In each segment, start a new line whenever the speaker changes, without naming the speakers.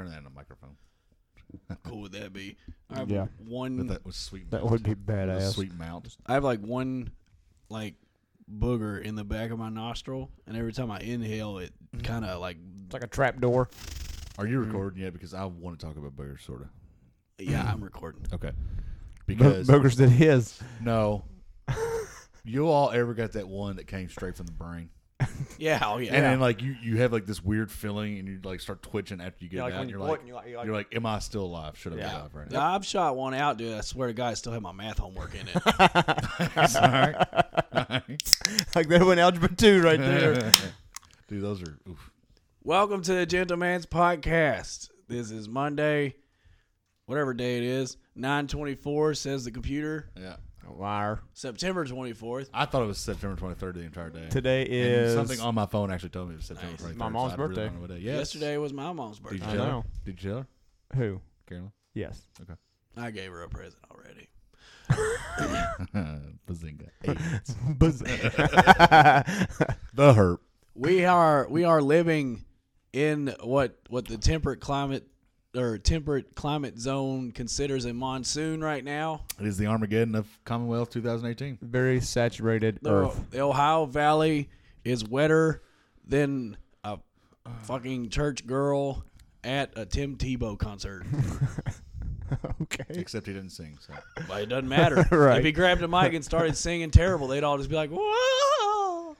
Turn that in the microphone.
cool would that be? I have
Yeah.
But
one.
that was sweet.
That
mount.
would be
That was
badass.
Sweet mount.
I have like one, like booger in the back of my nostril, and every time I inhale, it
Mm-hmm.
kind of like
It's like a trap door.
Are
Mm.
you recording yet? Because I want to talk about boogers, sort of.
yeah, I'm recording.
Okay.
Bo-
Because
Boogers did his.
no, you all ever got that one that came straight from the brain,
Yeah, oh yeah.
and then like you you have like this weird feeling, and you like start twitching after you get
Yeah,
it out.
like when
and
you
You're
blow it
like,
and
you're
you like-
like,
you're like-
am I still alive? Should I be alive right now?
Nah, I've shot one out, dude. I swear to God, I still have my math homework in it.
all right, all right.
Like that went algebra two right there.
Dude, those are oof.
Welcome to the Gentleman's Podcast. This is Monday, whatever day it is. Nine twenty-four says the computer.
yeah.
Liar.
September twenty-fourth.
I thought it was September 23rd the entire day.
Today
And
is
something on my phone actually told me it was September
Nice.
23rd.
My mom's
so I really
birthday.
don't know what day- Yes.
Yesterday was my mom's
Did you
birthday.
I
tell her?
know.
Did you tell her?
who?
Carolyn?
Yes.
I gave her a present already.
Uh, Bazinga. Hey.
Buzz-
the herp.
we are we are living in what what the temperate climate or temperate climate zone considers a monsoon right now.
It is the Armageddon of Commonwealth 2018.
Very saturated
The,
earth.
the Ohio Valley is wetter than a fucking church girl at a Tim Tebow concert.
okay.
Except he didn't sing. So.
but it doesn't matter.
Right.
If he grabbed a mic and started singing terrible, they'd all just be like, "Whoa!"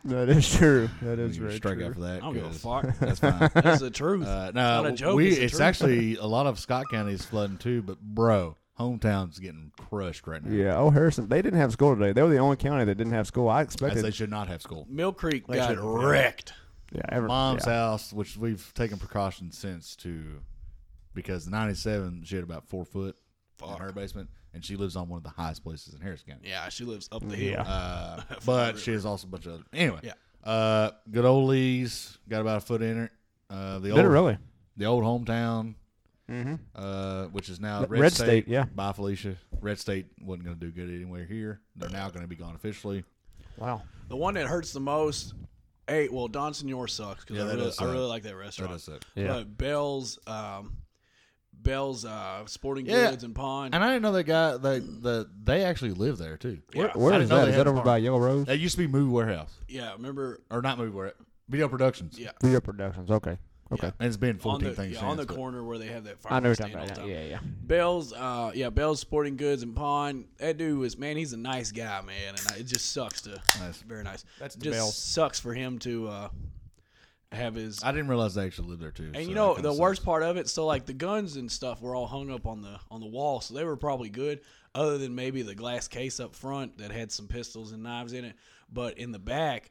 That is true. That is
You
very
strike
true.
out for that.
I don't give a
'cause
fuck.
That's fine.
That's the truth.
Uh, no,
not a joke,
we,
it's the
it's
truth.
actually a lot of Scott County is flooding too, but bro, hometown's getting crushed right now.
Yeah. Oh, Harrison. They didn't have school today. They were the only county that didn't have school. I
As
expected.
they should not have school.
Mill Creek
They
got
should-
wrecked.
yeah. Ever,
mom's
yeah.
house, which we've taken precautions since to because the '97 she had about four foot in her basement, and she lives on one of the highest places in Harris County.
Yeah, she lives up the hill.
Yeah.
Uh, but she has also a bunch of other. Anyway,
Yeah.
Uh, good old Lee's got about a foot in it. Uh, the
Did it
old
really? Mm-hmm.
the old hometown, uh, which is now
Red
Red, State,
State, yeah.
by Felicia. Red State wasn't going to do good anywhere here. They're now going to be gone officially.
Wow.
The one that hurts the most, hey, well, Don Senor sucks because
Yeah,
I,
that uh,
really,
does
I really
suck.
like that
So
restaurant.
that's it.
Yeah.
But Bell's, um, Bell's uh, Sporting
Yeah.
Goods and Pawn.
And I didn't know that guy. That the they actually live there too.
yeah,
I
Where
didn't
is
know
that?
they
Is
had a
that over
farm.
by Yellow Rose?
That used to be Movie Warehouse,
yeah, remember?
or not Movie Warehouse, Video Productions.
Yeah,
Video Productions. Okay. Okay.
and it's been
on
fourteen
the
things.
yeah, on the
since, but-
corner where they have that
I know
fireworks
what you're
stand
talking
all the
about.
time.
now. Yeah. Yeah.
Bell's, uh, yeah, Bell's Sporting Goods and Pawn. That dude was man. He's a nice guy, man, and I, it just sucks to.
Nice.
Very nice.
That's the
just
Bell's.
sucks for him to uh, have his
I didn't realize they actually lived there too.
And
so
you
that
know
kinda
the
sucks.
worst part of it, so like the guns and stuff were all hung up on the on the wall, so they were probably good, other than maybe the glass case up front that had some pistols and knives in it. But in the back,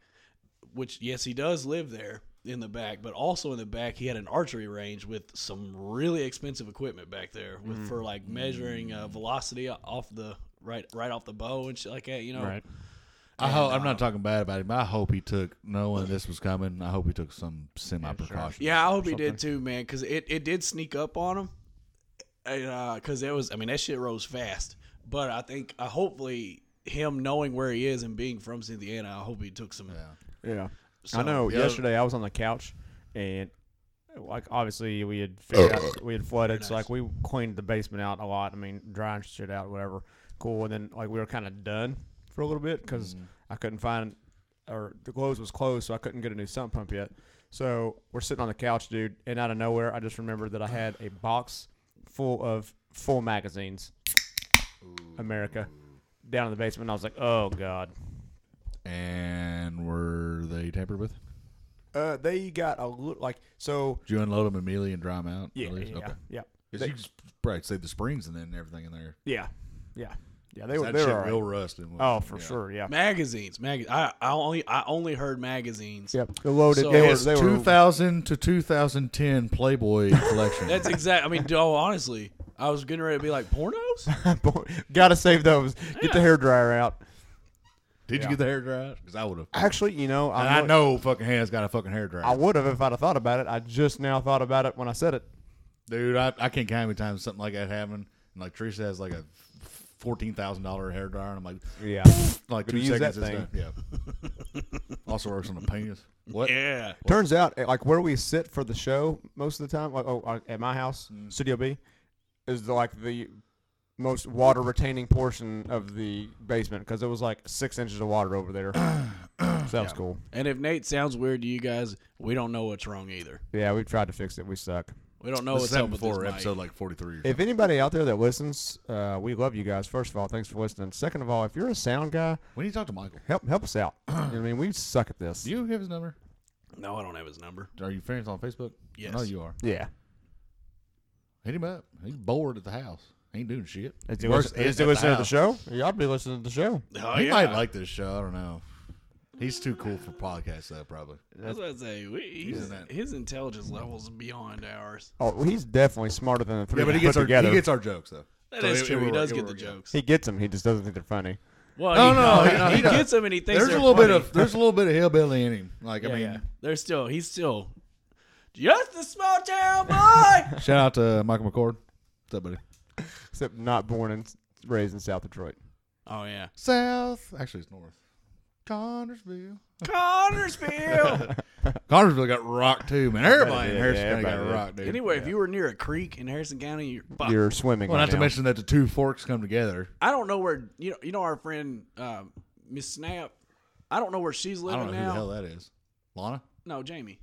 which yes, he does live there in the back, but also in the back he had an archery range with some really expensive equipment back there with for like measuring
Mm.
uh, velocity off the right right off the bow and shit like that. You know,
Right.
I hope I'm
uh,
not talking bad about him. I hope he took knowing this was coming. I hope he took some semi precaution.
Yeah, I hope he did too, man, because it, it did sneak up on him. Because it was, I mean, that shit rose fast. But I think, uh, hopefully, him knowing where he is and being from Indiana, I hope he took some.
Yeah.
So-
I know.
Yeah.
Yesterday I was on the couch and like obviously we had figured out we had flooded, so like we cleaned the basement out a lot. I mean, drying shit out, whatever. Cool. And then like we were kind of done for a little bit because I couldn't find or the clothes was closed, so I couldn't get a new sump pump yet. So we're sitting on the couch, dude, and out of nowhere I just remembered that I had a box full of full magazines, America, down in the basement. And I was like, oh god.
And were they tampered with?
Uh, they got a little like so.
Did you unload them immediately and dry them out?
Yeah,
Release?
yeah,
Okay.
yeah,
'Cause
They-
you could probably save the springs and then everything in there.
yeah, yeah, yeah. They were
that
Oh, they
shit
were all
will
right.
rust. And
Oh, for
yeah.
sure, yeah.
Magazines, mag. I, I only I only heard magazines.
Yep, they loaded.
So-
they were
It's
they were
2000 to 2010 Playboy collection.
That's exact. I mean, oh, honestly, I was getting ready to be like pornos.
gotta save those. Get the hair dryer out.
Did
Yeah.
you get the hair dry? Because I would have.
Actually, you know,
And I
I
know fucking hands got a fucking hair dryer.
I would have if I'd have thought about it. I just now thought about it when I said it.
Dude, I, I can't count how many times something like that happened. And like Teresa has like a f- fourteen thousand dollar hair dryer, and I'm like,
Yeah.
like two
Gonna use
seconds.
that
it's done. Yeah. also works on the penis. What?
Yeah.
Turns out, eh, like where we sit for the show most of the time, like oh, uh, at my house, Studio B, is the, like the most water retaining portion of the basement because there was like six inches of water over there. so that was cool.
And if Nate sounds weird to you guys, we don't know what's wrong either.
Yeah, we tried to fix it. We suck.
We don't know
This
what's
happened
up with
before
this mic.
episode like forty three.
If anybody out there that listens, uh, we love you guys. First of all, thanks for listening. Second of all, if you're a sound guy,
We need to talk to Michael.
help help us out. You know what I mean, we suck at this.
Do you have his number?
No, I don't have his number.
Are you friends on Facebook?
Yes.
I know you are.
yeah,
Hit him up. He's bored at the house. Ain't doing shit.
is
He
he
works
listening, is
at
he listening to the
house.
show? Yeah, I'll be listening to the show.
Oh,
he
yeah.
might like this show. I don't know. He's too cool for podcasts, though. Probably.
That's what I say. We, he's,
Yeah.
his intelligence levels are beyond ours.
Oh, well, he's definitely smarter than the three.
Yeah, but he
of
gets
us put
our
together.
he gets our jokes though.
That
So
is
it- it
true.
will
he does
work- it
get
will
the
work out.
jokes.
He gets them. He just doesn't think they're funny.
well,
No,
he,
no, he- no,
he,
he does.
gets them and he thinks
There's a
they're
little bit
funny.
of there's a little bit of hillbilly in him. Like I
Yeah,
mean,
yeah. they're still. He's still just a small town boy.
shout out to Michael McCord. What's up, buddy?
Except not born and s- raised in South Detroit.
oh yeah,
South, actually, it's north. Connersville.
Connorsville.
Connersville got rocked too, man. Everybody in
did,
Harrison
yeah,
County got
everybody did.
rocked, dude.
anyway, if you were near a creek in Harrison County, you're fucked.
You're swimming.
well,
right
not to
now.
mention that the two forks come together.
I don't know where you know. You know our friend um, Miss Snap. I don't know where she's
I
living
don't know who the
now.
hell that is. Lana.
No, Jamie.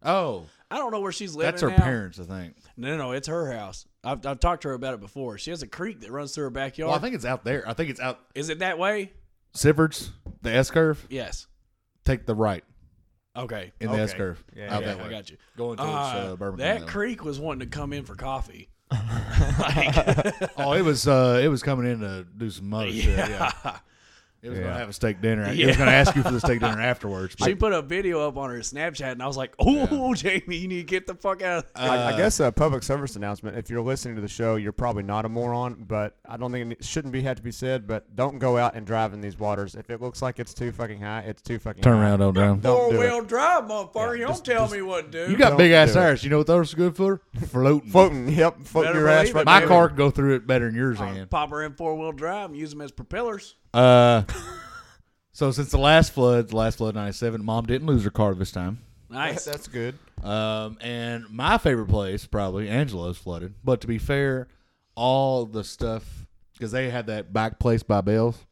Oh,
I don't know where she's living.
that's her
now.
parents, I think.
No, no, no. It's her house. I've, I've talked to her about it before. She has a creek that runs through her backyard.
Well, I think it's out there. I think it's out
Is it that way?
Siffords, the S curve.
Yes.
Take the right
Okay.
in the
Okay.
S curve.
Yeah,
out
Yeah,
that way.
I got you.
Going towards uh,
Uh,
Birmingham.
that
way.
creek was wanting to come in for coffee.
Oh, it was uh, it was coming in to do some other shit. Yeah, it was
Yeah.
gonna have a steak dinner. It was
Yeah.
gonna ask you for the steak dinner afterwards.
She
But,
put a video up on her Snapchat, and I was like, "Oh, Jamie, you need to get the fuck out."
Uh,
of
I, I guess a public service announcement. If you're listening to the show, you're probably not a moron, but I don't think it shouldn't be had to be said. But don't go out and drive in these waters. If it looks like it's too fucking high, it's too fucking.
turn
high.
around, old down.
Don't do
Four-wheel
it.
drive, motherfucker. you don't tell me what to do.
You got
Don't
big ass
do it.
tires. You know what those are good for? Floating.
Floating. Yep. Floating
Better
your ass.
believe
Right
it,
My
baby.
car can go through it better than yours,
Uh,
man.
pop her in four-wheel drive and use them as propellers.
Uh, so since the last flood, the last flood '97, mom didn't lose her car this time.
Nice.
That's good.
Um, and my favorite place, probably Angelo's flooded. But to be fair, all the stuff because they had that back place by Bell's.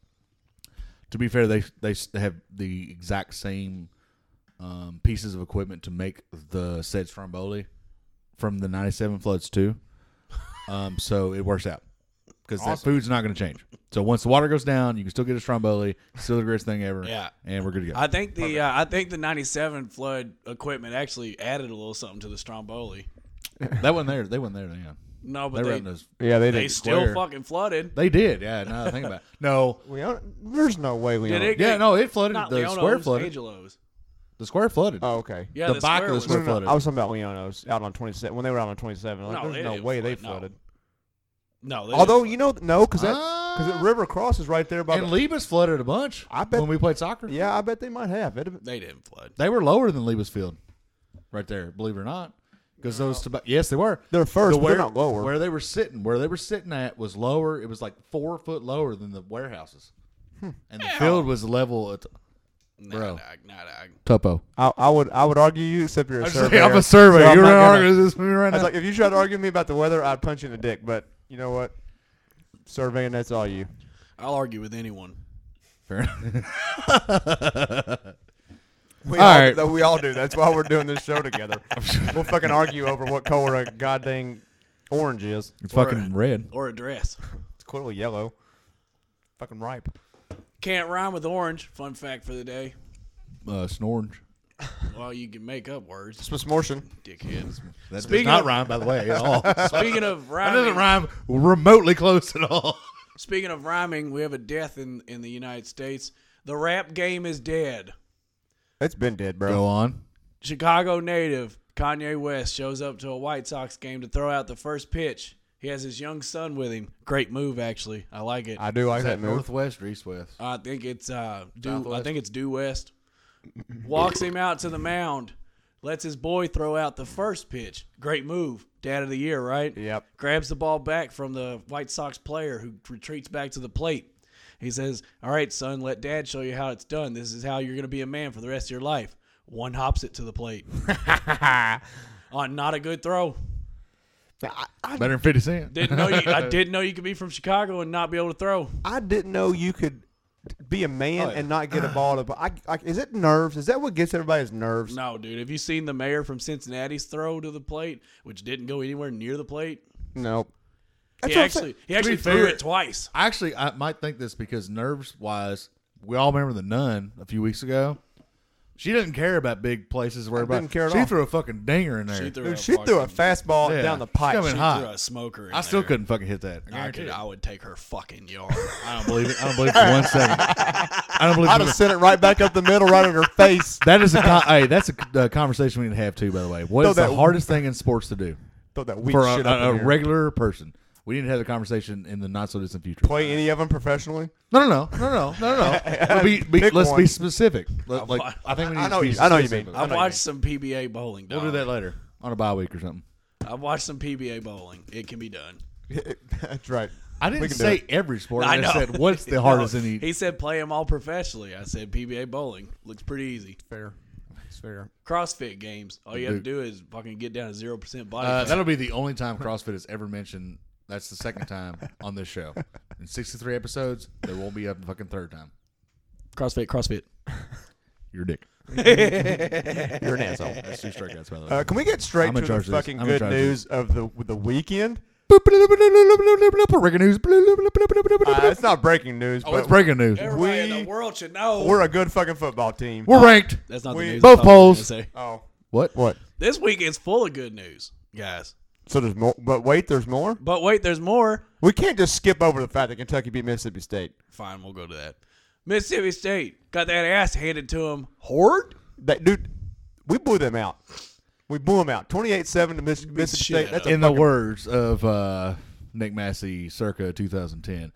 To be fair, they they s- have the exact same um, pieces of equipment to make the said stromboli from the '97 floods too. Um, so it works out because that food's not going to change. So once the water goes down, you can still get a stromboli, still the greatest thing ever.
Yeah.
and we're good to go.
I think the uh, I think the '97 flood equipment actually added a little something to the Stromboli.
that wasn't there. They wasn't there. Hang on.
No,
They
but
were
they
in those
Yeah, they
they
did.
still
square.
fucking flooded.
They did, yeah. Now that I think about it. No,
We don't, there's no way we
Did
don't-
it-
yeah, no, it flooded.
Not
The
Leonos,
square flooded.
Angelos.
The square flooded.
Oh, okay.
Yeah,
The
the
back of
square
the
was-
square
No, no, no,
flooded.
I was talking about Leono's out on 27 when they were out on 27. Like,
No,
there's
they
no
didn't
way they
flood, no.
flooded.
No, they
Although
just-
you know, no, because that because
Ah.
River Cross is right there by.
and
the-
Lebus flooded a bunch.
I bet-
when we played soccer,
yeah, I bet they might have. It,
they didn't flood.
they were lower than Lebus Field, right there. Believe it or not, because those toba- yes, they were.
They're first,
The
but they're not lower.
Where they were sitting, where they were sitting at was lower. It was like four foot lower than the warehouses,
Hmm.
and the field was level at
Nah,
Bro.
nah, nah, nah.
topo.
I, I would I would argue you, except you're a
I'm, just
surveyor.
saying, I'm a
so
survey.
I'm
You're
not
an
gonna-
argument with me right
I was
now.
like, if you tried to argue with me about the weather, I'd punch you in the dick. But you know what? Surveying, that's all you.
I'll argue with anyone.
Fair enough.
We
All
all,
right.
though we all do. That's why we're doing this show together. we'll fucking argue over what color a goddamn orange is.
It's
Or-
fucking red.
Or a dress.
It's clearly yellow. Fucking ripe.
Can't rhyme with orange. Fun fact for the day.
Uh, snorange.
Well, you can make up words,
Smortion.
dickhead.
That
Speaking
does not
of-
rhyme, by the way, at all. that
Speaking of
doesn't
rhyming,
rhyme remotely close at all.
speaking of rhyming, we have a death in in the United States. The rap game is dead.
It's been dead, bro.
Go on.
Chicago native Kanye West shows up to a White Sox game to throw out the first pitch. He has his young son with him. Great move, actually. I like it. I,
I do like that, move.
northwest or east west?
think it's uh, due. I
Southwest?
think it's due west. Walks him out to the mound. Lets his boy throw out the first pitch. Great move. Dad of the year, right?
Yep.
Grabs the ball back from the White Sox player who retreats back to the plate. He says, All right, son, let dad show you how it's done. This is how you're going to be a man for the rest of your life. One hops it to the plate. On not a good throw.
I, I,
Better than fifty cent.
Didn't know you, I didn't know you could be from Chicago and not be able to throw.
I didn't know you could be a man
Oh, yeah.
and not get a ball. To, I, I, is it nerves? Is that what gets everybody's nerves?
No, dude. Have you seen the mayor from Cincinnati's throw to the plate, which didn't go anywhere near the plate?
Nope.
He
That's what I'm saying.
actually, he actually threw
fair-
it twice.
Actually, I might think this because nerves wise, we all remember the nun a few weeks ago. She didn't care about big places. Where about
didn't care at
she
all.
threw a fucking dinger in there.
She threw,
Dude,
a,
she threw a
fucking-
fastball
Yeah.
down the
She
pipe.
coming
She-
hot.
She threw a smoker. In
I still
there.
couldn't fucking hit that.
I
guarantee
could.
it.
I would take her fucking yard. I don't
believe it. I don't believe it for one second. I don't believe
I'd
it.
have
for-
sent it right back up the middle, right in her face.
That is a con- hey. That's a uh, conversation we need to have too. By the way, what
No,
is the
that-
hardest thing in sports to do
Throw that weak
for a,
shit up
a,
in
a
here.
regular person? We need to have the conversation in the not so distant future.
Play any of them professionally?
No, no, no, no, no, no, no. But be, be,
Pick
let's be
one.
specific. Let, like I think we need
I know
to be
you- I know you mean.
specific.
I
I've
know you
watched some PBA bowling.
We'll do
dog.
that later on a bye week or something.
I've watched some PBA bowling. It can be done.
That's right.
I
We
didn't
can do
say
it.
every sport.
I
I,
know.
just said what's the
No,
hardest in each.
He said play them all professionally. I said PBA bowling looks pretty easy.
fair. It's fair.
CrossFit games. All you have to do is fucking get down to zero percent body
Uh,
fat.
that'll be the only time CrossFit is ever mentioned. That's the second time on this show. In 63 episodes, there won't be a fucking third time.
CrossFit, CrossFit.
Your dick.
You're an asshole.
That's two strikeouts, by the way.
Uh, can we get straight
I'm in
to the
charge of this.
fucking
I'm in
good
charge of this.
news of the the weekend?
Uh, breaking news.
Uh, it's not breaking news,
oh,
but
it's breaking news.
Everybody in
We-
the world should know.
we're a good fucking football team.
We're ranked.
That's not
we-
the news.
both
I thought I was
polls.
gonna say.
oh,
What?
what?
This weekend's full of good news, guys.
So there's more, but wait, there's more.
But wait, there's more.
We can't just skip over the fact that Kentucky beat Mississippi State.
Fine, we'll go to that. Mississippi State got that ass handed to him. Horde?
That dude, we blew them out. We blew them out, twenty-eight-seven to Miss, Mississippi
shit
State. That's a
In the
fucking-
words of uh, Nick Massey circa 2010.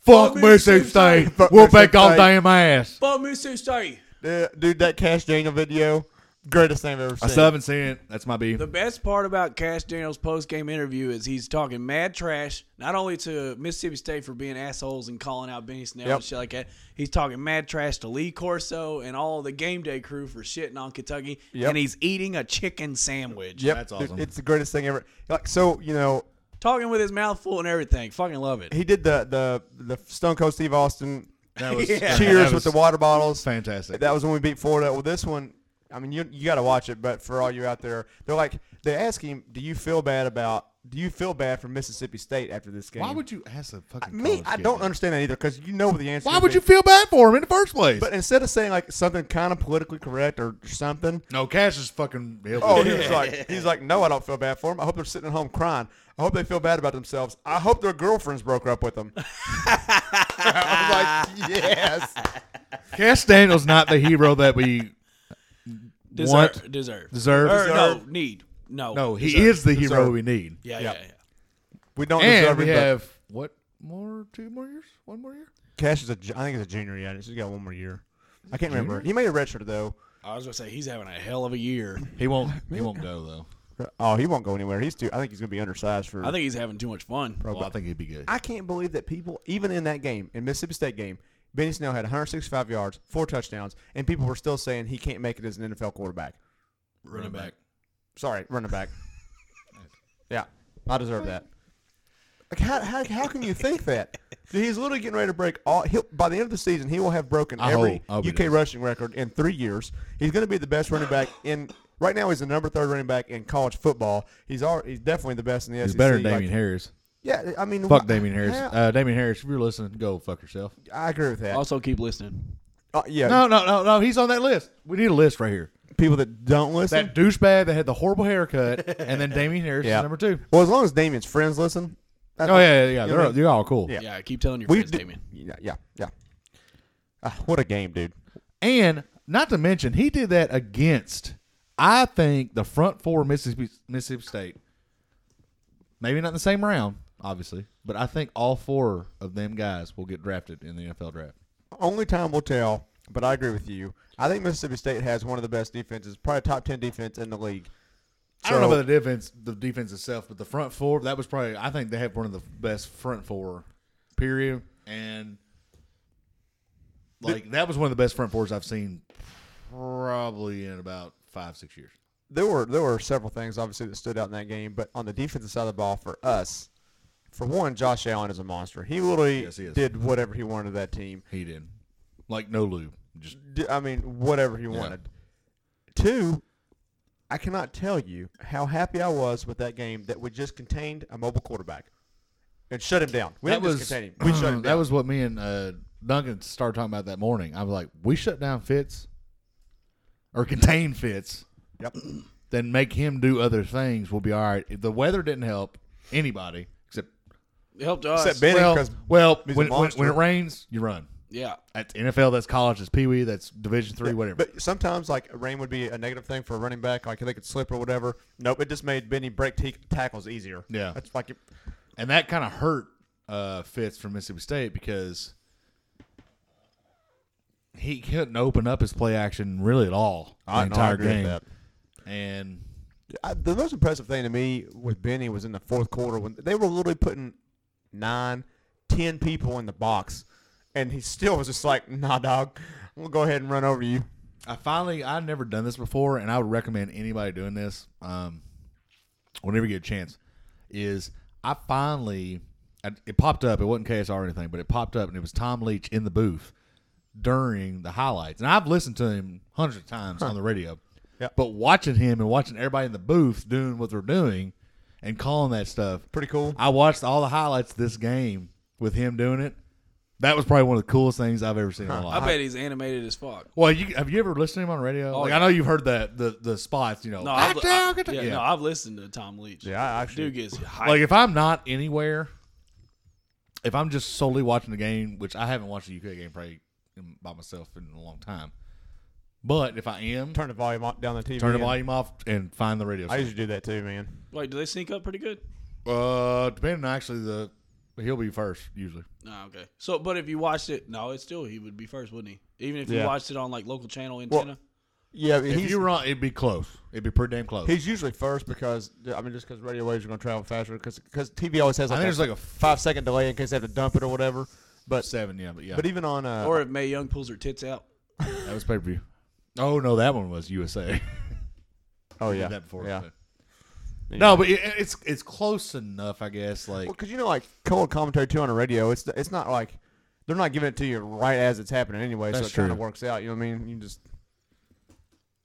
Fuck Mississippi State.
Fuck
We'll
Mississippi
back all
State.
damn ass.
Fuck Mississippi State.
Yeah, uh, dude, that Cash Daniel video, greatest thing I've ever
I
seen.
still haven't seen it. That's my beef.
The best part about Cash Daniels' post game interview is he's talking mad trash, not only to Mississippi State for being assholes and calling out Benny Snell
Yep.
and shit like that, he's talking mad trash to Lee Corso and all the game day crew for shitting on Kentucky,
Yep.
and he's eating a chicken sandwich.
Yep,
That's
dude,
awesome.
it's the greatest thing ever. Like so, you know,
Talking with his mouth full and everything. Fucking love it.
he did the the the Stone Cold Steve Austin
That was,
cheers with the water bottles.
Fantastic.
That was when we beat Florida. Well, this one, I mean, you you got to watch it. But for all you out there, they're like they ask him, "Do you feel bad about? Do you feel bad for Mississippi State after this game?"
Why would you ask a fucking
me?
college
I
kid
don't
that?
understand that either because you know the answer.
Why
would
would
be.
you feel bad for him in the first place?
But instead of saying like something kind of politically correct or something,
no, Cash is fucking. he'll be-
oh, he was like, he's like, no, I don't feel bad for him. I hope they're sitting at home crying. I hope they feel bad about themselves. I hope their girlfriends broke up with them. I was like, yes.
Cash Daniels not the hero that we
Deserve.
want
Deserve.
deserve.
Or, no,
Deserve.
need. No.
No, he
deserve.
is the hero
Deserve.
we need.
Yeah,
Yep.
yeah, yeah.
We don't
And
deserve
we
it. but
have what more? Two more years? One more year?
Cash is a, ju- I think he's a junior yet. He's got one more year. I can't remember. He made a redshirt though.
I was gonna say he's having a hell of a year.
He won't. He won't go though.
Oh, he won't go anywhere. He's too. I think he's gonna be undersized for.
I think he's having too much fun.
Well, I think he'd be good.
I can't believe that people, even in that game, in Mississippi State game, Benny Snell had 165 yards, four touchdowns, and people were still saying he can't make it as an NFL quarterback.
Running back.
Sorry, running back. yeah, I deserve that. Like, how, how, how can you think that? Dude, He's literally getting ready to break all. He'll, by the end of the season, he will have broken
I
every
hope- I hope he
UK
does.
rushing record in three years. He's going to be the best running back in. Right now, he's the number third running back in college football. He's al- he's definitely the best in the
He's
SEC.
better than
Like,
Damien Harris.
Yeah, I mean,
Fuck
wh-
Damien Harris.
how-
Uh, Damien Harris, if you're listening, go fuck yourself.
I agree with that.
Also, keep listening.
Uh, yeah,
No, no, no, no. He's on that list. We need a list right here.
people that don't listen.
That douchebag that had the horrible haircut, and then Damien Harris
Yeah.
is number two.
well, as long as Damien's friends listen. that's-
Oh yeah, yeah, yeah.
You know
They're,
what I mean?
they're all cool.
Yeah.
Yeah, keep telling your
We
friends,
did-
Damien.
Yeah, yeah, yeah. Ah, what a game, dude.
And not to mention, he did that against, I think, the front four of Mississippi Mississippi State. Maybe not in the same round, obviously, but I think all four of them guys will get drafted in the NFL draft.
Only time will tell, but I agree with you. I think Mississippi State has one of the best defenses, probably top 10 defense in the league.
I don't know
So-
about the defense, the defense itself, but the front four that was probably I think they have one of the best front four, period, and like that was one of the best front fours I've seen probably in about five six years.
there were there were several things obviously that stood out in that game, but on the defensive side of the ball for us, for one, Josh Allen is a monster. He literally
Yes, he is.
did whatever he wanted to that team.
He did, like no lube, just
D- I mean, whatever he wanted. Two, I cannot tell you how happy I was with that game that we just contained a mobile quarterback and shut him down. We
that
didn't just
was uh,
contain him. We shut him
Uh-huh. that
down.
was what me and uh, Duncan started talking about that morning. I was like, we shut down Fitz or contain Fitz.
yep.
then make him do other things. We'll be all right. If The weather didn't help anybody except
It helped us.
Except Benny,
well,
because
well
he's a
when, when,
monster.
when it rains, you run.
Yeah.
That's NFL. That's college. That's Pee Wee. That's Division Three. Whatever.
But sometimes, like rain would be a negative thing for a running back, like they could slip or whatever. Nope, it just made Benny break t- tackles easier.
Yeah.
that's like it-
and that kind of hurt uh, Fitz from Mississippi State because he couldn't open up his play action really at all the
I- no, I
entire
agree with
game.
that.
And
I, the most impressive thing to me with Benny was in the fourth quarter when they were literally putting nine, ten people in the box, and he still was just like, "Nah, dog, I'm gonna go ahead and run over you."
I finally I've never done this before, and I would recommend anybody doing this. Um, whenever you get a chance, is I finally I, it popped up. It wasn't KSR or anything, but it popped up, and it was Tom Leach in the booth during the highlights. And I've listened to him hundreds of times on the radio,
Yep.
but watching him and watching everybody in the booth doing what they're doing and calling that stuff,
Pretty cool.
I watched all the highlights of this game with him doing it. That was probably one of the coolest things I've ever seen in my life.
I bet he's animated as fuck.
Well, you, have you ever listened to him on radio? like I know you've heard the the, the spots, you know.
No,
"Ah,
I've, I,
dog, ah, dog."
yeah,
Yeah.
no, I've listened to Tom Leach.
Yeah, I actually-
dude gets hyped.
like if I'm not anywhere, if I'm just solely watching the game, which I haven't watched a UK game probably in- by myself in a long time, but if I am, turn,
Turn the volume on, down the TV.
the
and-
volume off and find the radio.
I
station.
usually do that too, man.
Like, do they sneak up pretty good?
uh, depending on actually the he'll be first usually.
No, okay. So, but if you watched it, no, it's still he would be first, wouldn't he? Even if you
Yeah.
watched it on like local channel antenna.
Yeah,
If you were on, it'd be close. It'd be pretty damn close.
He's usually first because I mean, just because radio waves are going to travel faster because TV always has
I
like
think
a,
there's like a
five second delay in case they have to dump it or whatever. But
seven, yeah, but yeah,
but even on uh,
or if May Young pulls her tits out.
that was pay per view. Oh no, that one was USA.
oh
yeah.
yeah,
that before.
yeah.
but- No, but it, it's it's close enough, I guess. Like
Because you know, like color commentary too on the radio, it's it's not like they're not giving it to you right as it's happening anyway, so
That's
it kind of
true.
works out. You know what I mean? You just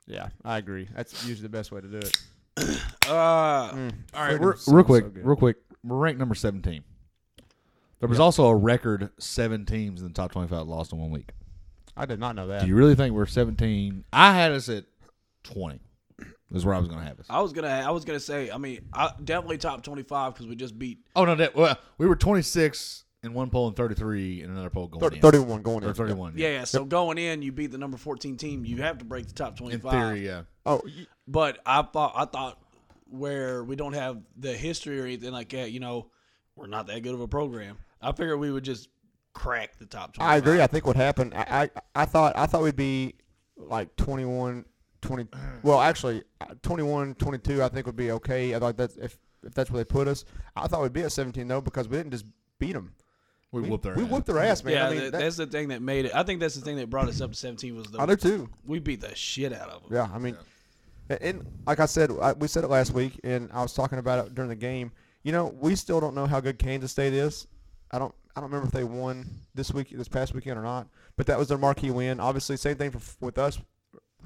yeah, I agree. That's usually the best way to do it.
Uh,
all right,
freedom
we're,
sounds
real quick,
so good.
real quick, we're ranked number seventeen. There was also a record seven teams in the top twenty-five lost in one week.
I did not know that.
Do you really think we're seventeen? I had us at twenty. Is where I was going to have us.
I was gonna, I was gonna say, I mean, I, definitely top twenty five because we just beat.
Oh no, that, well, we were twenty-six in one poll and thirty-three in another poll going
Thirty-
in.
31 going
or
in.
thirty-one.
Yeah, so going in, you beat the number fourteen team. You have to break the top twenty
in
five.
theory, yeah.
Oh, you,
But I thought I thought where we don't have the history or anything like that, you know, we're not that good of a program. I figured we would just crack the top twenty.
I agree. I think what happened. I, I I thought I thought we'd be like 21, 20. Well, actually, uh, 21, 22 I think would be okay. I thought that's if if that's where they put us. I thought we'd be at seventeen though because we didn't just beat them.
We, whooped their
We
ass.
whooped their ass, man.
Yeah,
I mean,
that,
that-
that's the thing that made it. I think that's the thing that brought us up to seventeen was
I do
the
too.
we beat the shit out of them.
Yeah, I mean, a- and like I said, I, we said it last week, and I was talking about it during the game. You know, we still don't know how good Kansas State is. I don't, I don't remember if they won this week, this past weekend or not. But that was their marquee win. Obviously, same thing for, with us.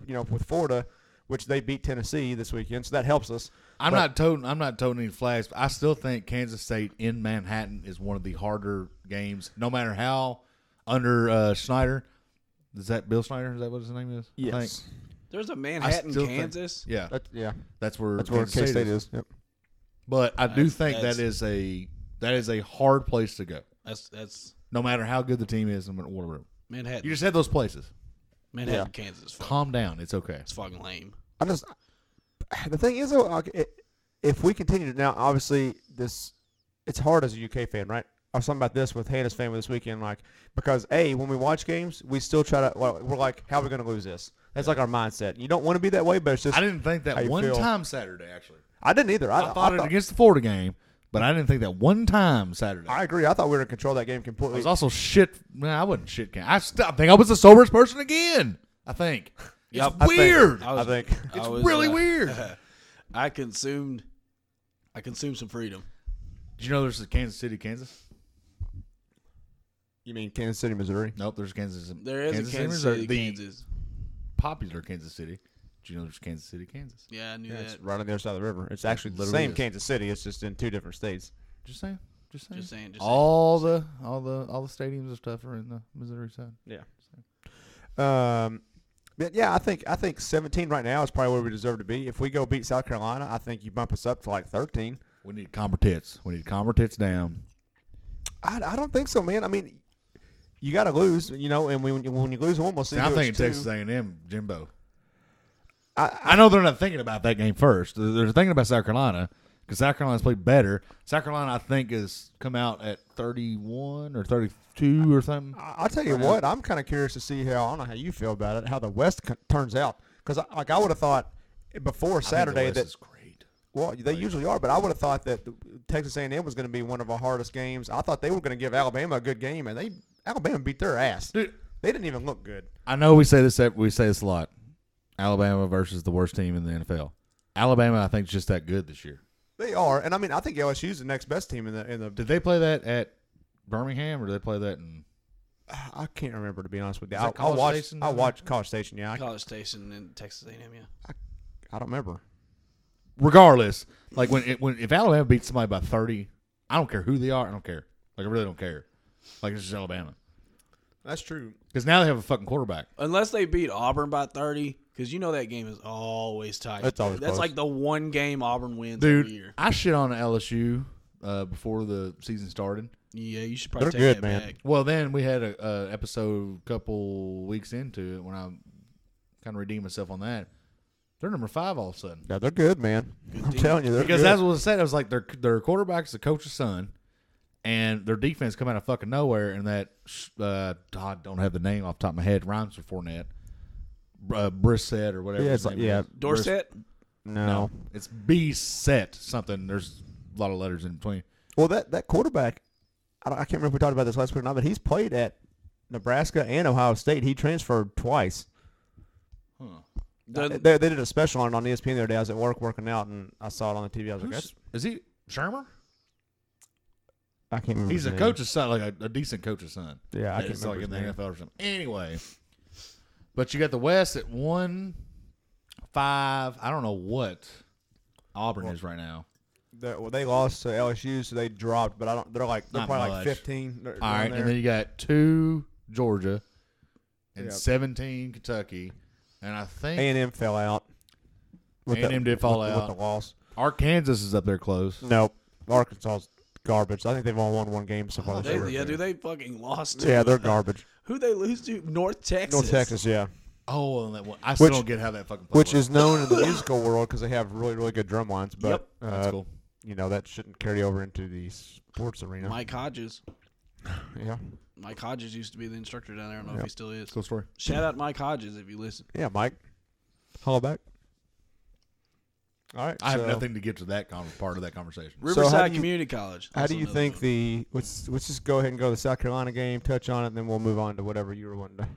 You know, with Florida, which they beat Tennessee this weekend, so that helps us.
I'm
But-
not toting. I'm not toting any flags. But I still think Kansas State in Manhattan is one of the harder games, no matter how under uh, Schneider. Is that Bill Schneider? Is that what his name is? I think.
There's a
I
Manhattan,
still think-
Kansas.
yeah,
That, yeah,
that's where
that's where K State is. Yep.
But I do
That's-
think that
that's-
is a that is a hard place to go,
That's that's
no matter how good the team is and whatever.
Manhattan.
You just had those places.
Manhattan, Kansas. Fuck,
Calm down. It's okay.
it's fucking lame.
I just the thing is though, like, i- if we continue to now, obviously this it's hard as a UK fan, right? I was talking about this with Hannah's family this weekend, like because a when we watch games, we still try to well, we're like, how are we going to lose this? That's like our mindset. You don't want to be that way, but it's just
I didn't think
How
that
you
one
feel?
time Saturday actually.
I didn't either. I,
I thought it against the Florida game, but I didn't think that one time Saturday.
I
I,
agree. I thought we were in control of that game completely.
was also shit. Man, I wasn't shit. Can I, st- I think I was the soberest person again. I think it's
I think-
weird.
I think.
It's really weird.
I consumed, I consumed some freedom.
Did you know there's a Kansas City, Kansas?
You mean Kansas City, Missouri?
Nope, there's Kansas.
There is a Kansas
Missouri,
City,
the
Kansas.
popular Kansas City. Do you know there's Kansas City, Kansas?
Yeah, I knew
Yeah,
that.
it's right on the other side of the river. It's actually the
literally
same
is.
Kansas City. It's just in two different states.
Just saying. Just saying.
Just saying. Just
all the all the all the stadiums and stuff are in the Missouri side.
Yeah.
Um, but yeah, I think I think 17 right now is probably where we deserve to be. If we go beat South Carolina, I think you bump us up to like 13.
We need calmer tits. We need calmer tits down.
I, I don't think so, man. I mean, you got to lose, you know, and when, when you lose one, we'll see.
And I'm
who it's
thinking
to.
Texas A&M, Jimbo.
I-
I know they're not thinking about that game first. They're they're thinking about South Carolina because South Carolina's played better. South Carolina, I think, has come out at 31 or 32 or something.
I- I'll tell you what, I'm kind of curious to see how I don't know how you feel about it, how the West co- turns out, because like I would have thought before Saturday
This
that
is great.
well they usually are, but I would have thought that the- Texas A&M was going to be one of our hardest games. I thought they were going to give Alabama a good game, and they Alabama beat their ass.
Dude.
They didn't even look good.
I know we say this ev- we say this a lot. Alabama versus the worst team in the NFL. Alabama, I think, is just that good this year.
They are, and I mean I think LSU's the next best team in the in the.
Did they play that at Birmingham or did they play that in?
I can't remember to be honest with you.
Is that
I, I
College
watched
Station
I
down
watched College Station. Yeah, I,
College Station in Texas A&M. Yeah.
I don't remember.
Regardless, like when it, when if Alabama beats somebody by thirty, I don't care who they are. I don't care. Like I really don't care. Like it's just Alabama
That's true.
because now they have a fucking quarterback.
Unless they beat Auburn by thirty, because you know that game is always tight.
It's always
That's
close.
like the one game Auburn wins every
Dude,
year.
I shit on LSU uh, before the season started.
Yeah, you should probably
They're
take
good,
that
man.
back.
Well, then we had a, a episode a couple weeks into it when I kind of redeemed myself on that. They're number five all of a sudden.
Yeah, they're good, man. I'm
team.
telling you, they're
Because
good.
that's what I said. It was like their their quarterback's the coach's son, and their defense come out of fucking nowhere. And that uh, I don't have the name off the top of my head. Rhymes with Fournette, uh, Brissett or whatever.
Yeah,
his
it's like-
name
yeah.
is.
Dorset.
Briss-
no.
no, it's B set something. There's a lot of letters in between.
Well, that that quarterback, I, don't, I can't remember if we talked about this last week or not, but he's played at Nebraska and Ohio State. He transferred twice.
Doesn't-
They, they did a special on E it on ESPN the other day. I was at work working out, and I saw it on the TV. I was like,
Who's-
That's,
is he Shermer?
I can't remember.
He's
his
a
name.
coach's son, like a, a decent coach's son.
Yeah, I can't
it's
remember.
like in the
his name.
NFL or something. Anyway, but you got the West at one five. I don't know what Auburn is right now.
They- well, they lost to LSU, so they dropped. But I don't. They're like they're
Not
probably
much.
like fifteen. They're-
All
they're
right,
in
and
there.
then you got two Georgia and
Yep.
seventeen Kentucky, and I think
A&M fell out. With
A&M did fall
with,
out.
with the loss.
Arkansas is up there close.
Nope, Arkansas's garbage. I think they've only won one game so far. this
Oh, They,
year.
yeah, dude, they fucking lost. To,
yeah, they're garbage.
Who they lose to? North Texas.
North Texas, yeah.
Oh, and that one, I still
Which-
don't get how that fucking play
which
works.
is known in the musical world because they have really, really good drum lines. But
Yep.
uh,
that's cool.
you know that shouldn't carry over into the sports arena.
Mike Hodges.
Yeah,
Mike Hodges used to be the instructor down there. I don't know if he still is.
Cool story.
Shout out Mike Hodges if you listen.
yeah, Mike, holla back. All right,
I have
so
nothing to get to that con- part of that conversation.
how
Riverside
do you-
Community College.
How
That's
do you
another
think
one.
the let's let's just go ahead and go to the South Carolina game, touch on it, and then we'll move on to whatever you were wanting to.
Uh-huh.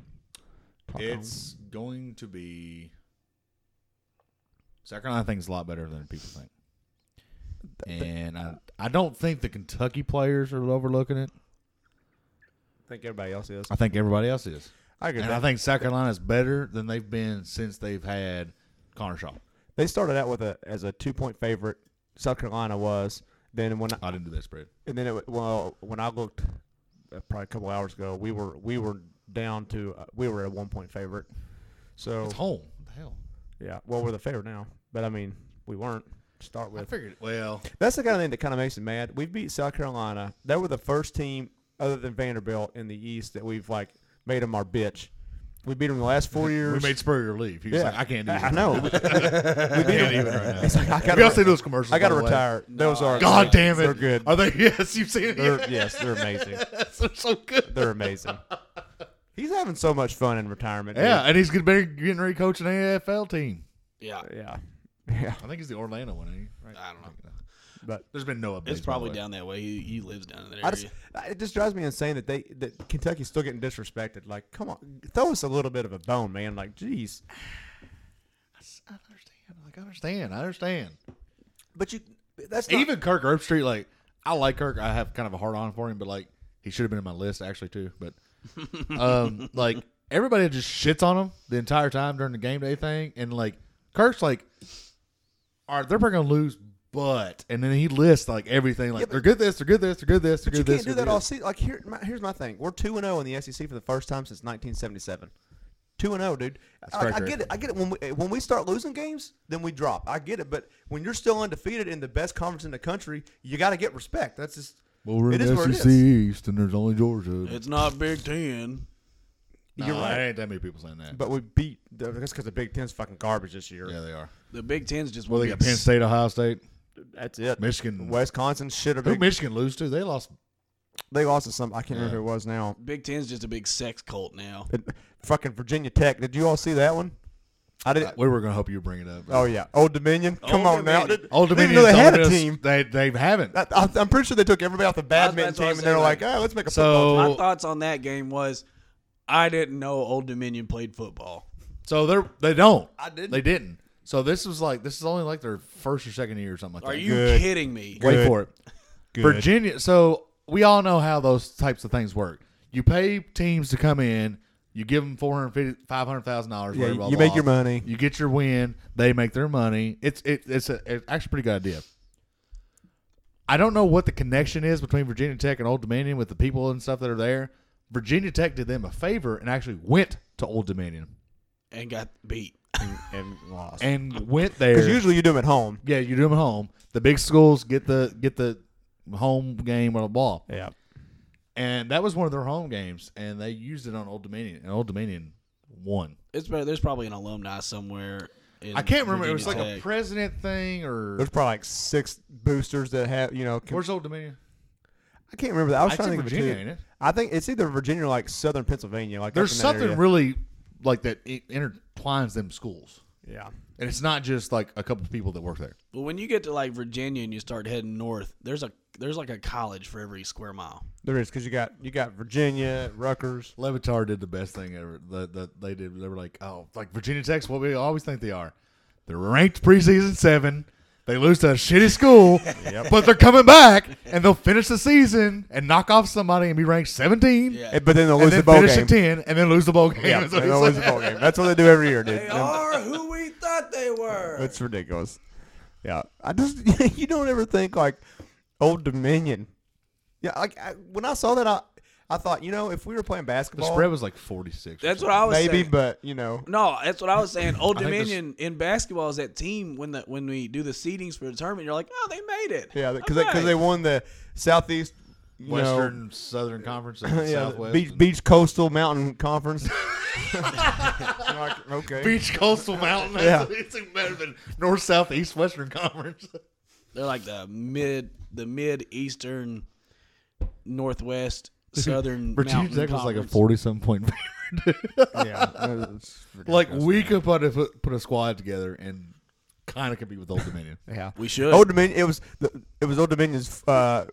Talk
It's going to be. South Carolina thinks a lot better than people think, and I I don't think the Kentucky players are overlooking it.
on. I think everybody else is.
I think everybody else is,
I agree.
and
with
I
that.
think South Carolina is better than they've been since they've had Connor Shaw.
they started out with a as a two point favorite. South Carolina was. Then when
I didn't do that spread.
And then, it, wa- well, when I looked, uh, probably a couple hours ago, we were we were down to uh, we were a one point favorite. So
It's home. What the hell?
yeah, well, we're the favorite now, but I mean, we weren't to start
I
with.
figured. Well,
That's the kind of thing that kind of makes me mad. We beat South Carolina. They were the first team other than Vanderbilt in the East that we've like made them our bitch. We beat them the last four
we
years.
made Spurrier leave. He was like, "I can't do this.
I know. we beat them. It's like, I
Have y'all
gotta,
seen those commercials?
I gotta
by the way?
retire. Those are
God damn it!
They're good.
Are they? Yes, you've seen it.
They're, yes, they're amazing.
Yes, they're so good.
They're amazing. He's having so much fun in retirement. dude.
Yeah, and he's getting ready, getting ready to coach an AFL team.
Yeah.
Yeah. Yeah,
I think he's the Orlando one. Ain't he? Right.
I don't know.
but
There's been no updates.
It's probably
by the way.
down that way. He, he lives down in that area.
I just it just drives me insane that they that Kentucky's still getting disrespected. Like, come on, throw us a little bit of a bone, man. Like, jeez.
I understand. Like I understand. I understand.
But you, that's not,
Even Kirk Herbstreit, like I like Kirk. I have kind of a hard on for him, but like he should have been in my list actually too. But um, like everybody just shits on him the entire time during the game day thing, and like Kirk's like, all right, they're probably gonna lose, but and then he lists like everything, like
Yeah, but-
they're good this, they're good this, they're good this, they're good
But you
this.
can't do
they're
that
good
all
this.
season. Like here, my, here's my thing: we're two and zero in the SEC for the first time since 1977. Two and zero, dude. I, I
correct,
get it. I get it. When we when we start losing games, then we drop. I get it. But when you're still undefeated in the best conference in the country, you got to get respect. That's just
Well, we're
it
in
is
the E
what it
SEC
is.
East, and there's only Georgia.
it's not Big Ten.
Nah,
You're right.
There ain't that many people saying that.
But we beat. That's because the Big Ten's fucking garbage this year.
yeah, they are.
The Big Ten's just
Well,
one
they
big
got Penn
s-
State, Ohio State,
That's it.
Michigan.
Wisconsin should have
Who
been.
Michigan lose to? They lost.
They lost to some. I can't remember
Yeah.
who it was now.
Big Ten's just a big sex cult now.
It- fucking Virginia Tech. Did you all see that one? I didn't.
We were gonna help you bring it up.
Oh yeah, Old Dominion. Come
Old
on now.
Dominion.
Did-
Uh, Old
didn't even
Dominion.
know they had a
told us
team.
They they haven't.
I, I- I'm pretty sure they took everybody off the badminton
That's what I
team,
was
and they're
saying,
like,
like-
"Ah, let's make a football."
My
So
thoughts on that game was, I didn't know Old Dominion played football.
so they're they don't.
I didn't.
They didn't. So this was like this is only like their first or second year or something like
Are
that.
you
Good.
kidding me?
Wait
Good.
for it. Virginia. So we all know how those types of things work. You pay teams to come in. You give them four hundred fifty, five hundred thousand dollars.
Yeah,
whatever,
you
blah,
make your
blah.
money.
You get your win. They make their money. It's it, it's a it's actually a pretty good idea. I don't know what the connection is between Virginia Tech and Old Dominion with the people and stuff that are there. Virginia Tech did them a favor and actually went to Old Dominion
And got beat.
and lost.
and went there.
Because usually you do them at home.
yeah, you do them at home. The big schools get the get the home game on the ball.
Yeah.
and that was one of their home games, and they used it on Old Dominion, and Old Dominion won.
It's probably, there's probably an alumni somewhere. In
I can't remember. It
Mm-hmm. Virginia
was like a
Tech.
president thing, or
There's probably like six boosters that have you know. can-
where's Old Dominion?
I can't remember that. I was
I
trying to
think
think
Virginia,
Virginia.
ain't it?
I think it's either Virginia or like Southern Pennsylvania. Like up
There's
in that
something
area.
really like that it intertwines them schools,
Yeah.
and it's not just like a couple of people that work there.
But when you get to like Virginia and you start heading north, there's a there's like a college for every square mile.
There is because you got you got Virginia, Rutgers.
Levitar did the best thing ever. That that they did. They were like, oh, like Virginia Tech's what we always think they are. They're ranked preseason seven. They lose to a shitty school, but they're coming back and they'll finish the season and knock off somebody and be ranked 17.
Yeah.
eh, But then they'll
and
lose
then
the bowl
finish
game.
at 10 and then lose the bowl game.
Yeah,
That's what
they
he
lose the
said.
bowl game. That's what they do every year, dude. And-
are who we thought they were.
It's ridiculous. Yeah, I just you don't ever think like Old Dominion. Yeah, like I, when I saw that, I I thought you know if we were playing
The
basketball,
spread was like 46. or
That's what
something.
I was
maybe,
saying.
but you know,
No, that's what I was saying. Old
I think this-
Dominion in basketball is that team when the when we do the seedings for the tournament, you're like, oh, they made it.
yeah, because
All
because they
right.
won the Southeast, you
Western, Southern Conference, and
know, yeah, the
Southwest.
beach,
and-
beach coastal mountain conference. Like, okay,
Beach Coastal Mountain.
Yeah.
It's even better than North, South, East, Western Conference.
They're like the mid the mid eastern northwest southern
Virginia
mountain
Tech was like a
conference.
40 some point
yeah, it's
like
ridiculous.
we could put a put a squad together and kind of compete with Old Dominion.
yeah.
We should.
Old Dominion. It was the, it was Old Dominion's uh,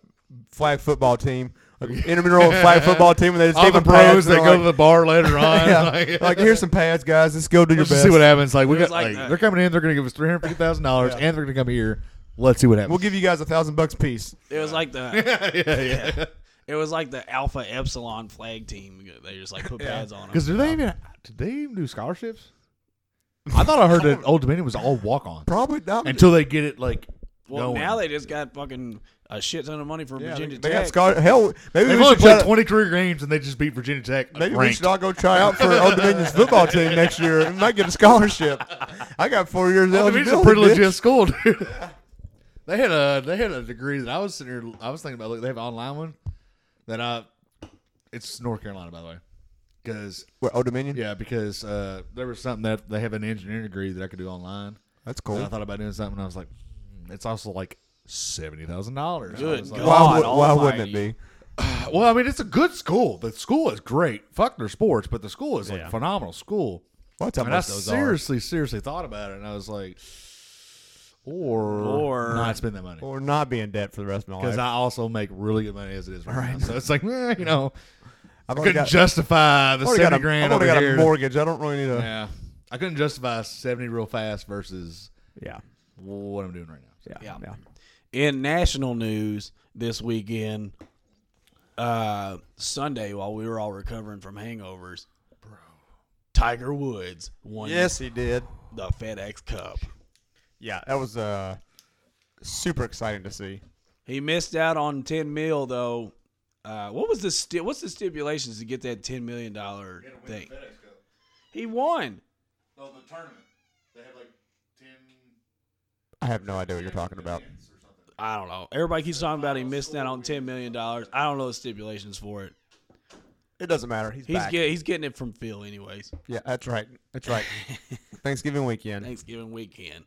flag football team, like, intramural flag football team, and they just
All
gave
the
them pads,
pros
and
that
they're
go
like-
to the bar later on,
yeah.
like,
like, here's some pads, guys. Let's go do your
let's
best.
just see what happens. Like we
It was
got,
like
like, uh,
that.
they're coming in, they're going to give us three hundred fifty thousand dollars,
Yeah.
and they're going to come here. Let's see what happens.
we'll give you guys a thousand bucks piece.
it was like the
yeah, yeah.
it was like the alpha epsilon flag team. They just like put pads on them.
Because do they even did they even do scholarships? I thought I heard that Old Dominion was all walk on
Probably not.
until they get it like
Well,
going.
now they just got fucking a shit ton of money from
Yeah,
Virginia
they, they got
Tech.
Scott. Hell, maybe
They've
we
only
should
played
try to-
twenty career games and they just beat Virginia Tech.
Maybe we
ranked.
should all go try out for Old Dominion's football team next year and might get a scholarship. I got four
I
years
mean,
eligibility.
it's a pretty
bitch.
legit school, dude. they had a they had a degree that I was sitting here. I was thinking about. Look, they have an online one that I. It's North Carolina, by the way, because
What, Old Dominion?
yeah, because uh, there was something that they have an engineering degree that I could do online.
that's
And I
cool.
thought about doing something. and I was like, "Hmm, it's also like seventy thousand dollars.
Good God.
Why, would,
God
why wouldn't it
almighty.
be?
Well, I mean, it's a good school. The school is great. Fuck their sports, but the school is like
Yeah.
phenomenal school.
What's how
And I
much those are?
seriously, seriously thought about it, and I was like, or,
Or-
not spend that money.
or not be in debt for the rest of my
Because
life.
I also make really good money as it is right, now. So it's like, eh, you know,
I've
I
already
couldn't
got,
justify the
I've already got
seventy
a,
grand
I've already
over
got
here.
a mortgage. I don't really need a.
Yeah, I couldn't justify seventy real fast versus
Yeah.
what I'm doing right now.
Yeah.
Yeah.
Yeah.
in national news this weekend, uh, Sunday, while we were all recovering from hangovers, Tiger Woods won
Yes, he did.
the FedEx Cup.
Yeah, that was uh, super exciting to see.
He missed out on ten mil though. Uh, what was the sti- what's the stipulations to get that ten million dollar thing? He won.
No, Oh, the tournament they have like ten.
I have no idea what you're talking about.
I don't know. Everybody keeps talking about he missed out on ten million dollars. I don't know the stipulations for it.
It doesn't matter. He's,
He's
back.
get, he's getting it from Phil anyways.
Yeah, that's right. That's right. Thanksgiving weekend.
Thanksgiving weekend.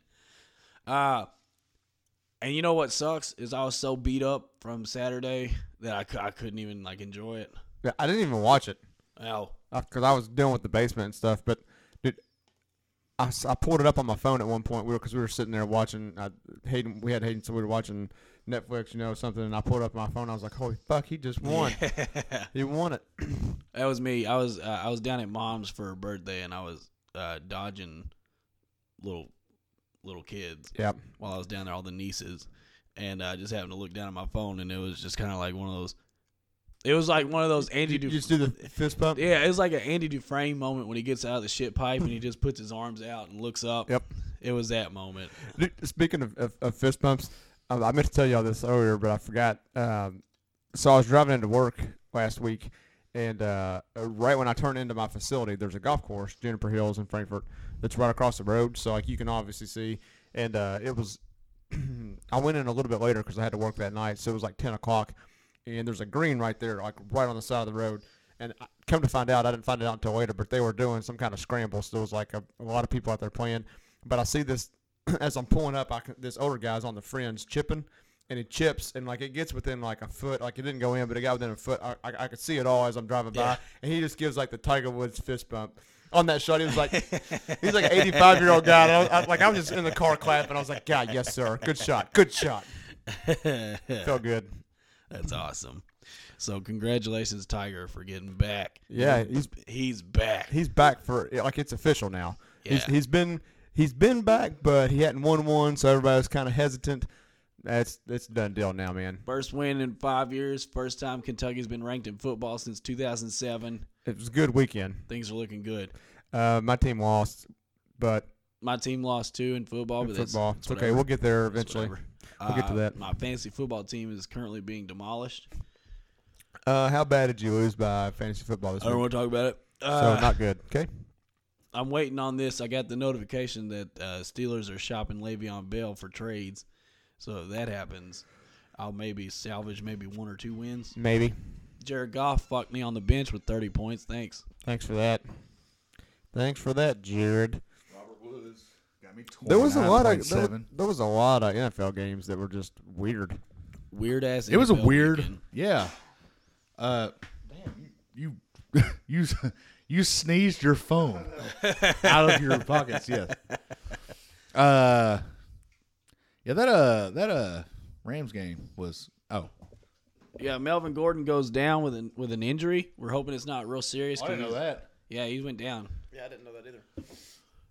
Uh and you know what sucks is I was so beat up from Saturday that I, cou- I couldn't even like enjoy it.
Yeah, I didn't even watch it
Ow.
because I was dealing with the basement and stuff. But dude, I, s- I pulled it up on my phone at one point. We were because we were sitting there watching. I, Hayden, we had Hayden, so we were watching Netflix, you know, something. And I pulled it up on my phone. I was like, "Holy fuck, he just won! he won it!"
That was me. I was uh, I was down at mom's for her birthday and I was uh, dodging little little kids
Yep.
while I was down there, all the nieces, and I just happened to look down at my phone and it was just kind of like one of those. It was like one of those Andy.
You
Duf-
just do the fist pump.
Yeah, it was like an Andy Dufresne moment when he gets out of the shit pipe and he just puts his arms out and looks up.
Yep.
It was that moment.
Dude, speaking of, of, of fist bumps, um, I meant to tell y'all this earlier, but I forgot. Um, so I was driving into work last week, and uh, uh, right when I turned into my facility, there's a golf course, Juniper Hills in Frankfurt, that's right across the road. So like you can obviously see, and uh, it was. I went in a little bit later because I had to work that night, so it was like ten o'clock, and there's a green right there, like right on the side of the road. And I- come to find out, I didn't find it out until later, but they were doing some kind of scramble, so there was like a, a lot of people out there playing. But I see this as I'm pulling up, I can, this older guy's on the fringe chipping, and he chips, and like it gets within like a foot, like it didn't go in, but it got within a foot. I, I, I could see it all as I'm driving by,
Yeah.
and he just gives like the Tiger Woods fist bump on that shot. He was like, he's like an 85 year old guy. And I was, I, like I was just in the car clapping. I was like, God, yes sir, good shot, good shot. Felt good.
That's awesome. So congratulations, Tiger, for getting back.
Yeah,
he's
he's-
he's back.
He's back for like it's official now. He's,
Yeah.
he's been he's been back, but he hadn't won one, so everybody was kind of hesitant. That's it's a done deal now, man.
First win in five years. First time Kentucky's been ranked in football since 2007.
It was a good weekend.
Things are looking good.
Uh, my team lost, but
My team lost two in football, but that's-
football.
that's
It's okay.
whatever.
We'll get there
That's
eventually.
whatever.
We'll get to
Uh,
that.
My fantasy football team is currently being demolished.
Uh, how bad did you lose by fantasy football this
I don't
week?
want to talk about it.
So
Oh, Uh,
not good. Okay.
I'm waiting on this. I got the notification that uh, Steelers are shopping Le'Veon Bell for trades. So if that happens, I'll maybe salvage maybe one or two wins.
Maybe.
Jared Goff fucked me on the bench with 30 points. Thanks.
Thanks for that. Thanks for that, Jared.
Robert Woods got me.
There was a lot of there,
seven.
there was a lot of NFL games that were just weird.
Weird ass.
It was a
NFL
weird,
weekend.
yeah. Uh, damn you, you, you, you sneezed your phone out of your pockets. Yes. Uh, yeah. That uh, that uh, Rams game was oh.
Yeah, Melvin Gordon goes down with an with an injury. We're hoping it's not real serious. 'cause he's-
that.
Yeah, he went down.
Yeah, I didn't know that either.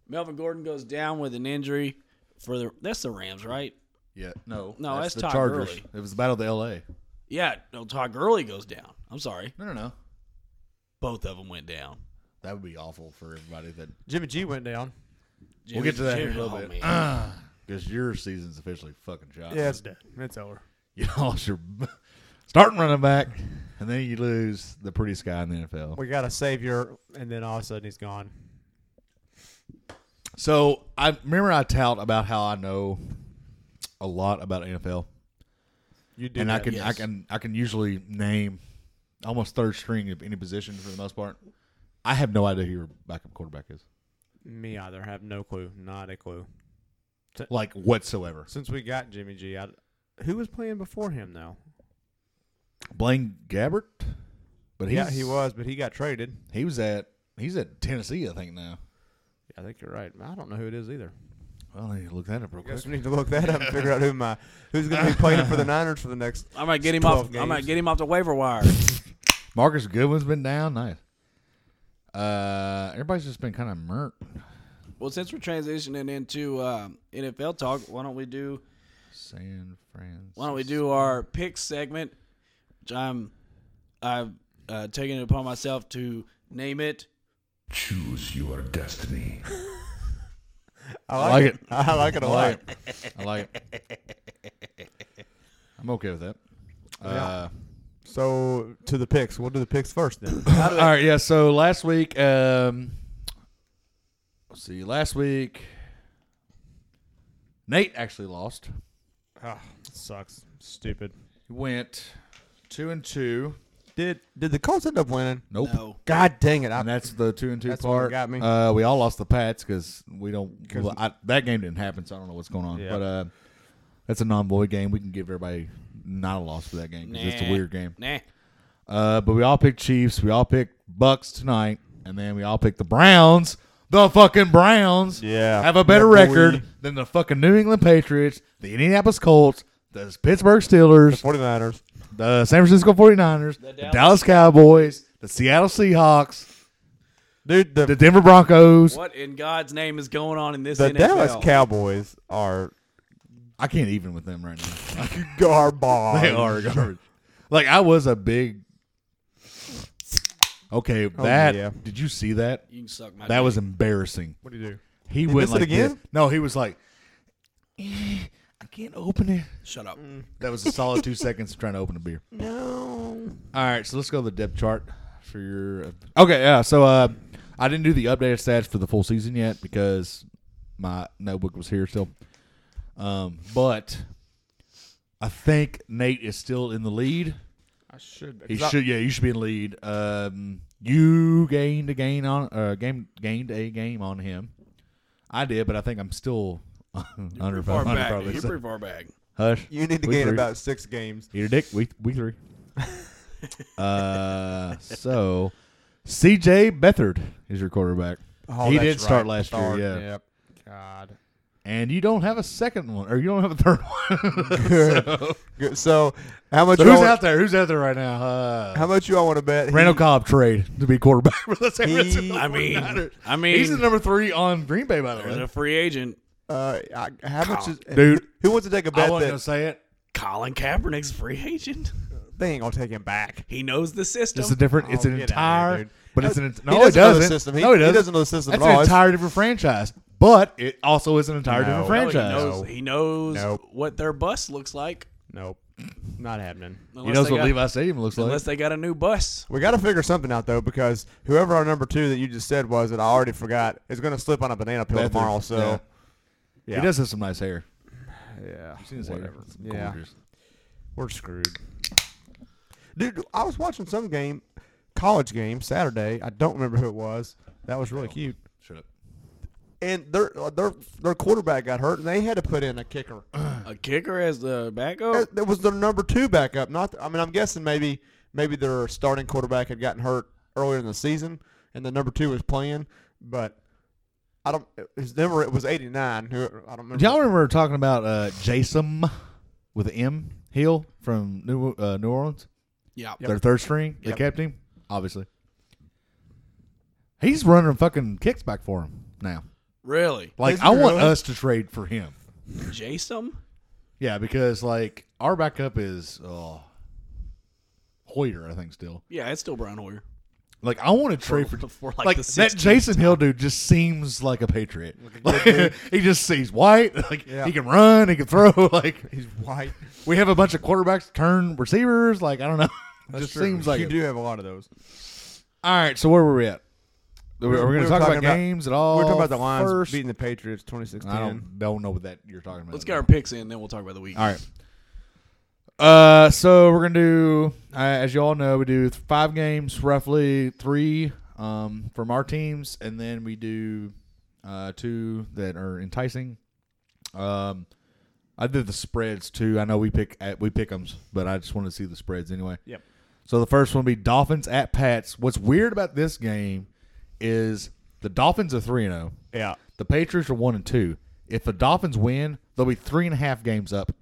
Melvin Gordon goes down with an injury for the that's the Rams, right?
Yeah. No.
No, that's
the
Todd
Chargers.
Gurley.
It was the battle of the L.A.
Yeah, no, Todd Gurley goes down. I'm sorry,
No, no, no.
both of them went down.
That would be awful for everybody. That
Jimmy G went down.
we'll get to that here in a little
oh,
bit.
man.
Because your season's officially fucking shot.
Yeah,
It's dead. It's over.
you lost your starting running back, and then you lose the prettiest guy in the NFL.
we got a savior.
And then all of a sudden he's gone.
So I remember I tout about how I know a lot about NFL,
You did.
and I can I
yes.
can I can usually name almost third string of any position for the most part. I have no idea who your backup quarterback is,
Me either. Have no clue. Not a clue.
like whatsoever.
Since we got Jimmy G, I, who was playing before him now?
Blaine Gabbert, but he's,
yeah, he was, but he got traded.
he was at he's at Tennessee, I think now.
I think you're right. I don't know who it is either.
Well, I need to look that up real quick.
Guess we need to look that up and figure out who my who's going to be playing for the Niners for the next.
I might get him
12
off. I might
games.
get him off the waiver wire.
Marcus Goodwin's been down. Nice. Uh, everybody's just been kind of murk.
well, since we're transitioning into um, NFL talk, why don't we do
San Francisco.
why don't we do our picks segment? Which I'm I've uh, taken it upon myself to name it.
Choose your destiny.
I
like it.
I like it a lot.
like it. I like it. I'm okay with that. Uh,
So to the picks. We'll do the picks first then.
all right, yeah. So last week, um, let's see. Last week, Nate actually lost.
Ah, Sucks. Stupid.
He went two and two.
did did the Colts end up winning?
Nope.
No,
God dang it! I,
And that's the two and two
That's what
part.
got me.
Uh, we all lost the Pats because we don't.
'Cause-
well, I, that game didn't happen, so I don't know what's going on.
Yeah.
But uh, that's a non-void game. We can give everybody not a loss for that game because it's a
Nah.
weird game.
nah.
Uh, but we all picked Chiefs. We all picked Bucks tonight, and then we all picked the Browns. The fucking Browns.
Yeah.
have a better
Yeah, boy.
record than the fucking New England Patriots, the Indianapolis Colts, the Pittsburgh Steelers,
49ers.
the San Francisco 49ers, the
Dallas-
Dallas Cowboys, the Seattle Seahawks,
Dude, the,
the
the,
Denver Broncos.
What in God's name is going on in this NFL?
Dallas Cowboys are
I can't even with them right now.
garbage.
They are garbage. Like I was a big. Okay, that
Oh, yeah.
did you see that?
you can suck my.
That was embarrassing.
What do you do?
He went
missed it
like this.
again?
No, he was like, "Eh, I can't open it.
shut up.
Mm.
That was a solid two seconds of trying to open a beer.
No.
All right, so let's go to the depth chart for your. Okay, yeah. So uh, I didn't do the updated stats for the full season yet because my notebook was here still. Um, but I think Nate is still in the lead.
I should.
He should, yeah, you should be in the lead. Um, you gained a gain on, uh, game gained a game on him. I did, but I think I'm still under
Pretty far
five hundred.
back.
Probably.
You're
So-
pretty far back.
Hush.
You need to
We
gain
three.
about six games.
Eat a dick. We we three. uh, so C.J. Bethard is your quarterback,
Oh,
He
that's
did start
right.
last year,
Start.
yeah.
Yep. God.
and you don't have a second one, or you don't have a third one. so,
Good. So how much?
so
you
who's
all-
out there? Who's out there right now? Uh,
How much you all want to bet?
Randall Cobb trade to be quarterback for the San
He-
Francisco.
I mean,
49ers.
I mean,
he's the number three on Green Bay, by the
there's
way.
a free agent.
Uh, I, how much is
Dude.
Who wants to take a
I
bet
wasn't
that
gonna say it.
Colin Kaepernick's a free agent.
they ain't gonna take him back?
He knows the system.
It's a different. It's
Oh,
an
get outta
entire.
here, dude.
but it's an. ent- No,
he
it
doesn't know the
doesn't.
system. He-
no, it
he
doesn't.
doesn't know the system at
That's
all.
an
It's-
entire different franchise. But it also is an entire
No.
different
No,
No, Oh, he
franchise.
knows, he knows
Nope.
what their bus looks like.
Nope. Not happening.
He
Unless
knows
they
what
got,
Levi Stadium looks like.
Unless they got a new bus.
We got to figure something out though, because whoever our number two that you just said was that I already forgot is gonna slip on a banana peel
Bethard,
tomorrow. So
yeah.
yeah,
He does have some nice hair.
Yeah.
Whatever.
Yeah.
Gorgeous.
We're screwed.
Dude, I was watching some game, college game Saturday. I don't remember who it was. That was really cute.
Shut up.
And their their their quarterback got hurt, and they had to put in a kicker.
A kicker as the backup.
that that was their number two backup. Not, I mean, I'm guessing maybe maybe their starting quarterback had gotten hurt earlier in the season, and the number two was playing. But I don't. His number it was 89. Who I don't remember.
Do y'all remember talking about uh, Jason with an M Hill from New uh, New Orleans?
Yeah.
Their third string. They
Yep.
kept him, obviously. He's running fucking kicks back for him now.
Really?
Like
Is he
I want
really?
us to trade for him.
Jason?
Yeah, because like our backup is oh, Hoyer, I think still.
Yeah, it's still Brian Hoyer.
Like I want to
Oh,
trade for,
for,
like,
like, the
that
16th
Jason Hill dude just seems like a patriot. Like, he just sees white. Like
Yeah.
he can run, he can throw. Like
He's white.
we have a bunch of quarterbacks turn receivers. Like I don't know. just seems like
you
it.
do have a lot of those.
all right. So where were we at? Are we,
We
going
were
to talk
talking
about,
about-
games at all?
We're talking about the Lions
Uh, first?
beating the Patriots 26
I don't don't know what that you're talking about.
Let's get our picks in, then we'll talk about the week.
All right. Uh, so we're gonna do, uh, as you all know, we do th- five games, roughly three um, from our teams, and then we do uh, two that are enticing. Um, I did the spreads too. I know we pick at, we pick 'ems, but I just want to see the spreads anyway.
Yep.
So the first one will be Dolphins at Pats. What's weird about this game is the Dolphins are three and oh. zero.
Yeah.
The Patriots are one and two. If the Dolphins win, they'll be three and a half games up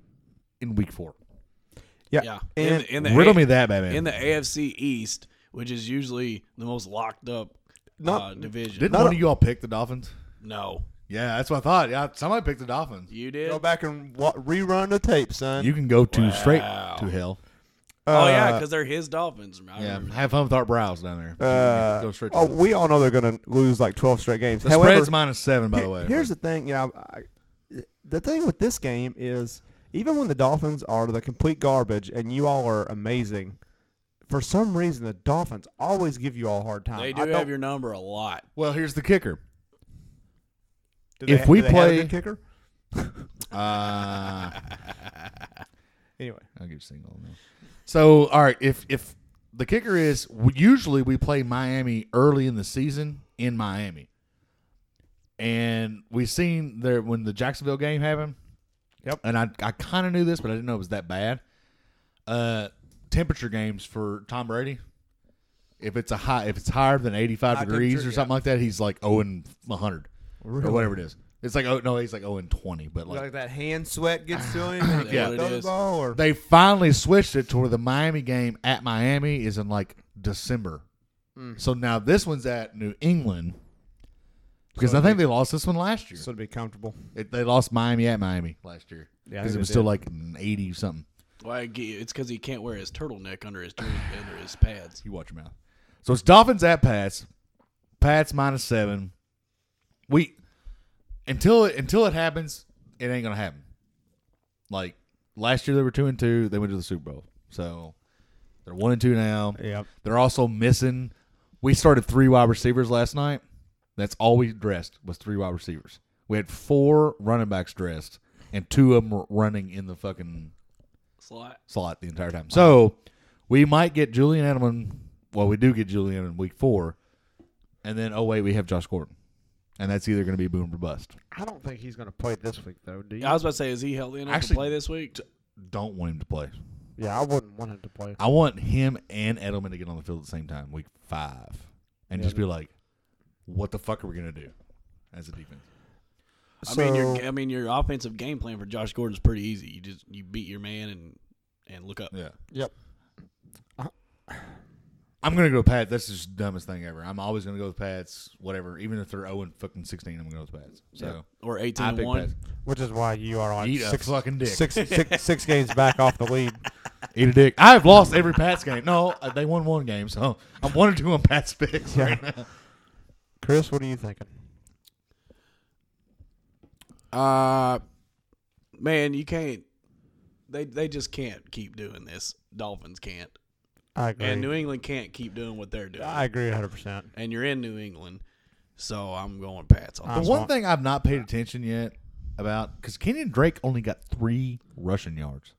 in week four.
Yeah.
Yeah, in
And
the, in the
Riddle
A-
me that, baby.
in the AFC East, which is usually the most locked up
Not-
uh, division.
Didn't
Not
one
a-
of you all pick the Dolphins?
no,
Yeah, that's what I thought. Yeah, somebody picked the Dolphins.
you did.
go back and wa- rerun the tape, son.
You can go to straight to hell.
oh yeah,
Uh,
because they're his Dolphins. I
Yeah,
remember.
have fun with Art Browse down there.
uh,
go straight. To
oh,
hell.
we all know they're going to lose like 12 straight games.
The
However,
spread's minus seven, by the
Here-
way.
Here's the thing, you know, I, the thing with this game is even when the Dolphins are the complete garbage and you all are amazing, for some reason the Dolphins always give you all a hard time.
They
I
do
don't-
have your number a lot.
well, here's the kicker.
do they
if
ha-
we
do they have a
play-
good kicker.
Uh,
Anyway,
I'll give single. now. So, all right, if if the kicker is usually we play Miami early in the season in Miami, and we seen there when the Jacksonville game happened.
Yep.
And I I kind of knew this, but I didn't know it was that bad. Uh, temperature games for Tom Brady. If it's a high, if it's higher than eighty five
High
degrees
temperature,
or something like that, he's like zero and hundred or whatever it is. It's like oh no, he's like zero and twenty, but like
that hand sweat gets to him and
he Yeah. can't throw the
ball or
they finally switched it to where the Miami game at Miami is in like December.
Hmm.
So now this one's at New England because I think they lost this one last year.
so to be comfortable.
It- they lost Miami at Miami last year
Yeah, I
because
think
it was
they
still
did.
like eighty something.
Why? I get- It's because he can't wear his turtleneck under his jersey- under his pads.
You watch your mouth. So it's Dolphins at Pats. Pats minus seven. We until it until it happens, it ain't gonna happen. Like last year, they were two and two. They went to the Super Bowl, so they're one and two now.
Yep.
They're also missing. We started three wide receivers last night. That's all we dressed was three wide receivers. We had four running backs dressed, and two of them were running in the fucking
Slot.
slot the entire time. So we might get Julian Edelman. Well, we do get Julian in week four, and then oh wait, we have Josh Gordon, and that's either going to be boom or bust.
I don't think he's going to play this week though. Do you?
I was about to say, is he healthy enough
Actually-
to play this week?
Don't want him to play.
yeah, I wouldn't want him to play.
I want him and Edelman to get on the field at the same time, week five, and just be like, "What the fuck are we going to do as a defense?"
I mean, your
So-
I mean, your offensive game plan for Josh Gordon is pretty easy. You just you beat your man and and look up.
Yeah,
Yep.
I'm going to go Pat. That's just the dumbest thing ever. I'm always going to go with Pats, whatever. Even if they're zero and fucking sixteen, I'm going to go with Pats. So
Or
I
eighteen to
pick
one.
Pats.
Which is why you are on
Eat a fucking dick.
Six, six, six games back off the lead.
Eat a dick. I have lost every Pats game. No, uh, they won one game, so I'm one or two on Pats picks. Right now.
Chris, what are you thinking?
Uh man, you can't. They they just can't keep doing this. Dolphins can't,
I agree.
and New England can't keep doing what they're doing.
I agree 100%.
and you're in New England, so I'm going Pats on.
The
this.
one thing I've not paid attention yet about because Kenyon Drake only got three rushing yards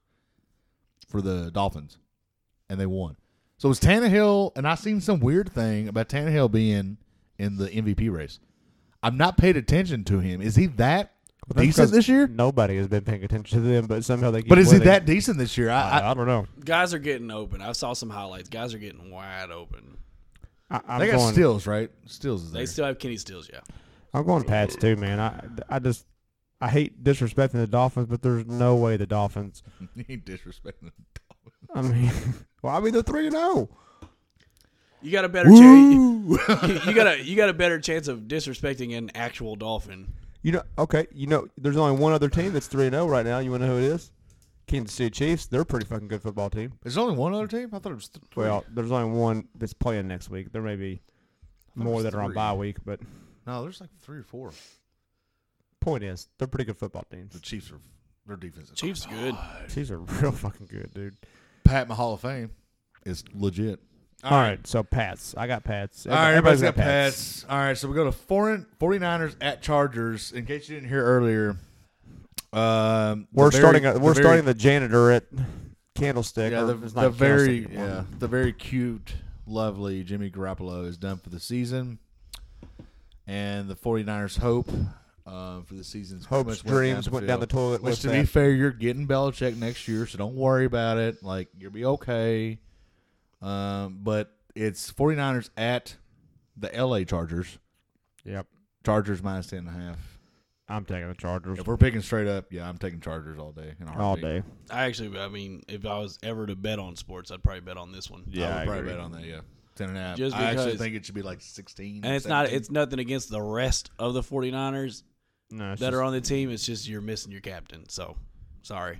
for the Dolphins, and they won. So it was Tannehill, and I seen some weird thing about Tannehill being in the MVP race. I've not paid attention to him. Is he that
That's
decent
because
this year?
Nobody has been paying attention to them, but somehow they keep
But is he
winning.
that decent this year? I, I,
I, I don't know.
Guys are getting open. I saw some highlights. Guys are getting wide open.
I, I'm
they got
going,
Stills, right? Stills is there.
They still have Kenny Stills. Yeah,
I'm going Pats too, man. I, I just I hate disrespecting the Dolphins, but there's no way the Dolphins.
he disrespecting the Dolphins.
I mean, well, I mean they're three and oh. zero.
you got a better chance. You, you got a you got a better chance of disrespecting an actual Dolphin.
You know, okay, you know, there's only one other team that's three and zero right now. You want to know who it is? Kansas City Chiefs. They're a pretty fucking good football team.
There's only one other team. I thought it was. Th- three.
Well, there's only one that's playing next week. There may be more
it's
that are on
three.
bye week, but
no, there's like three or four.
point is, they're pretty good football teams.
The Chiefs are their defense. Is
Chiefs good.
Chiefs are real fucking good, dude.
Pat my Hall of Fame is legit.
All right, so Pats. I got Pats.
All right, everybody's got Pats. All right, so we go to foreign 49ers at Chargers. In case you didn't hear earlier, um,
We're
the very-
starting. A, we're
the very-
starting the janitor at Candlestick.
yeah,
or
the,
it's
the
not
very
Candlestick anymore.
yeah, the very cute, lovely Jimmy Garoppolo is done for the season, and the 49ers hope um, for the season's pretty
Hopes,
much went
dreams went down
field.
the toilet
Which,
with
to be
that.
fair, you're getting Belichick next year, so don't worry about it. Like you'll be okay. Um, but it's 49ers at the LA Chargers.
Yep.
Chargers minus ten and a half.
I'm taking the Chargers
If we're picking straight up, yeah, I'm taking Chargers all day. In a
all
heartbeat.
day.
I actually, I mean, if I was ever to bet on sports, I'd probably bet on this one.
I
Yeah,
would
I
probably
agree.
bet on that. Yeah, ten and a half.
Just
I actually
because-
think it should be like sixteen.
And it's not,
17.
it's nothing against the rest of the 49ers
no, it's
that
just-
are on the team. It's just you're missing your captain. So, sorry.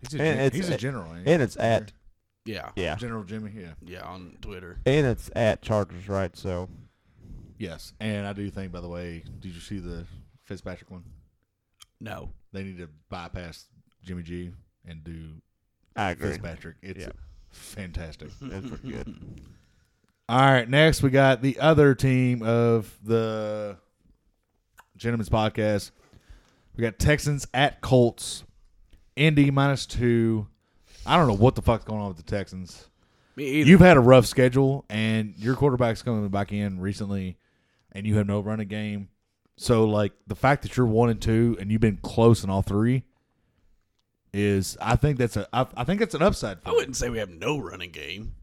He's a,
and
gen-
it's-
he's a general. ain't he?
And it's at
Yeah.
yeah,
General Jimmy. Yeah.
Yeah, on Twitter.
and it's at Chargers, right? So
Yes, and I do think. By the way, did you see the Fitzpatrick one?
No.
They need to bypass Jimmy G and do
I agree.
Fitzpatrick. It's
Yeah.
fantastic.
It's pretty good.
All right, next we got the other team of the Gentlemen's Podcast. We got Texans at Colts, Indy minus two. I don't know what the fuck's going on with the Texans.
Me either.
You've had a rough schedule, and your quarterback's coming back in recently, and you have no running game. So, like the fact that you're one and two, and you've been close in all three, is I think that's a I, I think that's an upside. For
I
you.
wouldn't say we have no running game.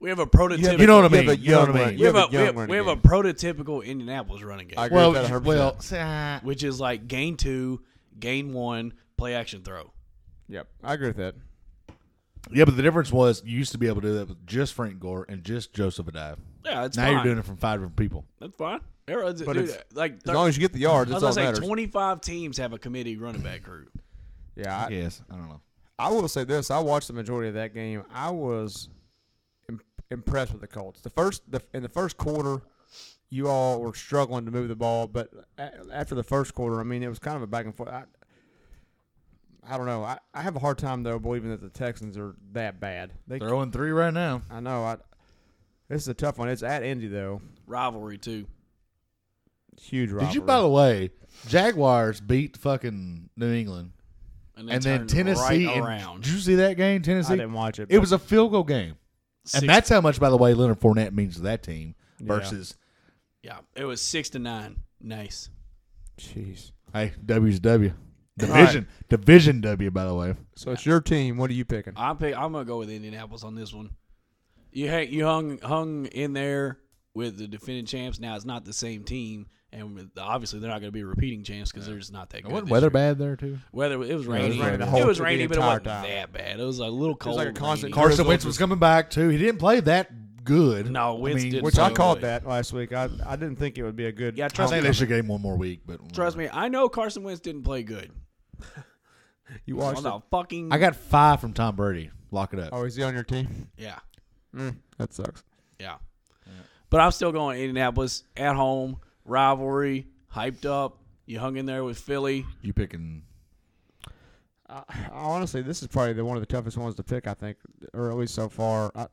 We have a prototypical.
you know what I
You have
mean.
a
You know what
young
I mean.
run-
We have, a,
young
we have,
running
we have a
game.
prototypical Indianapolis running game,
I agree
Well,
with that 100%.
well, uh,
which is like gain two, gain one, play action throw.
Yep, I agree with that.
yeah, but the difference was you used to be able to do that with just Frank Gore and just Joseph Adive.
Yeah, that's
now
fine.
you're doing it from five different people.
That's fine. Arrowheads,
But
dude,
it's-
like
As long as you get the yards,
I was
that's all
gonna
that
say
matters.
twenty five teams have a committee running back crew.
Yeah, I,
yes, I don't know.
I will say this: I watched the majority of that game. I was Im- impressed with the Colts. The first, the, in the first quarter, you all were struggling to move the ball, but a- after the first quarter, I mean, it was kind of a back and forth. I, I don't know. I, I have a hard time though believing that the Texans are that bad. They,
They're 0 3 right now.
I know. I, this is a tough one. It's at Indy though.
Rivalry too.
Huge rivalry.
Did you, by the way, Jaguars beat fucking New England,
And, they
and then
turned
Tennessee.
right
and-
around.
did you see that game? Tennessee.
I didn't watch it.
It
but-
was a field goal game,
Six-
and that's how much, by the way, Leonard Fournette means to that team versus
yeah, it was six to nine. Nice.
jeez.
hey W's W division division W. By the way,
So it's your team. What are you picking?
I'm pick, I'm gonna go with Indianapolis on this one. You hang, you hung hung in there with the defending champs. Now it's not the same team, and with, obviously they're not gonna be repeating champs because they're just not that good.
wasn't
this
weather
year.
bad there too?
Weather it was rainy.
rainy the
It was,
whole- the
rainy, but it
entire
wasn't
time.
that bad. It was a little cold.
like a constant
rainy.
car-
Carson Wentz was coming back too. He didn't play that good.
No, Wentz didn't
Which I
So-
called that last week. I, I didn't think it would be a good.
Yeah,
I
trust
think
me.
they should give him one more week, but
Trust me, I know Carson Wentz didn't play good.
you
On
watched it.
the fucking
I got five from Tom Brady. Lock it up.
Oh, is he on your team?
yeah.
Mm.
That sucks.
Yeah. But I'm still going Indianapolis at home, rivalry, hyped up. You hung in there with Philly.
You picking?
I, I honestly, this is probably the one of the toughest ones to pick. I think, or at least so far. I,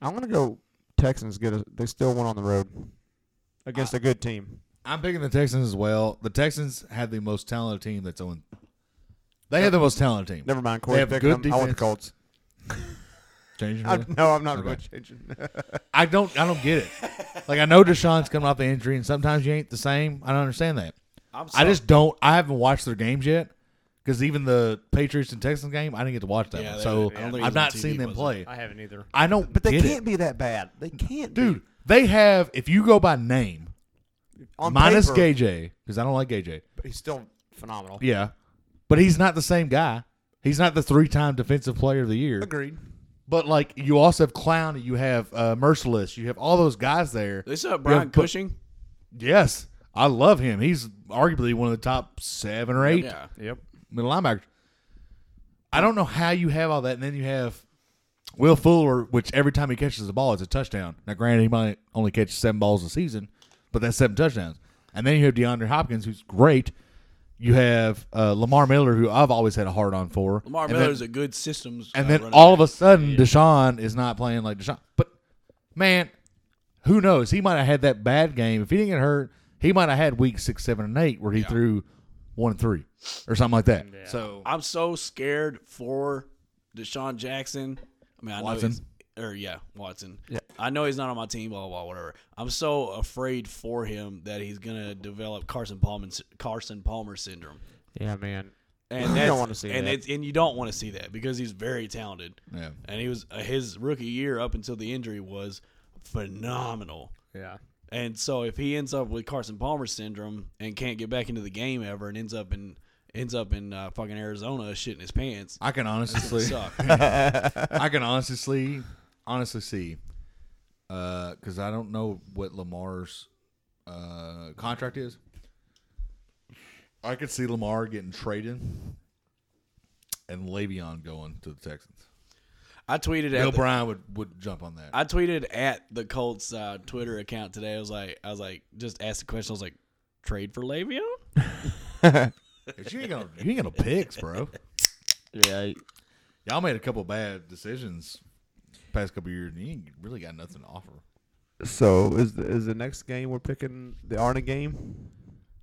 I'm gonna go Texans. Get a, they still won on the road against
Uh,
a good team.
I'm picking the Texans as well. The Texans have the most talented team that's on. They have the most talented team.
Never mind.
They
Corey
have
picked
good
them. I want the
defense.
Colts.
Changing
I,
really?
no, I'm not
Okay.
really changing.
I don't. I don't get it. Like I know Deshaun's coming off the injury, and sometimes you ain't the same. I don't understand that.
I'm so,
I just don't. I haven't watched their games yet because even the Patriots and Texans game, I didn't get to watch that
Yeah,
one.
they-
So
I don't think it was
I've not
on TV,
seen them
was it?
play.
I haven't either.
I don't.
But they
get
can't
it.
be that bad. They can't,
dude. They have. If you go by name,
On
minus
paper,
KJ, because I don't like KJ.
he's still
Phenomenal.
Yeah, but he's not the same guy. He's not the three-time defensive player of the year.
agreed.
But like, you also have Clown, you have uh, Merciless, you have all those guys there.
they still have
You have
Brian
Bu-
Cushing.
Yes, I love him. He's arguably one of the top seven or eight
Yeah.
Yep.
middle linebackers. I don't know how you have all that, and then you have Will Fuller, which every time he catches the ball, it's a touchdown. Now, granted, he might only catch seven balls a season, but that's seven touchdowns. And then you have DeAndre Hopkins, who's great. You have uh, Lamar Miller, who I've always had a hard on for.
Lamar
And
Miller
then-
is a good systems.
and
uh,
then
running
all
back.
of a sudden, Deshaun is not playing like Deshaun. But man, who knows? He might have had that bad game. If he didn't get hurt, he might have had week six, seven, and eight where he threw one and three or something like that. So
I'm so scared for Deshaun Jackson. I mean, I
Watson.
know he's, or yeah, Watson. Yeah. I know he's not on my team. Blah blah whatever. I'm so afraid for him that he's gonna develop Carson Palmer Carson Palmer syndrome.
Yeah, man.
And
You
that's,
don't wanna see
and
that.
It's, and you don't want to see that because he's very talented.
yeah,
And he was uh, his rookie year up until the injury was phenomenal.
Yeah.
And so if he ends up with Carson Palmer syndrome and can't get back into the game ever and ends up in ends up in uh, fucking Arizona shitting his pants,
I can honestly
suck.
I can honestly, honestly see, because I don't know what Lamar's uh, contract is. I could see Lamar getting traded, and Le'Veon going to the Texans.
I tweeted
Bill
at the,
Bryan would would jump on that.
I tweeted at the Colts uh, Twitter account today. I was like, I was like, just asked the question. I was like, trade for Le'Veon?
you ain't gonna, you ain't gonna picks, bro.
Yeah,
Y'all made a couple bad decisions past couple years, and you ain't really got nothing to offer.
So is the, is the next game we're picking the Arna game?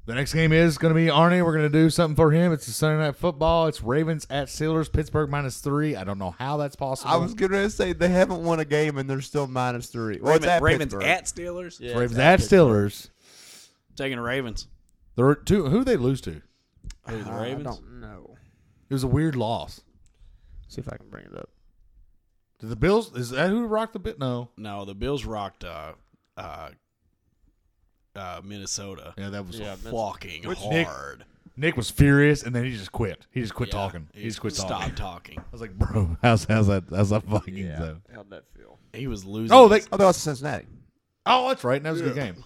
The next game is going to be Arnie. We're going to do something for him. It's a Sunday night football. It's Ravens at Steelers. Pittsburgh minus three. I don't know how that's possible.
I was getting ready to say they haven't won a game and they're still minus three. Well, it's
Raven-
at
Ravens
Pittsburgh.
at Steelers.
yeah.
Ravens at Steelers.
Taking the Ravens.
There were two. Who they lose to? It
Who, the
I
Ravens.
don't know.
was a weird loss.
See if I can bring it up.
Did the Bills? Is that who rocked the bit? No.
No, the Bills rocked uh, uh, uh, Minnesota.
Yeah, that was.
Yeah. Minnes-
Fucking
Which- Nick-
hard.
Nick was furious, and then he just quit. He just quit
Yeah,
talking. He just quit talking.
Stopped talking.
I was like, bro, how's how's that? How's that fucking so?
How'd that feel?
He was losing.
Oh, they.
Oh, that was Cincinnati.
Oh, that's right. And that was a good game.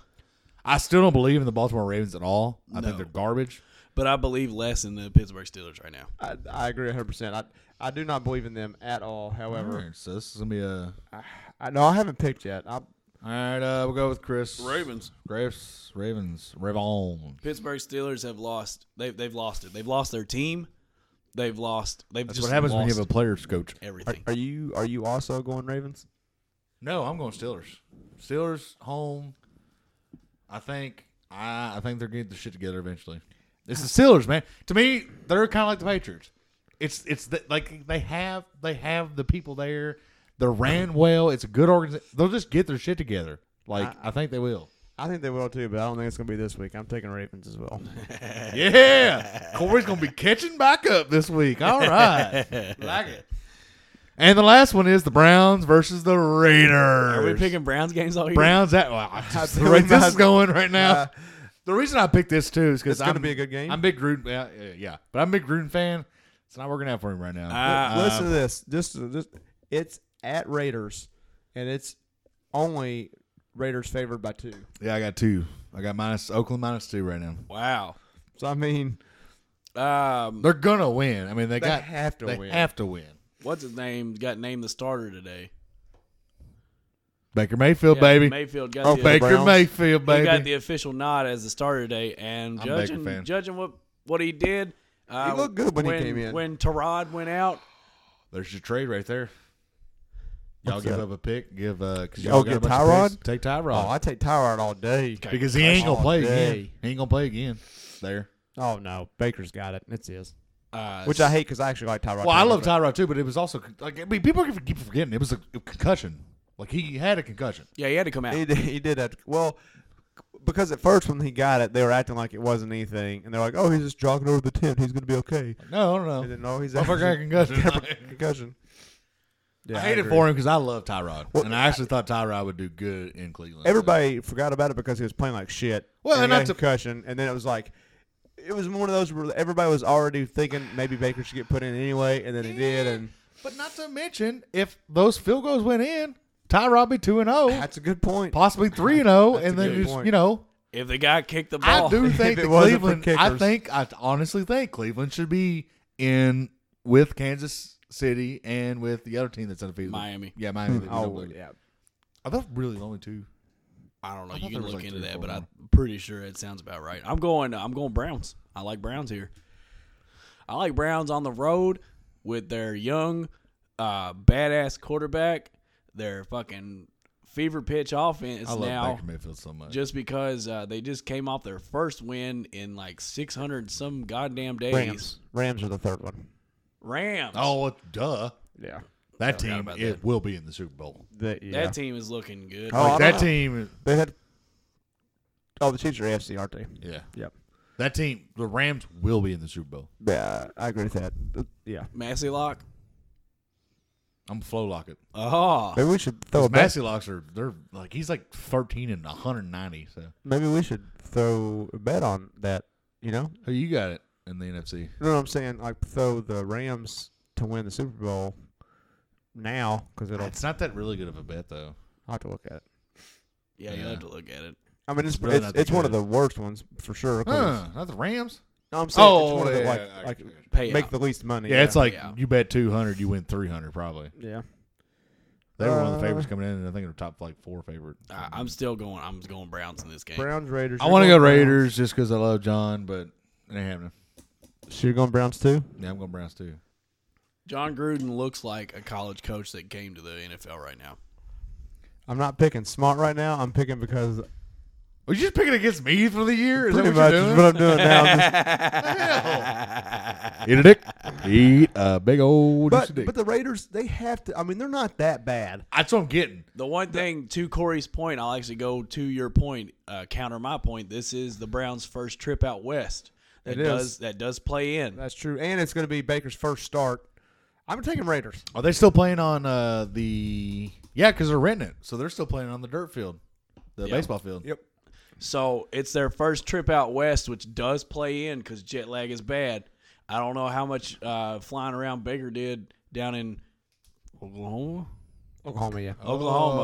I still don't believe in the Baltimore Ravens at all. I
No.
think they're garbage.
but I believe less in the Pittsburgh Steelers right now.
I, I agree 100. percent I I do not believe in them at all. However,
Alright, so this is gonna be a.
I no, I haven't picked yet. I,
All right, uh, we'll go with Chris.
Ravens.
Graves, Ravens, Ravon.
Pittsburgh Steelers have lost. They've they've lost it. They've lost their team. They've lost. They've
That's
just
what happens
lost
when you have a players coach.
are,
everything.
are you are you also going Ravens?
No, I'm going Steelers. Steelers home. I think I, I think they're getting the shit together eventually. It's the Steelers, man. To me, they're kind of like the Patriots. It's it's the, like they have they have the people there. They're ran well. It's a good organization. They'll just get their shit together. Like I, think they will.
I think they will too, but I don't think it's going to be this week. I'm taking Ravens as well.
Yeah, Corey's gonna be catching back up this week. All right, like it. And the last one is the Browns versus the Raiders.
Are we picking Browns games all year?
Browns at? Well, I just, the
feel
way this
about-
is going right now.
Yeah.
the reason I picked this too is because
It's gonna
I'm-
be a good game.
I'm a big Gruden. Yeah, yeah, yeah, but I'm a big Gruden fan. It's not working out for him right now.
Uh,
Listen to this. This, this it's at Raiders, and it's only Raiders favored by two.
yeah, I got two. I got minus Oakland minus two right now.
wow.
So I mean,
Um,
They're gonna win. I mean, they,
They
got
have to
they
win.
have to win.
what's his name? Got named the starter today.
Baker Mayfield,
Yeah,
baby.
Mayfield got
Oh,
the
Baker
Baker
Browns.
Mayfield,
he got
baby.
the official nod as the starter today, and
I'm a Baker
judging
fan.
judging what what he did, uh,
looked good when he came in.
When Tarod went out,
There's your trade right there. Y'all
What's
give
that?
up a pick. Give uh, cause
Y'all
y'all got
get
a bunch of
Tyrod?
picks. Take Tyrod
oh, I take Tyrod all day.
because he ain't gonna
all
play again.
day.
He ain't gonna play again. There.
Oh no, Baker's got it. It's his.
uh,
Which I hate because I actually like Tyrod.
Well, I
Taylor,
love
but-
Tyrod too, but it was also like I mean, people can keep forgetting it was a concussion. Like he had a concussion.
yeah, he had to come out.
He did, he did that. Well, because at first when he got it, they were acting like it wasn't anything, and they're like, "Oh, he's just jogging over the tent. He's gonna be okay."
No, no,
And
no.
then no, he's
Motherfucker had a
actually
concussion.
concussion. Yeah,
I hate it
agree.
for him because I love Tyrod,
Well,
and I actually thought Tyrod would do good in Cleveland.
Everybody forgot about it because he was playing like shit.
Well,
and,
and
he got
that's a-
concussion, and then it was like it was one of those where everybody was already thinking maybe Baker should get put in anyway, and then he did, and
but not to mention if those field goals went in, Tyrod be two and zero,
that's a good point.
possibly three and zero, and
a
then
good
just,
point.
you know
if the guy kicked the
I
ball,
do
If
think
it
that
wasn't for
Cleveland. I
kickers.
think I honestly think Cleveland should be in with Kansas City and with the other team that's undefeated,
Miami.
Yeah, Miami.
Oh yeah,
I thought really the only two.
I don't know.
I thought
you
there
can
was,
look
like,
into
three or
that,
four
but
more.
I'm pretty sure it sounds about right. I'm going. I'm going Browns. I like Browns here. I like Browns on the road with their young, uh, badass quarterback. Their fucking fever pitch offense
I love
now.
Baker Mayfield so much.
Just because uh, they just came off their first win in like 600 some goddamn days.
Rams. Rams are the third one.
Rams.
oh, duh.
Yeah,
That team
about
it
that.
will be in the Super Bowl.
the, yeah.
that team is looking good.
Oh, I
like that
don't know.
team,
They had. Oh, the Chiefs are AFC, aren't they?
yeah,
Yep.
that team, the Rams will be in the Super Bowl.
Yeah, I agree with that. Yeah,
Massey Lock.
I'm flow lock it.
Oh,
Maybe we should throw a bet.
Massey locks are they're like he's like 13 and 190. So
Maybe we should throw a bet on that. You know,
who you got it in the NFC?
you know what I'm saying? Like throw the Rams to win the Super Bowl now because it'll.
It's not that really good of a bet though.
I have to look at it.
yeah, you
yeah.
have to look at it.
I mean, it's
really
it's,
not that
it's one of
good.
the worst ones for sure. 'cause-
Huh, not the Rams.
No, I'm saying it's
Oh,
one of the
yeah,
like
yeah, I
like
get you.
Pay
make the least money.
Yeah, it's like
yeah.
you bet 200, you win 300 probably.
Yeah.
They were one of the favorites
Uh,
coming in, and I think they're top like four favorite.
I, I'm still going. I'm going Browns in this game.
Browns Raiders.
I
You're
want to go
going Browns.
Raiders just because I love John, but it ain't happening.
So you're going Browns too?
Yeah, I'm going Browns too.
John Gruden looks like a college coach that came to the NFL right now.
I'm not picking smart right now. I'm picking because
Are you just picking against me for the year? Is
pretty
that what
much
you're
is
doing?
what I'm doing now. I'm just-
Eat a dick. Eat a big old juicy
but
dick.
but the Raiders, they have to. I mean, they're not that bad.
That's what I'm getting.
The one thing to Corey's point, I'll actually go to your point, uh, counter my point. This is the Browns' first trip out west. That
It is.
does that does play in.
That's true. And it's going to be Baker's first start. I'm taking Raiders.
Are they still playing on uh, the? Yeah, because they're renting it, so they're still playing on the dirt field, the baseball field.
Yep.
So it's their first trip out west, which does play in because jet lag is bad. I don't know how much uh, flying around Baker did down in Oklahoma.
Oklahoma, yeah.
Oklahoma.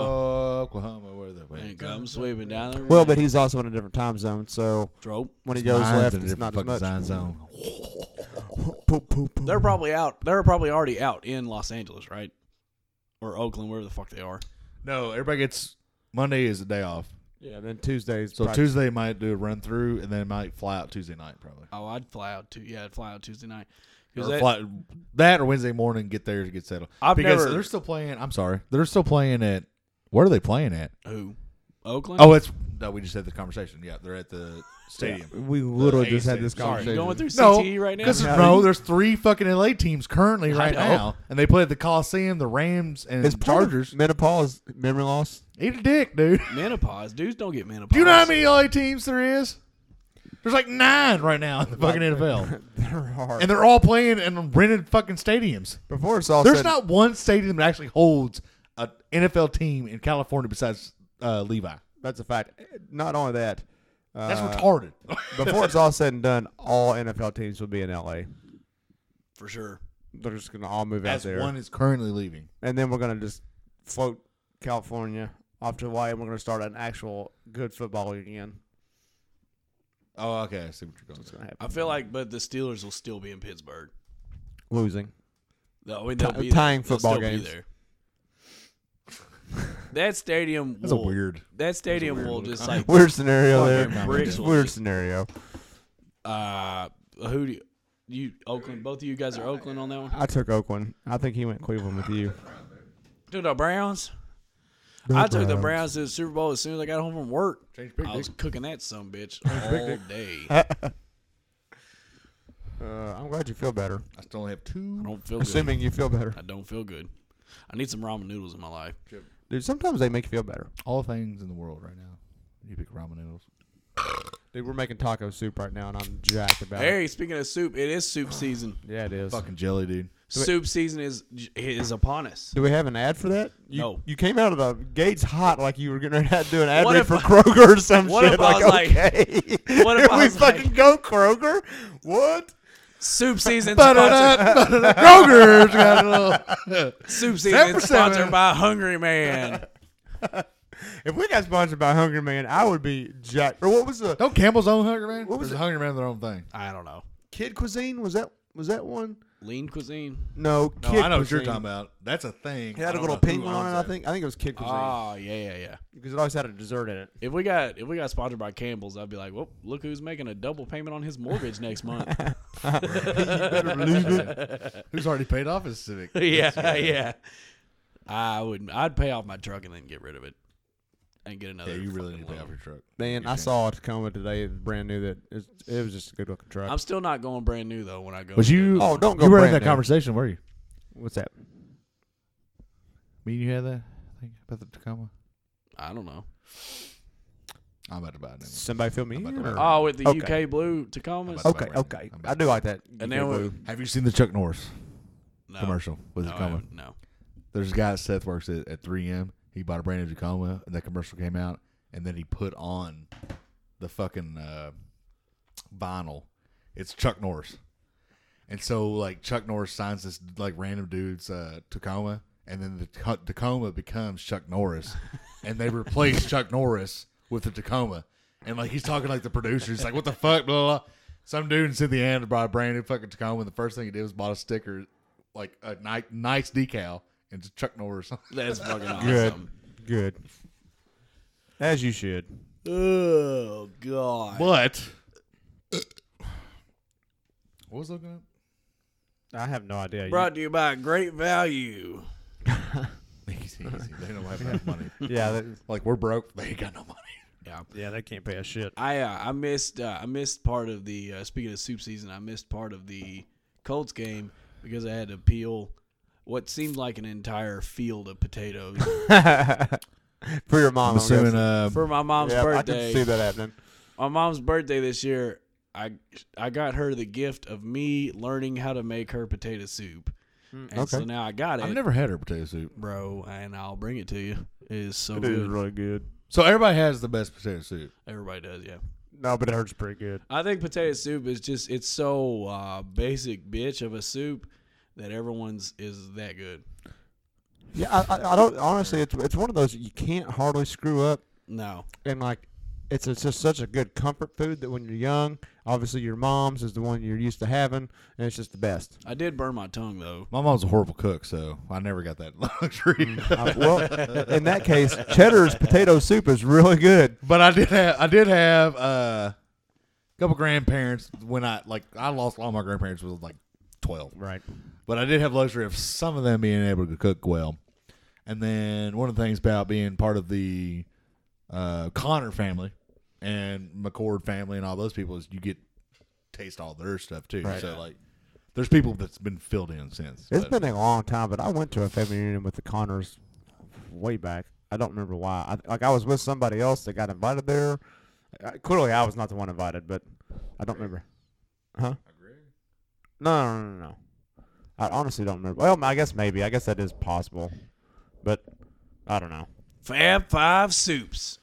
Oklahoma, where the
And come sweeping down there.
Well, but he's also in a different time zone, so
Throw.
when he goes left, it's not as
fucking
much.
sign zone.
Poop, poop, poop.
They're probably out. They're probably already out in Los Angeles, right? Or Oakland, wherever the fuck they are.
No, everybody gets Monday is a day off,
Yeah, then Tuesdays.
so Tuesday might do a run through, and then might fly out Tuesday night probably.
Oh, I'd fly out. To, yeah, I'd fly out Tuesday night. 'Cause
Or
that-
fly, that or Wednesday morning, get there to get settled.
I've
because
never-
they're still playing. I'm sorry, they're still playing at. Where are they playing at?
who? Oakland.
Oh, it's no. We just had the conversation. Yeah, they're at the stadium.
we literally
The
just had
A's
this
did. Sorry.
Sorry, you
conversation.
going through
No,
CTE E right now?
'cause there's- no, there's three fucking LA teams currently right
know.
now, and they play at the Coliseum, the Rams, and
It's part of
Chargers.
Menopause, memory loss.
Eat a dick, dude.
menopause. Dudes don't get menopause.
Do you know how many LA teams there is? There's like nine right now in the fucking NFL,
They're hard.
and they're all playing in rented fucking stadiums.
Before it's all
There's
said,
not one stadium that actually holds an NFL team in California besides uh, Levi.
that's a fact. Not only that, uh,
That's retarded.
before it's all said and done, all NFL teams will be in LA.
for sure.
They're just going to all move
As
out there,
one is currently leaving.
and then we're going to just float California off to Hawaii, and we're going to start an actual good football league again.
Oh, okay. I see what you're going.
It's
to.
going to happen.
I feel like, but the Steelers will still be in Pittsburgh.
Losing.
No, I mean, they'll
Ti-
be
tying
there. They'll
football
still be
games.
there. that stadium.
That's a
will-
weird.
That stadium will just like
Weird scenario
Fucking
there.
bricks
Just
will
weird
just-
scenario.
uh, who do you, you Oakland? Both of you guys are Oakland on that one.
I took Oakland. I think he went Cleveland with you.
To the Browns.
The
I took the
Browns.
Browns to the Super Bowl as soon as I got home from work.
Change pick,
I
Dick.
was cooking that some bitch all day.
Uh, I'm glad you feel better.
I still only have two.
I don't feel
Assuming you feel better,
good. I don't feel good. I need some ramen noodles in my life.
dude. Sometimes they make you feel better.
all things in the world right now. You pick ramen noodles.
Dude, we're making taco soup right now, and I'm jacked about it.
Hey, speaking of soup, it is soup season.
Yeah, it is.
Fucking jelly, dude.
Soup season is is upon us.
Do we have an ad for that? You,
No.
You came out of the gates hot like you were getting ready to do an ad
What
read
if
for
I-
Kroger or some
what
shit.
if I was like-
okay.
what if
Here
I
we
was
fucking go Kroger? What?
Soup season sponsored,
Kroger's got a little.
soup season
10%.
sponsored by Hungry Man.
If we got sponsored by Hungry Man, I would be jacked. Or what was the
Don't Campbell's own Hunger Man?
What was
There's
it?
Hunger Man their own thing.
I don't know.
Kid Cuisine? Was that was that one?
Lean cuisine.
No,
No,
Kid
Oh, I know what you're
Cuisine.
talking about. That's a thing.
It had
I
a
don't
little
know who
penguin on
owns
it, I
that.
think. I think it was Kid Cuisine.
Oh yeah, yeah, yeah.
because it always had a dessert in it.
If we got if we got sponsored by Campbell's, I'd be like, well, look who's making a double payment on his mortgage next month.
Who's already paid off his Civic?
yeah, yeah. I would. I'd pay off my truck and then get rid of it, and get another.
Yeah, you really need
fucking
to pay
loan.
off your truck.
Man, I saw a Tacoma today. It was brand new. That it, it was just a good looking truck.
I'm still not going brand new though. When I go,
Was
to the-
you?
Oh, don't go
You were in
brand
that
new.
conversation, were you?
What's that?
Me and you had that thing about the Tacoma.
I don't know.
I'm about to buy it. Anyway.
Somebody fill me
I'm about
in?
to
or-
buy
Oh, with the
Okay.
UK blue Tacomas.
I'm about
okay,
to buy it.
okay.
I'm about
I
to
do like that.
And
You
then
go
we-
blue.
Have you seen the Chuck Norris
No.
commercial with
No, I
Tacoma?
haven't, no.
There's a guy at Seth works at, at 3M. He bought a brand new Tacoma, and that commercial came out, and then he put on the fucking uh, vinyl. It's Chuck Norris, and so like Chuck Norris signs this like random dude's uh, Tacoma, and then the Tac- Tacoma becomes Chuck Norris, and they replace Chuck Norris with the Tacoma, and like he's talking like the producer. He's like, "What the fuck?" Blah blah. blah. Some dude in Cincinnati bought a brand new fucking Tacoma, and the first thing he did was bought a sticker, like a ni- nice decal, and it's Chuck Norris.
That's fucking
Good.
awesome.
Good. As you should.
Oh god.
But what was I looking
I have no idea. You-
Brought to you by Great Value.
at? Easy, easy. They don't have enough money.
Yeah. That,
Like we're broke. They ain't got no money.
yeah, they can't pay a shit.
I uh, I missed uh, I missed part of the uh, speaking of soup season. I missed part of the Colts game because I had to peel what seemed like an entire field of potatoes
for your mom.
I'm assuming.
guessing.
Uh,
for my mom's
yeah, I
birthday.
can see that happening.
My mom's birthday this year. I I got her the gift of me learning how to make her potato soup, and so
okay.
now I got it,
Hmm, I've never had her potato soup.
bro. And I'll bring it to you. It is so
It
good.
is really good.
So everybody has the best potato soup.
Everybody does, yeah.
No, but it hurts pretty good.
I think potato soup is just it's so uh, basic bitch of a soup that everyone's is that good.
Yeah, I, I, I don't honestly. It's it's one of those you can't hardly screw up,
No,
and like it's, it's just such a good comfort food that when you're young, obviously your mom's is the one you're used to having, and it's just the best.
I did burn my tongue though.
My mom's a horrible cook, so I never got that luxury.
Uh, well, in that case, cheddar's potato soup is really good.
but I did have. I did have uh, a couple grandparents when I like. I lost all my grandparents when I was like twelve.
Right.
but I did have luxury of some of them being able to cook well. And then one of the things about being part of the uh, Connor family and McCord family and all those people is you get taste all their stuff too.
Right.
So like, there's people that's been filled in since.
It's
but-
been a long time, but I went to a family reunion with the Connors way back. I don't remember why. I, like I was with somebody else that got invited there. Uh, clearly, I was not the one invited, but I don't remember. Huh? No, no, no, no, no. I honestly don't remember. Well, I guess maybe. I guess that is possible, but I don't know.
Fab Five soups.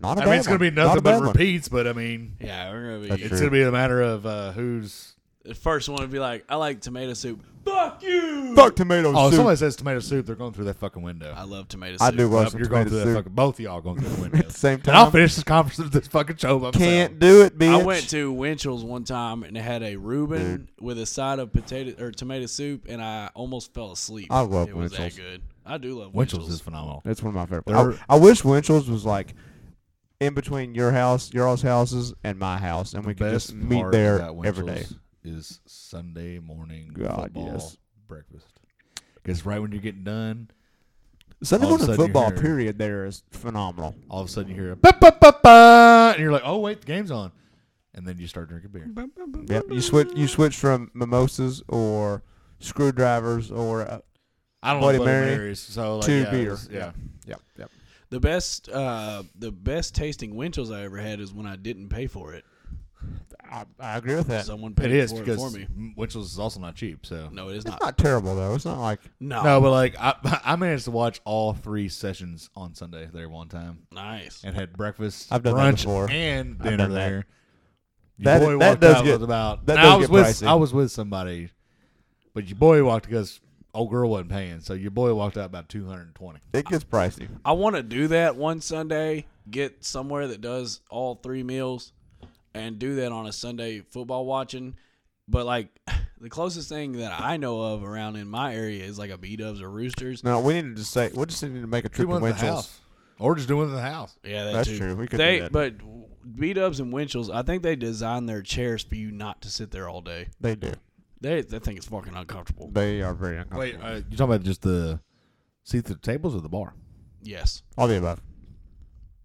Not a
I
bad
mean, it's gonna be
one. Not a
nothing but
bad one.
repeats. But I mean,
Yeah, we're gonna be
That's
it's
True.
gonna be a matter of uh, who's.
the first one to be like, I like tomato soup. Fuck you.
Fuck tomato
Oh, if
soup.
somebody says tomato soup. They're going through that fucking window.
I love tomato soup.
I do love
Yep,
some
you're going
tomato
through
soup.
that fucking. Both of y'all going through the window.
At the same
and I'll
time,
finish this conference, this fucking show by myself.
can't do it, bitch.
I went to Winchell's one time and it had a Reuben with a side of potato or tomato soup, and I almost fell asleep.
I love
it was
Winchell's.
that good. I do love
Winchell's is phenomenal.
It's one of my favorite.
They're-
I, I wish Winchell's was like in between your house, your all's houses, and my house, and we could just meet
part
there
about
every day.
Winchell's Is Sunday morning
God,
football
yes.
breakfast? Because right when you're getting done,
Sunday
All of a
morning
sudden you
football
hear-
period there is phenomenal.
all of a sudden you hear a ba ba ba ba, and you're like, "Oh wait, the game's on," and then you start drinking beer.
Yep, you switch you switch from mimosas or screwdrivers or uh,
I don't
Bloody
know Bloody
Mary
Marys, so like,
to
yeah,
beer.
it's- yeah.
Yep, yep.
The best, uh, the best tasting Winchell's I ever had is when I didn't pay for it.
I, I agree with that.
Someone
It
paid
is
for
because
it for me.
Winchell's is also not cheap. So
No, it is
it's
not.
not terrible though. It's not like
No.
no, but like I, I managed to watch all three sessions on Sunday there one time
Nice.
and had breakfast,
I've done that
brunch,
before.
and
I've
dinner
done that.
there. Your
That-
boy
that
walked
does
out
get-
with about.
that
now,
does
I was
get
with
pricey.
I was with somebody, but your boy walked because old girl wasn't paying, so your boy walked out about two hundred and twenty.
it gets pricey.
I want to do that one Sunday. Get somewhere that does all three meals, and do that on a Sunday football watching. But like, the closest thing that I know of around in my area is like a B Dubs or Roosters.
No, we need to just say we just need to make a
Do
trip to
one in the
Winchell's.
house, or just do one in the house.
Yeah, that
That's
too.
true. We could do
They
that.
but B Dubs and Winchell's. I think they design their chairs for you not to sit there all day.
They do.
They that thing is fucking uncomfortable.
They are very
Wait,
uncomfortable.
uh, you talking about just the see through tables or the bar?
Yes.
all the above.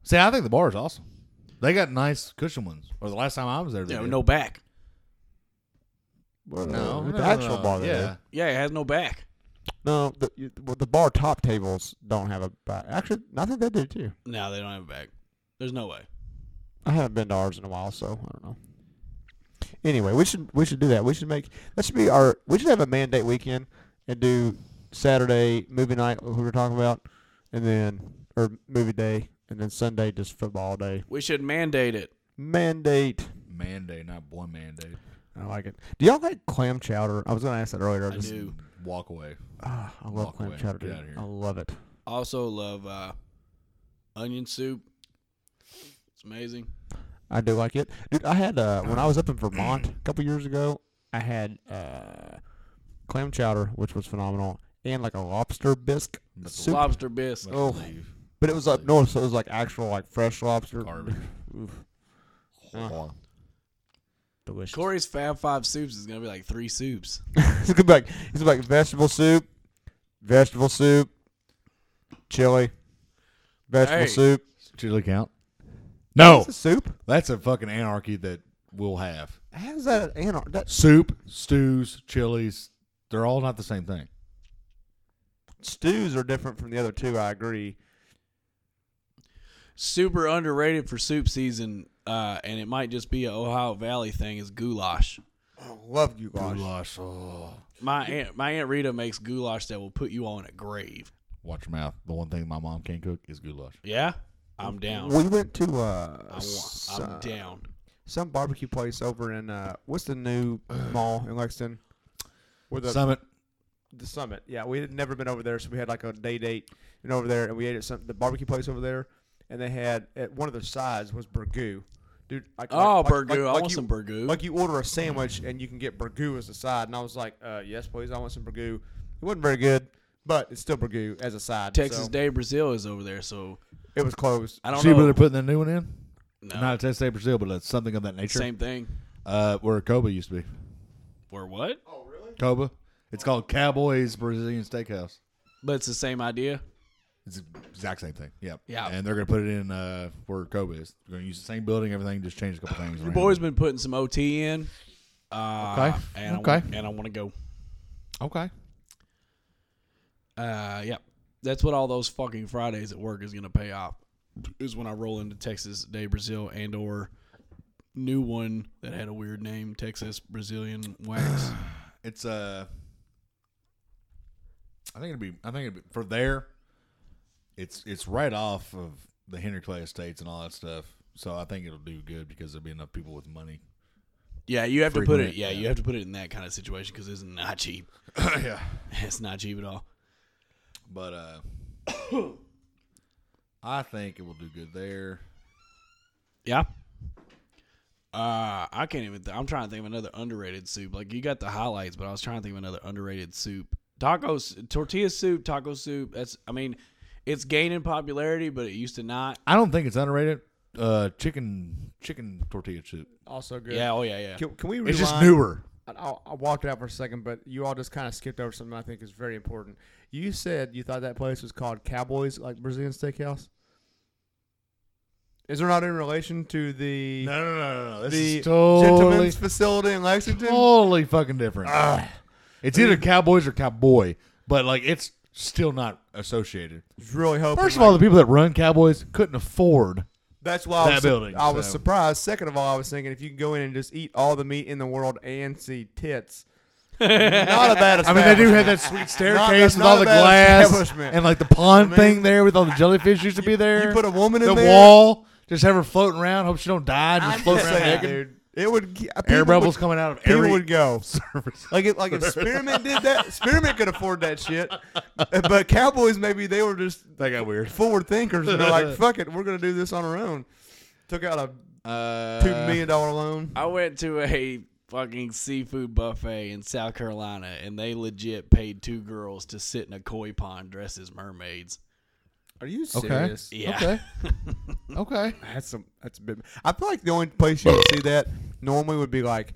See, I think the bar is awesome. They got nice cushion ones. Or the last time I was there, they
Yeah,
did.
no back.
Well, uh,
no,
the
no,
actual
no.
bar. they do.
Yeah,
Yeah, it has no back.
No, the you- well, the bar top tables don't have a back. Actually, I think they do too.
No, they don't have a back. There's no way.
I haven't been to ours in a while, so I don't know. Anyway, we should we should do that. We should make that should be our we should have a mandate weekend and do Saturday movie night, what we were talking about, and then or movie day, and then Sunday just football day.
We should mandate it.
Mandate.
Mandate, not boy mandate.
I like it. Do y'all like clam chowder? I was gonna ask that earlier. I,
I
just,
do.
Walk away.
Ah, I love
Walk
clam
away.
chowder.
Get
dude.
outta here.
I love it.
Also love uh, onion soup. It's amazing.
I do like it, dude. I had uh, when I was up in Vermont a couple years ago, I had uh, clam chowder, which was phenomenal, and like a lobster bisque
That's a
soup.
Lobster bisque.
Much
Oh.
believe.
but it was up north, so it was like actual like fresh lobster.
Garbage.
Oof,
Whore.
delicious.
Corey's Fab Five soups is gonna be like three soups.
It's gonna be like it's like vegetable soup, vegetable soup, chili, vegetable
Hey.
soup.
Chili count? No.
Is it soup?
That's a fucking anarchy that we'll have.
How's that an anar- that
Soup, stews, chilies, they're all not the same thing.
stews are different from the other two? I agree.
Super underrated for soup season, uh, and it might just be a Ohio Valley thing. Is goulash.
I love you guys.
Goulash. Oh.
My aunt, my aunt Rita makes goulash that will put you all in a grave.
Watch your mouth. The one thing my mom can't cook is goulash.
Yeah, I'm down.
We went to
I
uh,
want, I'm
some,
down.
some barbecue place over in uh, what's the new mall in Lexington? Where the
Summit.
the summit. Yeah, we had never been over there, so we had like a day date and over there, and we ate at some the barbecue place over there, and they had at one of their sides was burgoo. Dude, like,
Oh,
like, like-
burgoo.
like-
I
like
want
you-
some burgoo.
Like you order a sandwich and you can get burgoo as a side, and I was like, uh, yes, please, I want some burgoo. It wasn't very good, but it's still burgoo as a side.
Texas
so
Day Brazil is over there, so
it was closed.
I don't
See where
know.
they're putting the new one in?
No.
Not a Test Day Brazil, but it's something of that nature.
Same thing.
Uh, where Coba used to be.
Where what?
Coba. It's called Cowboys Brazilian Steakhouse.
But it's the same idea.
It's the exact same thing. Yep.
Yeah.
And they're going to put it in uh, where Coba is. They're going to use the same building, everything, just change a couple things.
Your
around.
boy's been putting some OT in. Uh,
Okay.
And I,
Okay.
want- and I want to go.
Okay.
Uh, yeah. That's what all those fucking Fridays at work is going to pay off. Is when I roll into Texas Day Brazil and or new one that had a weird name, Texas Brazilian Wax.
It's uh I think it'd be I think it'd be, for there it's it's right off of the Henry Clay Estates and all that stuff. So I think it'll do good because there'll be enough people with money.
yeah, you have to put
Frequent
it.
it,
Yeah,
yeah.
you have to put it in that kind of situation because it's not cheap.
yeah.
It's not cheap at all.
But uh I think it will do good there.
Yeah. Uh, I can't even. Th- I'm trying to think of another underrated soup. Like you got the highlights, but I was trying to think of another underrated soup. Tacos, tortilla soup, taco soup. That's. I mean, it's gaining popularity, but it used to not.
I don't think it's underrated. Uh chicken chicken tortilla chip.
Also good.
Yeah. Oh yeah. Yeah.
Can, can we rewind?
It's just newer.
I, I'll- I walked out for a second, but you all just kind of skipped over something I think is very important. You said you thought that place was called Cowboys, like Brazilian Steakhouse. Is there not in relation to the
No, no, no, no. Oh. no. This
the
is totally
gentleman's facility in Lexington.
totally fucking different. it's either Cowboys or Cowboy, but like it's still not associated.
was really hoping.
First of all, the people that run Cowboys couldn't afford.
That's why
That
I was,
building,
I was
so.
surprised. Second of all, I was thinking if you can go in and just eat all the meat in the world and see tits, not a bad.
I mean, they do have that sweet staircase with
Not- not
all the
a bad
glass
establishment.
and like the pond
mean,
thing there with all the jellyfish used to be there.
you put a woman in
the
there?
wall, just have her floating around. Hope she don't die. Just
I'm
float
just
around
saying,
naked.
dude. It would ge- people
Air bubbles
would-
coming out of
People
every
would go.
surface.
Like if like if Spearmint did that, Spearmint could afford that shit. But Cowboys maybe they were just
That got weird.
forward thinkers and they're like, fuck it, we're gonna do this on our own. Took out a
Uh,
two million dollar loan.
I went to a fucking seafood buffet in South Carolina, and they legit paid two girls to sit in a koi pond dressed as mermaids.
Are you
Okay.
serious?
Yeah.
Okay. okay.
That's some. That's a bit. I feel like the only place you would see that normally would be like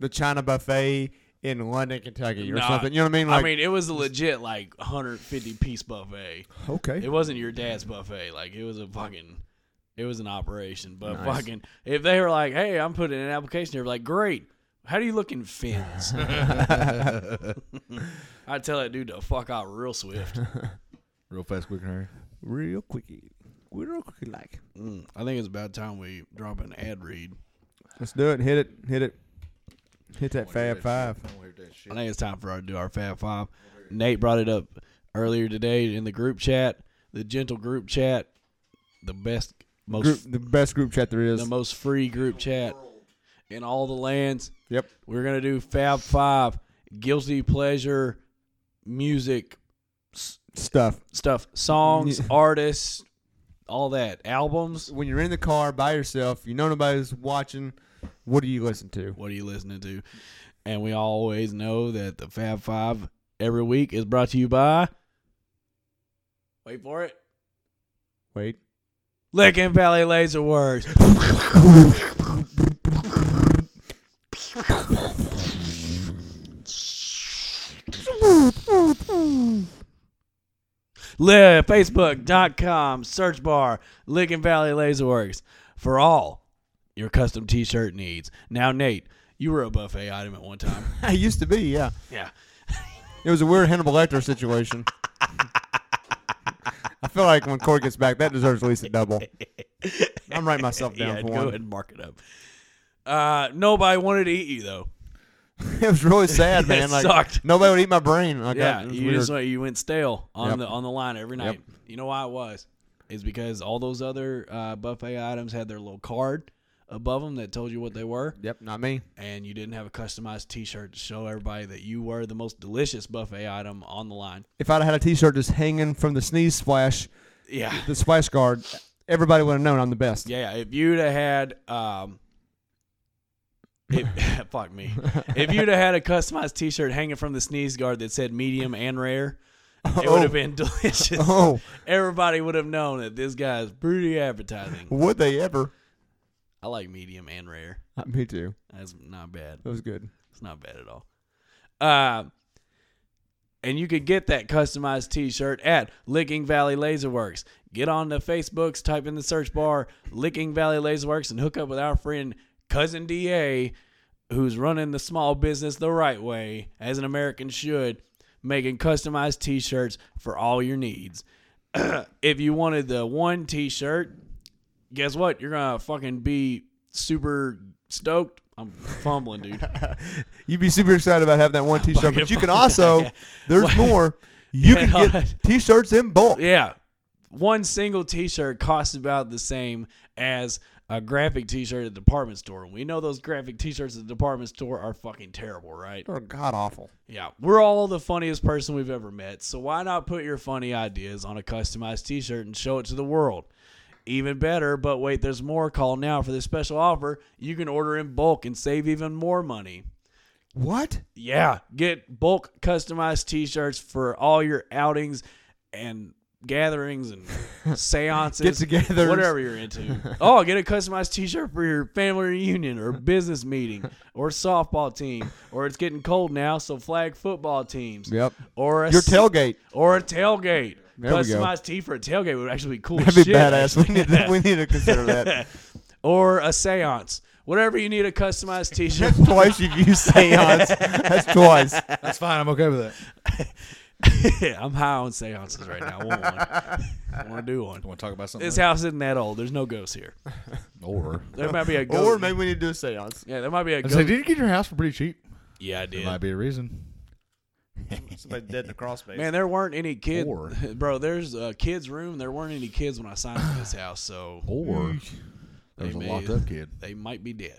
the China buffet in London, Kentucky, or
Nah.
something. You know what I mean? Like,
I mean, it was a legit like 150 piece buffet.
okay.
It wasn't your dad's buffet. Like it was a fucking, it was an operation. But fucking, if they were like, "Hey, I'm putting in an application," they were like, "Great. How do you look in fins?" I'd tell that dude to fuck out real swift.
Real fast, quick and hurry.
real quickie, real quickie, like.
Mm, I think it's about time we drop an ad read.
Let's do it. Hit it. Hit it. Hit that Fab Five.
I think it's time for our to do our Fab Five. Nate brought it up earlier today in the group chat, the gentle group chat, the best, most,
Group, the best group chat there is.
the most free group chat in all the lands.
Yep.
We're gonna do Fab Five, guilty pleasure, music
Stuff.
stuff, songs, artists, all that, albums.
When you're in the car by yourself, you know nobody's watching. What do you listen to?
What are you listening to? And we always know that the Fab Five every week is brought to you by. Wait for it.
Wait.
Licking Valley Laser Works. Le- Facebook.com search bar Licking Valley Laser Works for all your custom t shirt needs. Now, Nate, you were a buffet item at one time.
I used to be, yeah.
yeah.
It was a weird Hannibal Lecter situation. I feel like when Corey gets back, that deserves at least a double. I'm writing myself down
yeah,
for
go
one.
ahead and mark it up. Uh, nobody wanted to eat you, though.
it was really sad,
It
man. Like
sucked.
nobody would eat my brain. Like,
Yeah,
I, it was
you
weird.
just went, you went stale on
Yep.
the on the line every night. You know why it was? It's because all those other uh, buffet items had their little card above them that told you what they were,
yep, not me.
and you didn't have a customized T-shirt to show everybody that you were the most delicious buffet item on the line.
If I'd had a T-shirt just hanging from the sneeze splash,
Yeah,
the splash guard, everybody would have known I'm the best.
yeah. If you'd have had, um, if, fuck me. If you'd have had a customized T-shirt hanging from the sneeze guard that said medium and rare, it would have been delicious.
Oh,
Everybody would have known that this guy is pretty advertising.
would they ever?
I like medium and rare.
Uh, Me too.
That's not bad.
That was good.
It's not bad at all. Um, and you could get that customized T-shirt at Licking Valley Laserworks. Get on the Facebooks, type in the search bar Licking Valley Laserworks, and hook up with our friend Cousin Da, who's running the small business the right way, as an American should, making customized T-shirts for all your needs. if you wanted the one T-shirt, guess what? You're gonna fucking be super stoked. I'm fumbling, dude.
You'd be super excited about having that one T-shirt, but you can also. There's
What?
more. You
Yeah,
can
no,
get T-shirts in bulk.
Yeah. One single t shirt costs about the same as a graphic t shirt at the department store. We know those graphic t shirts at the department store are fucking terrible, right?
They're god awful.
Yeah. We're all the funniest person we've ever met. So why not put your funny ideas on a customized t shirt and show it to the world? Even better, but wait, there's more. Call now for this special offer. You can order in bulk and save even more money.
What?
Yeah, get bulk customized t-shirts for all your outings and gatherings and seances,
Get-togethers.
whatever you're into. oh, get a customized t-shirt for your family reunion or business meeting or softball team or it's getting cold now, so flag football teams.
Yep.
Or a
Your
s-
tailgate.
or a tailgate.
There we go.
customized tee for a tailgate would actually be cool. as
That'd be
shit,
badass. We
actually.
need, to, we need to consider that.
or a seance. Whatever you need a customized t-shirt
twice you've used seance. That's twice.
That's fine. I'm okay with that.
I'm high on seances right now. I want one. I want to do one.
You want to talk about something?
This house isn't that old. There's no ghosts here.
or
There might be a ghost.
Or maybe we need to do a seance.
yeah, there might be a
I
ghost.
say, did you get your house for pretty cheap?
yeah, I
There
did.
might be a reason.
Somebody dead in the cross space.
Man, there weren't any kids.
Or-
Bro, there's a kid's room. There weren't any kids when I signed for this house, so
Or there's a
Hey,
locked
man.
up kid.
they might be dead.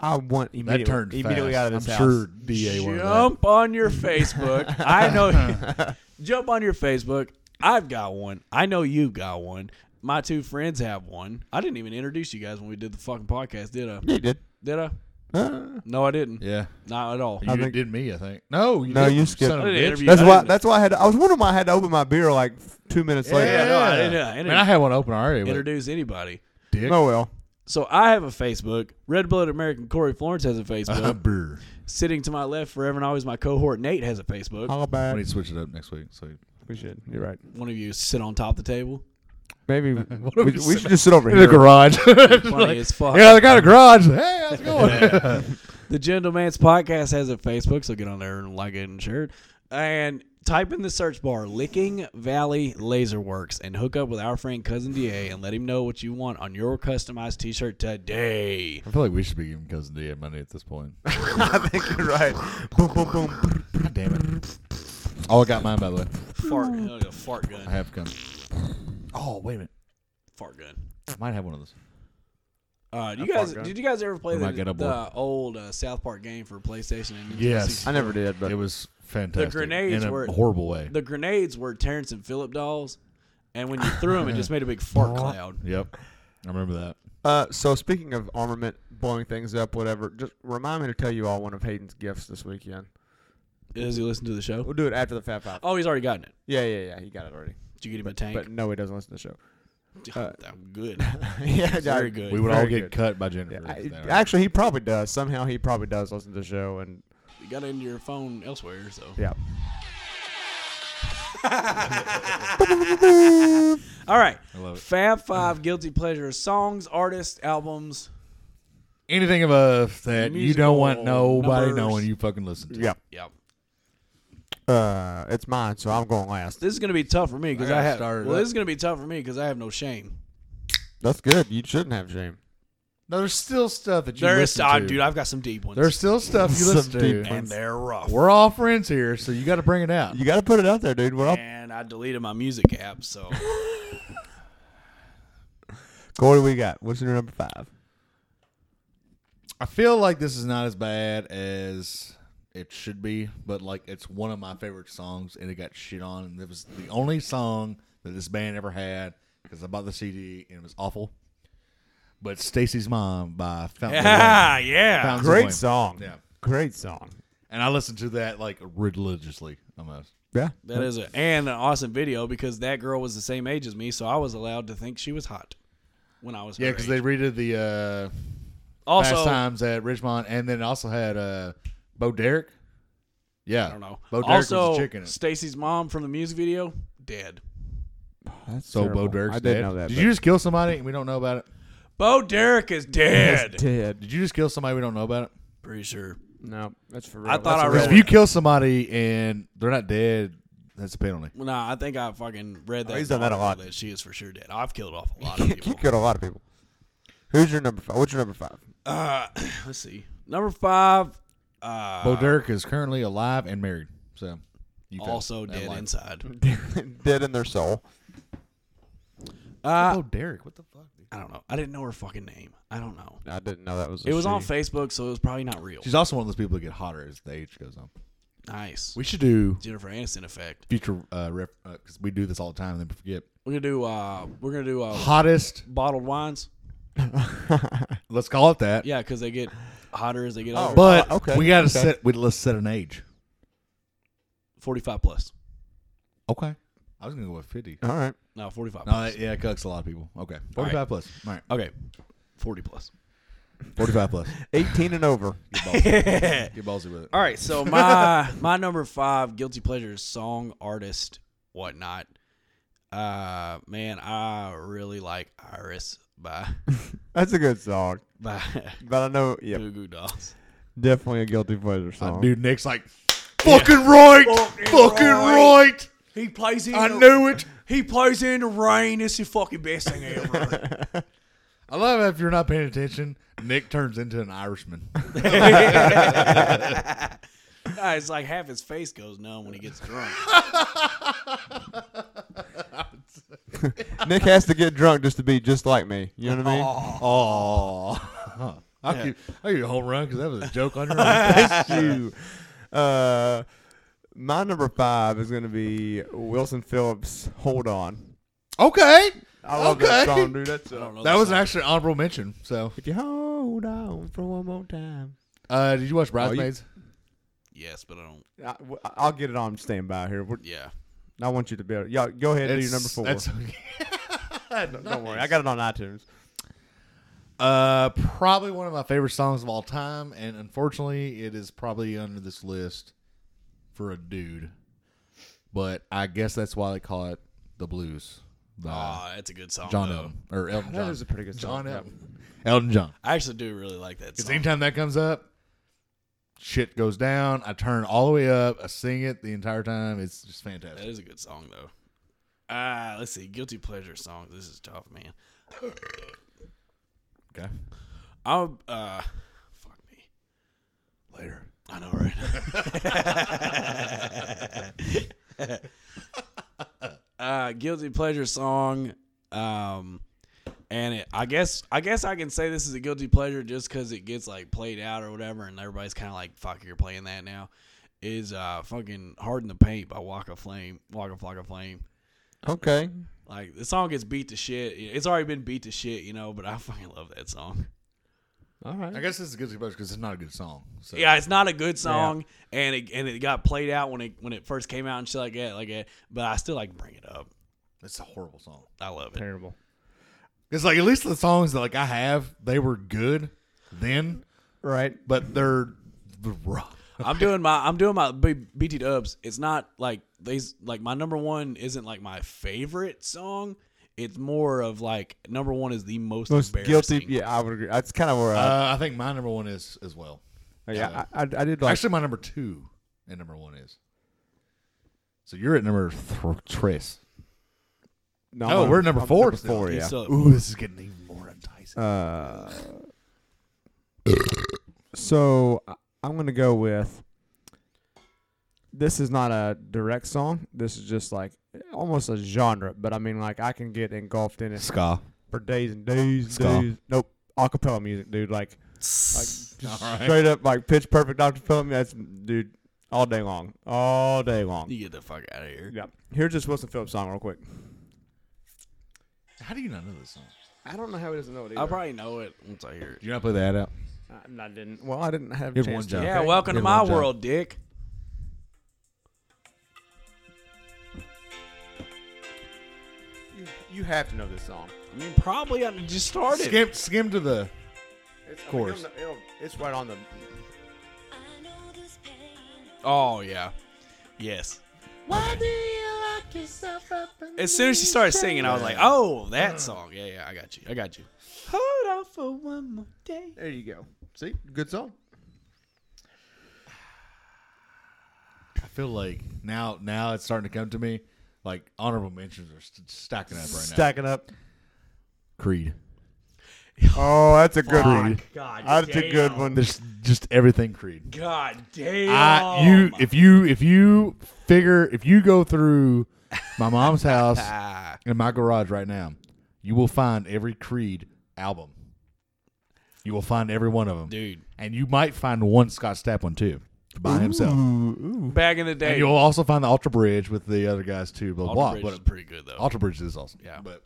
I want
That
immediately,
turned
immediately
fast.
out of this
I'm
house.
sure DA wanted that.
Jump on your Facebook. I know. jump on your Facebook. I've got one. I know you've got one. My two friends have one. I didn't even introduce you guys when we did the fucking podcast, did I?
Yeah, you did.
Did I?
Uh,
No, I didn't.
Yeah.
Not at all.
You
I think-
did me, I think. No, you
No,
didn't,
you skipped.
son of
I
a
didn't
bitch.
interview-
that's
I
why.
didn't-
That's why I had. To, I was wondering why I had to open my beer like two minutes later.
Yeah, no, I didn't- I
I,
didn't-
mean, I had one open already. but
introduce anybody.
dick.
Oh well.
So I have a Facebook. Red blooded American Corey Florence has a
Uh-huh.
Uh,
Facebook.
brr.
Sitting to my left forever and always, my cohort Nate has a Facebook.
How
I
about
need to switch it up next week. So
we should? You're right.
One of you sit on top of the table.
Maybe
are
we,
we
we should just sit over
in the
here.
garage.
Funny as fuck.
yeah, they got a garage. Hey, how's it going?
The Gentleman's Podcast has a Facebook, so get on there and like it and share it. And type in the search bar Licking Valley Laserworks and hook up with our friend Cousin DA and let him know what you want on your customized t shirt today.
I feel like we should be giving cousin D money at this point.
I think you're right. boom, boom, boom.
God damn it! Oh, I got mine by the way.
Fart, uh, a fart gun.
I have come. Oh, wait a minute.
fart gun.
I might have one of those.
Uh, do
A
you guys,
fart gun.
did you guys ever play
We might get
the,
a board.
the old uh, South Park game for PlayStation and Nintendo
Yes.
64?
I never did, but
it was fantastic.
grenades
in a
were-
horrible way.
The grenades were Terrence and Phillip dolls, and when you threw them, it just made a big fart cloud.
yep, I remember that.
Uh, so speaking of armament, blowing things up, whatever. Just remind me to tell you all one of Hayden's gifts this weekend.
Does he listen to the show?
We'll do it after the Fat Five.
Oh, he's already gotten it.
Yeah, yeah, yeah. He got it already.
Did you get him a tank?
But no, he doesn't listen to the show. uh,
I'm good.
yeah,
Very
I-
good.
We would
Very
all get
good.
cut by Jennifer.
I-
if that were-
actually, he probably does. Somehow, he probably does listen to the show. And
you got into your phone elsewhere, so.
yeah,
All right.
love it.
Fab Five guilty pleasure songs, artists, albums.
anything of us that you don't want
Musical
nobody
numbers.
knowing you fucking listen to.
yeah.
Yep.
Uh, it's mine, so I'm going last.
This is gonna be tough for me because
I
I,
gotta
have.
start it
Well,
up.
this is gonna be tough for me because I have no shame.
That's good. You shouldn't have shame.
No, there's still stuff that you
There's,
listen
ah,
to.
dude, I've got some deep ones.
there's still stuff you
Some
listen
deep
to.
ones.
and they're rough.
We're all friends here, so you got to bring it out.
You got to put it out there, dude. We're all
And I deleted my music app, so
Corey. We got what's your number five?
I feel like this is not as bad as it should be, but like it's one of my favorite songs, and it got shit on, and it was the only song that this band ever had because I bought the CD and it was awful. But Stacy's Mom by Fountain. of Wayne.
yeah, yeah.
Fountains of Wayne.
Great song.
Yeah.
Great song.
and I listened to that like religiously almost.
Yeah.
That is a and an awesome video because that girl was the same age as me, so I was allowed to think she was hot when I was her
Yeah, because
age.
they redid the uh,
also
Fast Times at Richmond, and then it also had uh, Bo Derek. Yeah,
I don't know.
Bo Derek
also,
was a chick in it.
Stacy's mom from the music video dead.
That's
so Bo
terrible.
Derek's
I didn't
dead.
know that.
Did
but-
you just kill somebody and we don't know about it?
Bo Derek is dead.
It's dead.
Did you just kill somebody we don't know about it?
Pretty sure.
No, that's for real.
I thought I
That's
read.
Because if you kill somebody and they're not dead, that's a penalty.
Well, Nah, I think I fucking read
Oh,
that.
he's done that a lot.
That she is for sure dead. I've killed off a lot of
you
people.
killed a lot of people. Who's your number five? What's your number five?
Uh, let's see. Number five. Uh,
Bo Derek is currently alive and married, so you failed
also
that Hmm.
dead
line.
inside.
Dead in their soul.
Uh,
Bo Derek, what the fuck? Dude?
I don't know. I didn't know her fucking name. I don't know.
I didn't know that was. A
It was
she.
on Facebook, so it was probably not real.
She's also one of those people that get hotter as the age goes on.
Nice.
We should do
Jennifer Aniston effect.
future uh, ref because we do this all the time and then forget
We're gonna do. Uh, we're gonna do uh,
hottest.
bottled wines.
Let's call it that.
Yeah, because they get hotter as they get older.
But
Oh, okay,
Uh, we gotta
okay.
set. We let's set an age.
Forty-five plus.
Okay. I was gonna go with fifty.
All right.
No, forty-five.
No,
Plus.
that- yeah, it cucks a lot of people. Okay, forty-five plus. All right,
okay, forty plus.
forty-five plus.
18 and over.
Get ballsy. Get ballsy with it.
All right, so my my number five guilty pleasure is song, artist, whatnot. Uh, man, I really like Iris by
That's a good song.
by
But I know, yeah,
Goo Goo Dolls.
definitely a guilty pleasure song.
dude. Nick's like, fucking right,
Fucking
fucking,
right.
right.
He plays in.
I knew it.
he plays in the rain. It's the fucking best thing ever.
I love how if you're not paying attention, Nick turns into an Irishman.
it's like half his face goes numb when he gets drunk.
Nick has to get drunk just to be just like me. You know what I mean?
Oh, I'll give I'll give you a home run because that was a joke on your own.
you. Uh, my number five is going to be Wilson Phillips. Hold on.
okay,
I love
okay.
that song, dude. That's
I don't know
That was
song.
actually an honorable mention. So,
If you hold on for one more time,
uh, did you
Oh,
watch Bridesmaids?
yes, but I don't.
I, will get it on standby here. We're,
Yeah,
I want you to be able. Yeah, go ahead and do your number
It's-
four.
That's
Don't- Don't worry, I got it on iTunes.
Uh, probably one of my favorite songs of all time, and unfortunately, it is probably under this list for a dude. But I guess that's why they call it the blues. by
oh, that's a good song.
John
though.
Elton or Elton John.
Ah, That is a pretty good song.
John Elton. Elton John.
I actually do really like that
Because
song.
anytime that comes up, shit goes down. I turn all the way up. I sing it the entire time. It's just
That
fantastic.
is a good song though. Ah, let's see, guilty pleasure songs. This is tough, man.
Okay.
I'm uh, fuck me.
Later.
I know, right? uh, guilty pleasure song, um, and it, I guess I guess I can say this is a guilty pleasure just because it gets like played out or whatever, and everybody's kind of like, "Fuck, you're playing that now." Is uh fucking "Harden the Paint" by Walk of Flame, Walk of Flock of Flame.
Okay.
Like the song gets beat to shit. It's already been beat to shit, you know. But I fucking love that song.
All
I
right.
guess this is guilty pleasure because it's not a good song. So.
Yeah, it's not a good song, and it and it got played out when it when it first came out and shit like that, like that. But I still like bring it up.
it's a horrible song.
I love it.
Terrible.
It's like at least the songs that like I have, they were good then,
Right.
but they're the rough.
I'm doing my I'm doing my B- BT Dubs. It's not like these like my number one isn't like my favorite song. It's more of like number one is the most,
Most
embarrassing.
guilty. Yeah, I would agree. That's kind of where I.
Uh, I think my number one is as well.
yeah, I, I, I did like.
Actually, my number two and number one is. So you're at number th- tres.
no,
no, we're number four
Number
still.
four.
He's
Yeah.
so-
Ooh, this is getting even more enticing.
Uh, so I- I'm gonna go with. This is not a direct song. This is just like almost a genre, but I mean, like I can get engulfed in it
Ska.
for days and days and
Ska.
days. Nope, acapella music, dude. Like, like just
All right.
straight up, like pitch perfect acapella. That's dude, all day long, all day long.
you get the fuck out of here.
Yeah. Here's this Wilson Phillips song real quick.
How do you not know this song?
I don't know how he doesn't know it
I probably know it once I hear it.
Do you not play the ad out?
I, I didn't. Well, I didn't have
You
a
have one
chance to.
job.
Yeah,
Okay.
welcome to
Good
my
one, John.
world, Dick.
You, you have to know this song.
I mean, probably I just started.
Skim, skim to the.
It's, of
course.
it's right on the.
Oh yeah, yes.
Why do you lock yourself up in
As soon as she started singing, I was like, "Oh, that song! Yeah, yeah, I got you, I got you." Hold on for one more day.
There you go. See, good song.
I feel like now, now it's starting to come to me. Like honorable mentions are st- stacking up right now.
Stacking up.
Creed.
Oh, that's a good one.
God,
That's a good one.
There's just everything Creed.
God damn!
I you if you if you figure if you go through my mom's house in my garage right now, you will find every Creed album. You will find every one of them,
dude,
and you might find one Scott Stapp one too by himself.
back in the
And
day,
you'll also find the Ultra Bridge with the other guys too. Blah
Alter
blah.
Bridge
blah.
is
But
pretty good though.
Ultra Bridge is awesome.
Yeah.
but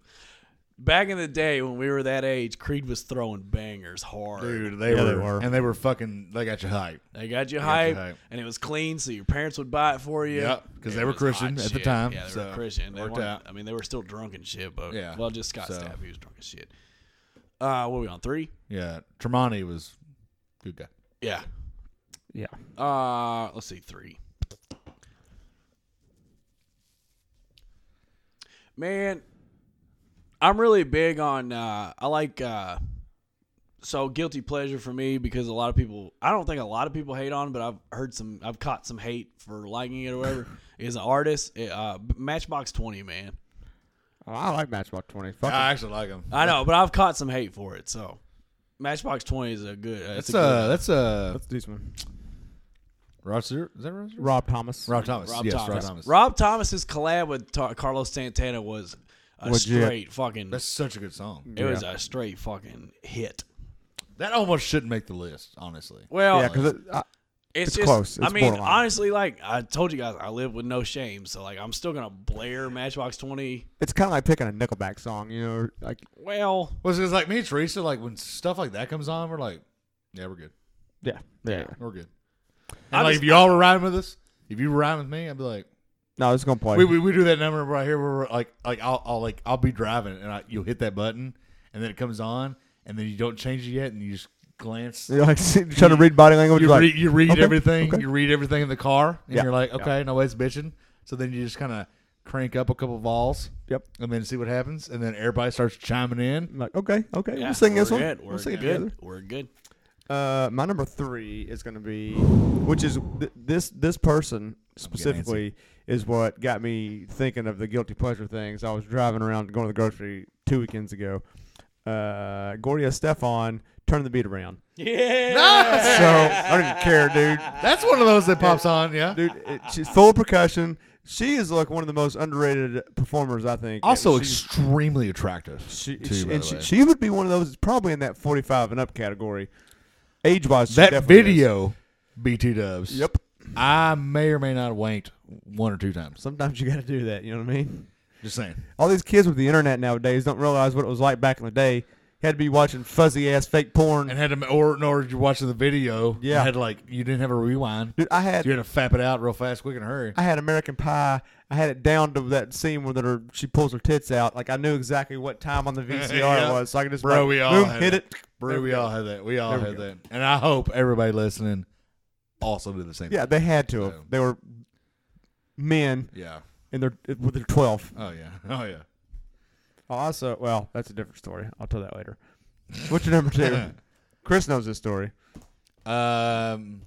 back in the day when we were that age, Creed was throwing bangers hard.
dude, they,
Yeah,
were,
they were.
and they were fucking. They got you hype.
They got you
got you
hype,
hype.
and it was clean, so your parents would buy it for you.
Yep, 'cause
It
they were
was
Christian
hot
at the
shit.
time,
Yeah, they
so
were Christian. They
worked
weren't-
out.
I mean, they were still drunk and shit, but
Yeah,
well, just Scott
so.
Stapp, he was drunk as shit. Uh, what are we on three?
Yeah, Tremonti was good guy.
Yeah.
Yeah.
Uh, let's see, three. Man, I'm really big on. Uh, I like. Uh, so guilty pleasure for me because a lot of people. I don't think a lot of people hate on, but I've heard some. I've caught some hate for liking it or whatever. is an artist, uh, Matchbox Twenty, man.
Oh, I like Matchbox Twenty. Fuck
I
it.
actually like him.
I know, but I've caught some hate for it. So, Matchbox Twenty is a good. Uh,
That's
it's a good
uh, that's uh,
Let's do this one.
Rod Stewart? Is that Rod Stewart?
Rob Thomas.
Rob Thomas.
Rob
yes,
Thomas.
Rob Thomas.
Rob Thomas's collab with Tar- Carlos Santana was a
Legit.
straight fucking.
That's such a good song.
it was a straight fucking hit.
That almost shouldn't make the list, honestly.
Well,
yeah, because
it's,
it's
just,
close.
I
It's
mean,
borderline.
honestly, like I told you guys, I live with no shame, so like I'm still gonna blare Matchbox Twenty.
it's kind of like picking a Nickelback song. You know, like
Well,
Was it's like me and Teresa, like when stuff like that comes on, we're like, yeah, we're good.
yeah, yeah.
We're good. And
I
like,
just-
if y'all were riding with us, if you were riding with me, I'd be like,
No, it's gonna play.
we, we, we do that number right here where we're like, like I'll, I'll like I'll be driving and I, you'll hit that button and then it comes on and then you don't change it yet and you just glance.
You're like trying to read body language.
Oh, You,
like,
read, you read
okay,
everything.
okay.
You read everything in the car, and
Yeah.
you're like, okay, no nobody's bitching. So then you just kind of crank up a couple vols,
Yep.
and then see what happens. And then everybody starts chiming in.
I'm like, okay, okay,
yeah,
we'll sing
we're
this one.
good. We're
we'll sing it
good.
together.
We're good.
Uh, my number three is going to be, which is th- this this person specifically is what got me thinking of the guilty pleasure things. I was driving around going to the grocery two weekends ago. Uh, Gloria Stefan,
turn the beat around.
Yeah.
Ah,
So I don't even care, dude.
that's one of those that pops on. Yeah.
Dude, it, she's full of percussion. She is like one of the most underrated performers, I think.
Also
She's-
extremely attractive.
She,
too,
she-
by
and
the
she,
way.
she would be one of those that's probably in that 45 and up category. Age wise,
that video, BT Dubs.
Yep.
I may or may not have wanked one or two times.
Sometimes you got to do that. You know what I mean?
Just saying.
All these kids with the internet nowadays don't realize what it was like back in the day. You had to be watching fuzzy ass fake porn.
And had to, or in order you're watching the video, you
Yeah.
had to, like you didn't have a rewind.
Dude, I had
You had to fap it out real fast, quick, and hurry.
I had American Pie. I had it down to that scene where that her, she pulls her tits out. Like I knew exactly what time on the VCR
Yeah.
it was, so I could just
Bro,
like,
we all
boom,
had
hit
it.
it.
Bro,
There
we
go.
all had that. We all
There we
had
go.
that. And I hope everybody listening also did the same.
Yeah,
Thing.
they had to. have.
So-
They were men
Yeah.
in their with their 12.
Oh yeah. Oh yeah.
Also, well, that's a different story. I'll tell that later. What's your number two? Chris knows this story.
Um,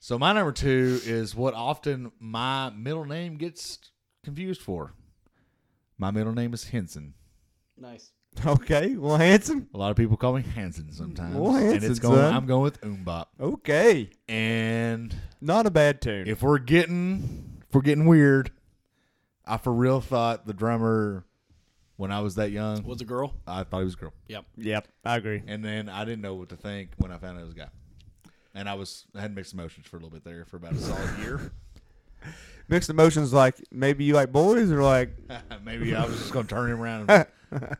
so my number two is what often my middle name gets confused for. My middle name is Henson.
Nice.
Okay, well, handsome.
A lot of people call me Hanson sometimes,
Well,
and it's
Hanson,
going.
son.
I'm going with Umbop.
Okay,
And
not a bad tune.
if we're getting, if we're getting weird, I for real thought the drummer when I was that young,
Was a girl.
I thought he was a girl,
Yep.
Yep, I agree.
and then I didn't know what to think when I found out it was a guy. And I was I had mixed emotions for a little bit there for about a solid year.
Mixed emotions, like maybe you like boys or like
Maybe I was just gonna turn him around. And,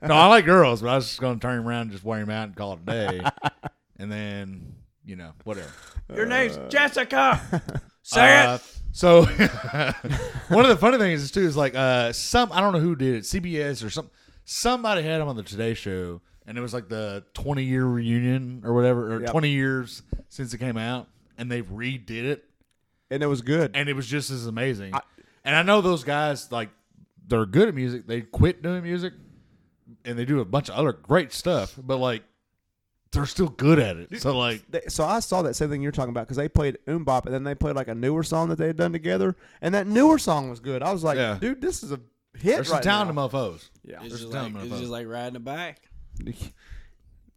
no, I like girls, but I was just gonna turn him around, and just wear him out, and call it a day. and then you know whatever.
Your name's Jessica. Say
Uh,
it.
so one of the funny things is too is like uh, some I don't know who did it, CBS or some somebody had him on the Today Show, and it was like the twenty year reunion or whatever, or
Yep.
twenty years since it came out, and they redid it,
and it was good.
and it was just as amazing. and I know those guys like they're good at music. They quit doing music, and they do a bunch of other great stuff. But like, they're still good at it. So like,
They, so I saw that same thing you're talking about because they played Umbop and then they played like a newer song that they had done together, and that newer song was good. I was like,
Yeah.
dude, this is a hit
there's some
right
talent
now.
in mofos.
Yeah,
There's
It's just,
a
like,
time
it's
about
just like riding a bike.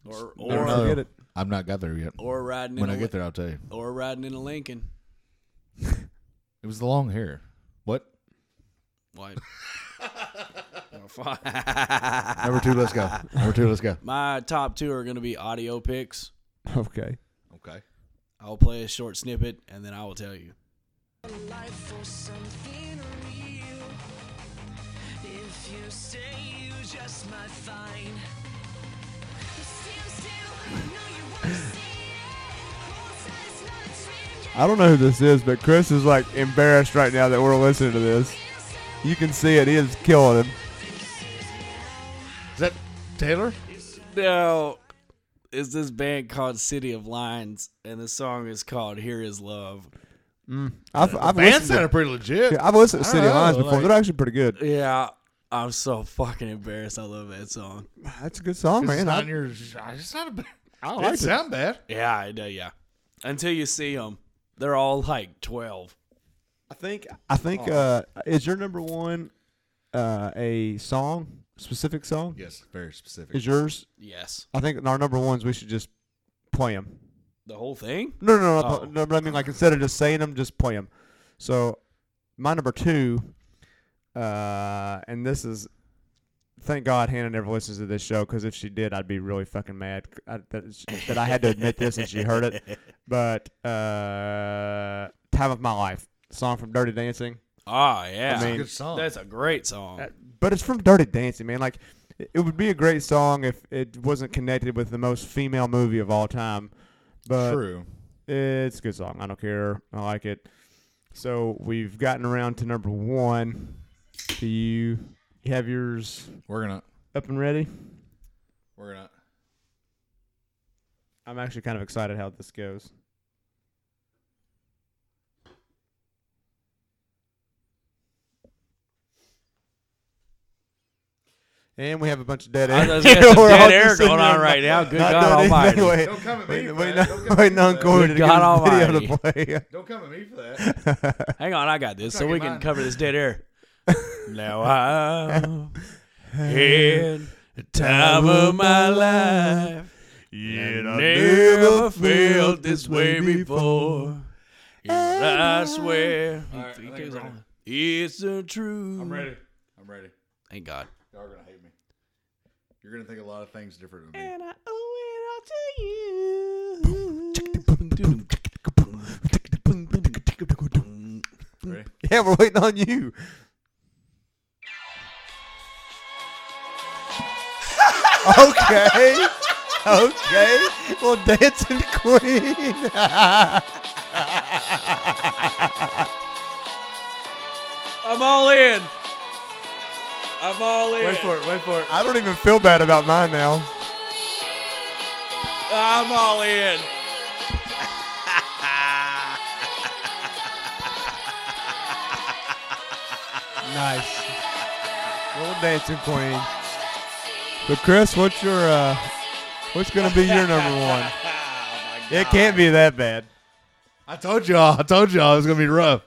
Or
Never
know.
or
forget it.
I've not got there
Oh,
yet.
or riding in
When
a
I
Lin-
get there, I'll tell you.
or riding in a Lincoln.
It was the long hair. What?
Like
Number two, let's go. Number two, let's go.
my top two are gonna be audio picks.
Okay,
Okay.
I'll play a short snippet and then I will tell you.
life for something real. If you say you just might find. Still, still, I know you wanna see it. Cold side is not a dream, yeah.
I don't know who this is, but Chris is like embarrassed right now that we're listening to this. You can see it; he is killing him.
Is that Taylor?
Now is this band called City of Lines and the song is called Here Is Love.
I've, I've
Band
listened.
sounded
To,
pretty legit.
yeah, I've listened to
I
City
don't know,
Lines before.
like-
They're actually pretty good.
Yeah. I'm so fucking embarrassed. I love that song.
That's a good song,
it's
man.
not
I,
your. It's not a bad. I
liked it.
sound bad.
Yeah, I do, yeah. Until you see them, they're all like 12.
I think I think uh, is your number one uh, a song specific song?
Yes, very specific.
Is yours?
Yes.
I think our number ones we should just play them.
The whole thing?
No, no, no,
Oh.
no, no. But I mean, like instead of just saying them, just play them. So my number two, uh, and this is, thank God Hannah never listens to this show because if she did, I'd be really fucking mad I, that, she- that I had to admit this and she heard it. But uh, time of my life, song from Dirty Dancing.
Ah, yeah.
That's
I
a
mean-
good song.
That's a great song.
But it's from Dirty Dancing, man. Like, it it would be a great song if it wasn't connected with the most female movie of all time. But
true.
It's a good song. I don't care. I like it. So we've gotten around to number one. Do you have yours
We're gonna.
up and ready?
We're gonna.
I'm actually kind of excited how this goes. And we have a bunch of dead air.
I just got some
We're
dead
all just
air
sitting
going
there
on right now. Good
not
God
doing
almighty.
anything. Wait,
Don't come at me
wait,
for
wait,
that.
no-
Don't come at
wait,
me
no,
for that.
Corey to
Good
get
God
his video to play.
Don't come at me for that.
Hang on, I got this. So
not
we
your
can
mind.
cover this dead air. now I'm in the time of my life. Yet I never felt this way before. And I swear.
All right, I think I'm ready.
It's the truth.
I'm ready. I'm ready.
Thank God.
Y'all are gonna hate me. You're gonna think a lot of things different than me.
And I owe it all to you.
Ready?
Yeah, we're waiting on you. okay. Okay. Well, dancing queen.
I'm all in. I'm all in.
Wait for it. Wait for it.
I don't even feel bad about mine now.
I'm all in.
Nice. Little dancing queen. But Chris, what's your uh what's gonna be your number one? It can't be that bad.
I told y'all. I told y'all it was gonna be rough.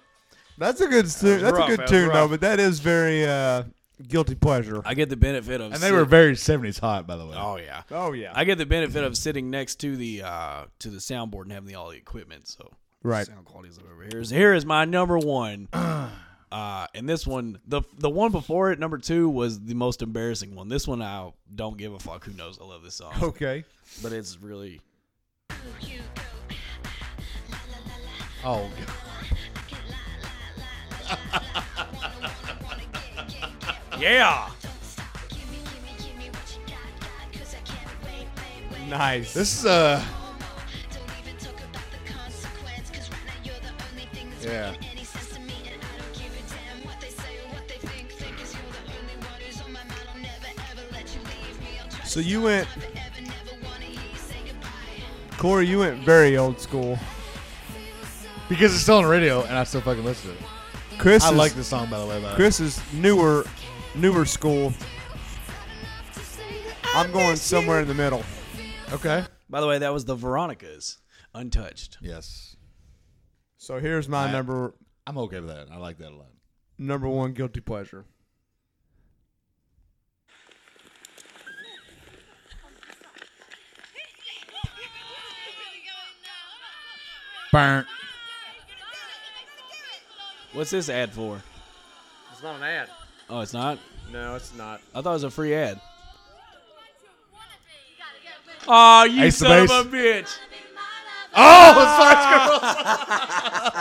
That's a good tune. That's
rough, that
a good
was
tune though,
rough.
but that is very uh guilty pleasure.
I get the benefit of.
And they were
sit-
very '70s hot, by the way.
Oh yeah.
Oh yeah.
I get the benefit of sitting next to the uh to the soundboard and having the, all the equipment. So
Right.
sound quality is over here. So here is my number one. Uh, and this one, the the one before it, number two, was the most embarrassing one. This one, I don't give a fuck. Who knows? I love this song,
Okay.
but it's really
Oh, God.
yeah.
Nice.
this is uh. Yeah.
so you went Corey, you went very old school.
Because it's still on the radio, and I still fucking listen to it.
Chris
I
is,
like this song, by the way. By the way.
Chris is newer newer school. I'm going somewhere in the middle.
Okay.
By the way, that was the Veronicas, untouched.
Yes.
So here's my
I-
number
I'm okay with that. I like that a lot.
number one guilty pleasure.
Burnt.
What's this ad for?
It's not an ad.
Oh, it's not.
No, it's not.
I thought it was a free ad. Ah! Oh, you
Ace the
son of
Base.
a bitch!
Oh, sorry, Squirrel.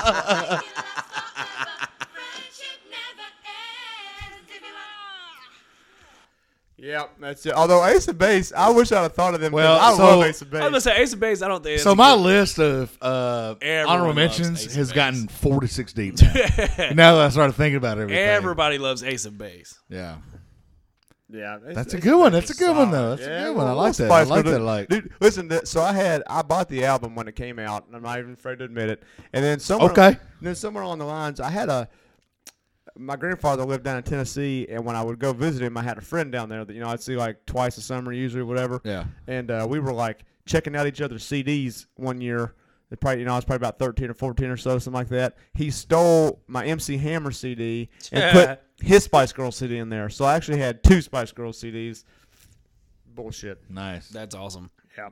Yep, that's it.
Yeah, although Ace of Base, I wish I'd have thought of them. 'cause
Well,
I
so-
love Ace of
I was gonna
Base.
say Ace of Base. I don't think.
So my list of uh,
Everyone
honorable
loves
mentions
Ace
has
of Base.
gotten 46 deep. Now. Now that I started thinking about everything.
everybody loves Ace of Base.
Yeah.
Yeah, it's-
That's a
it's
good one.
based
That's a good one,
solid.
though. That's
Yeah,
a good one. I
well,
like that. I
Spice
like
Girl,
that.
dude.
Like,
dude, listen. th- So I had I bought the album when it came out, and I'm not even afraid to admit it. And then somewhere,
Okay.
and then somewhere along the lines, I had a. My grandfather lived down in Tennessee, and when I would go visit him, I had a friend down there that you know I'd see like twice a summer, usually whatever.
Yeah.
And uh, we were like checking out each other's CDs one year. It probably you know I was probably about thirteen or fourteen or so, something like that. He stole my MC Hammer CD and put his Spice Girl CD in there, so I actually had two Spice Girl CDs. Bullshit.
nice.
That's awesome.
Yeah.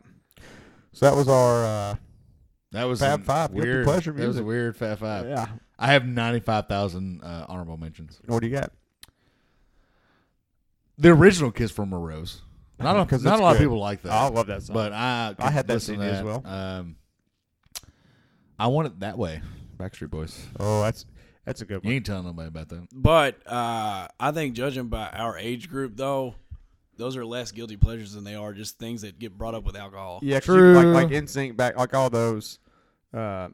So that was our uh,
That was
Fab
some
Five, guilty
Weird.
pleasure
That was a
music.
weird Fab Five.
yeah.
I have 95,000 uh, honorable mentions.
What do you got?
The original Kiss from a Rose. Not a,
'Cause
not
it's
a lot of
good. Oh,
people like that.
I love that song.
But I
I had that
listen to
CD as well.
Um, I want it that way. Backstreet Boys.
oh, that's that's a good
You
one.
ain't telling nobody about that.
But uh, I think judging by our age group, though, those are less guilty pleasures than they are just things that get brought up with alcohol.
Yeah, 'cause
True.
You, like like NSYNC back, like all those. Uh,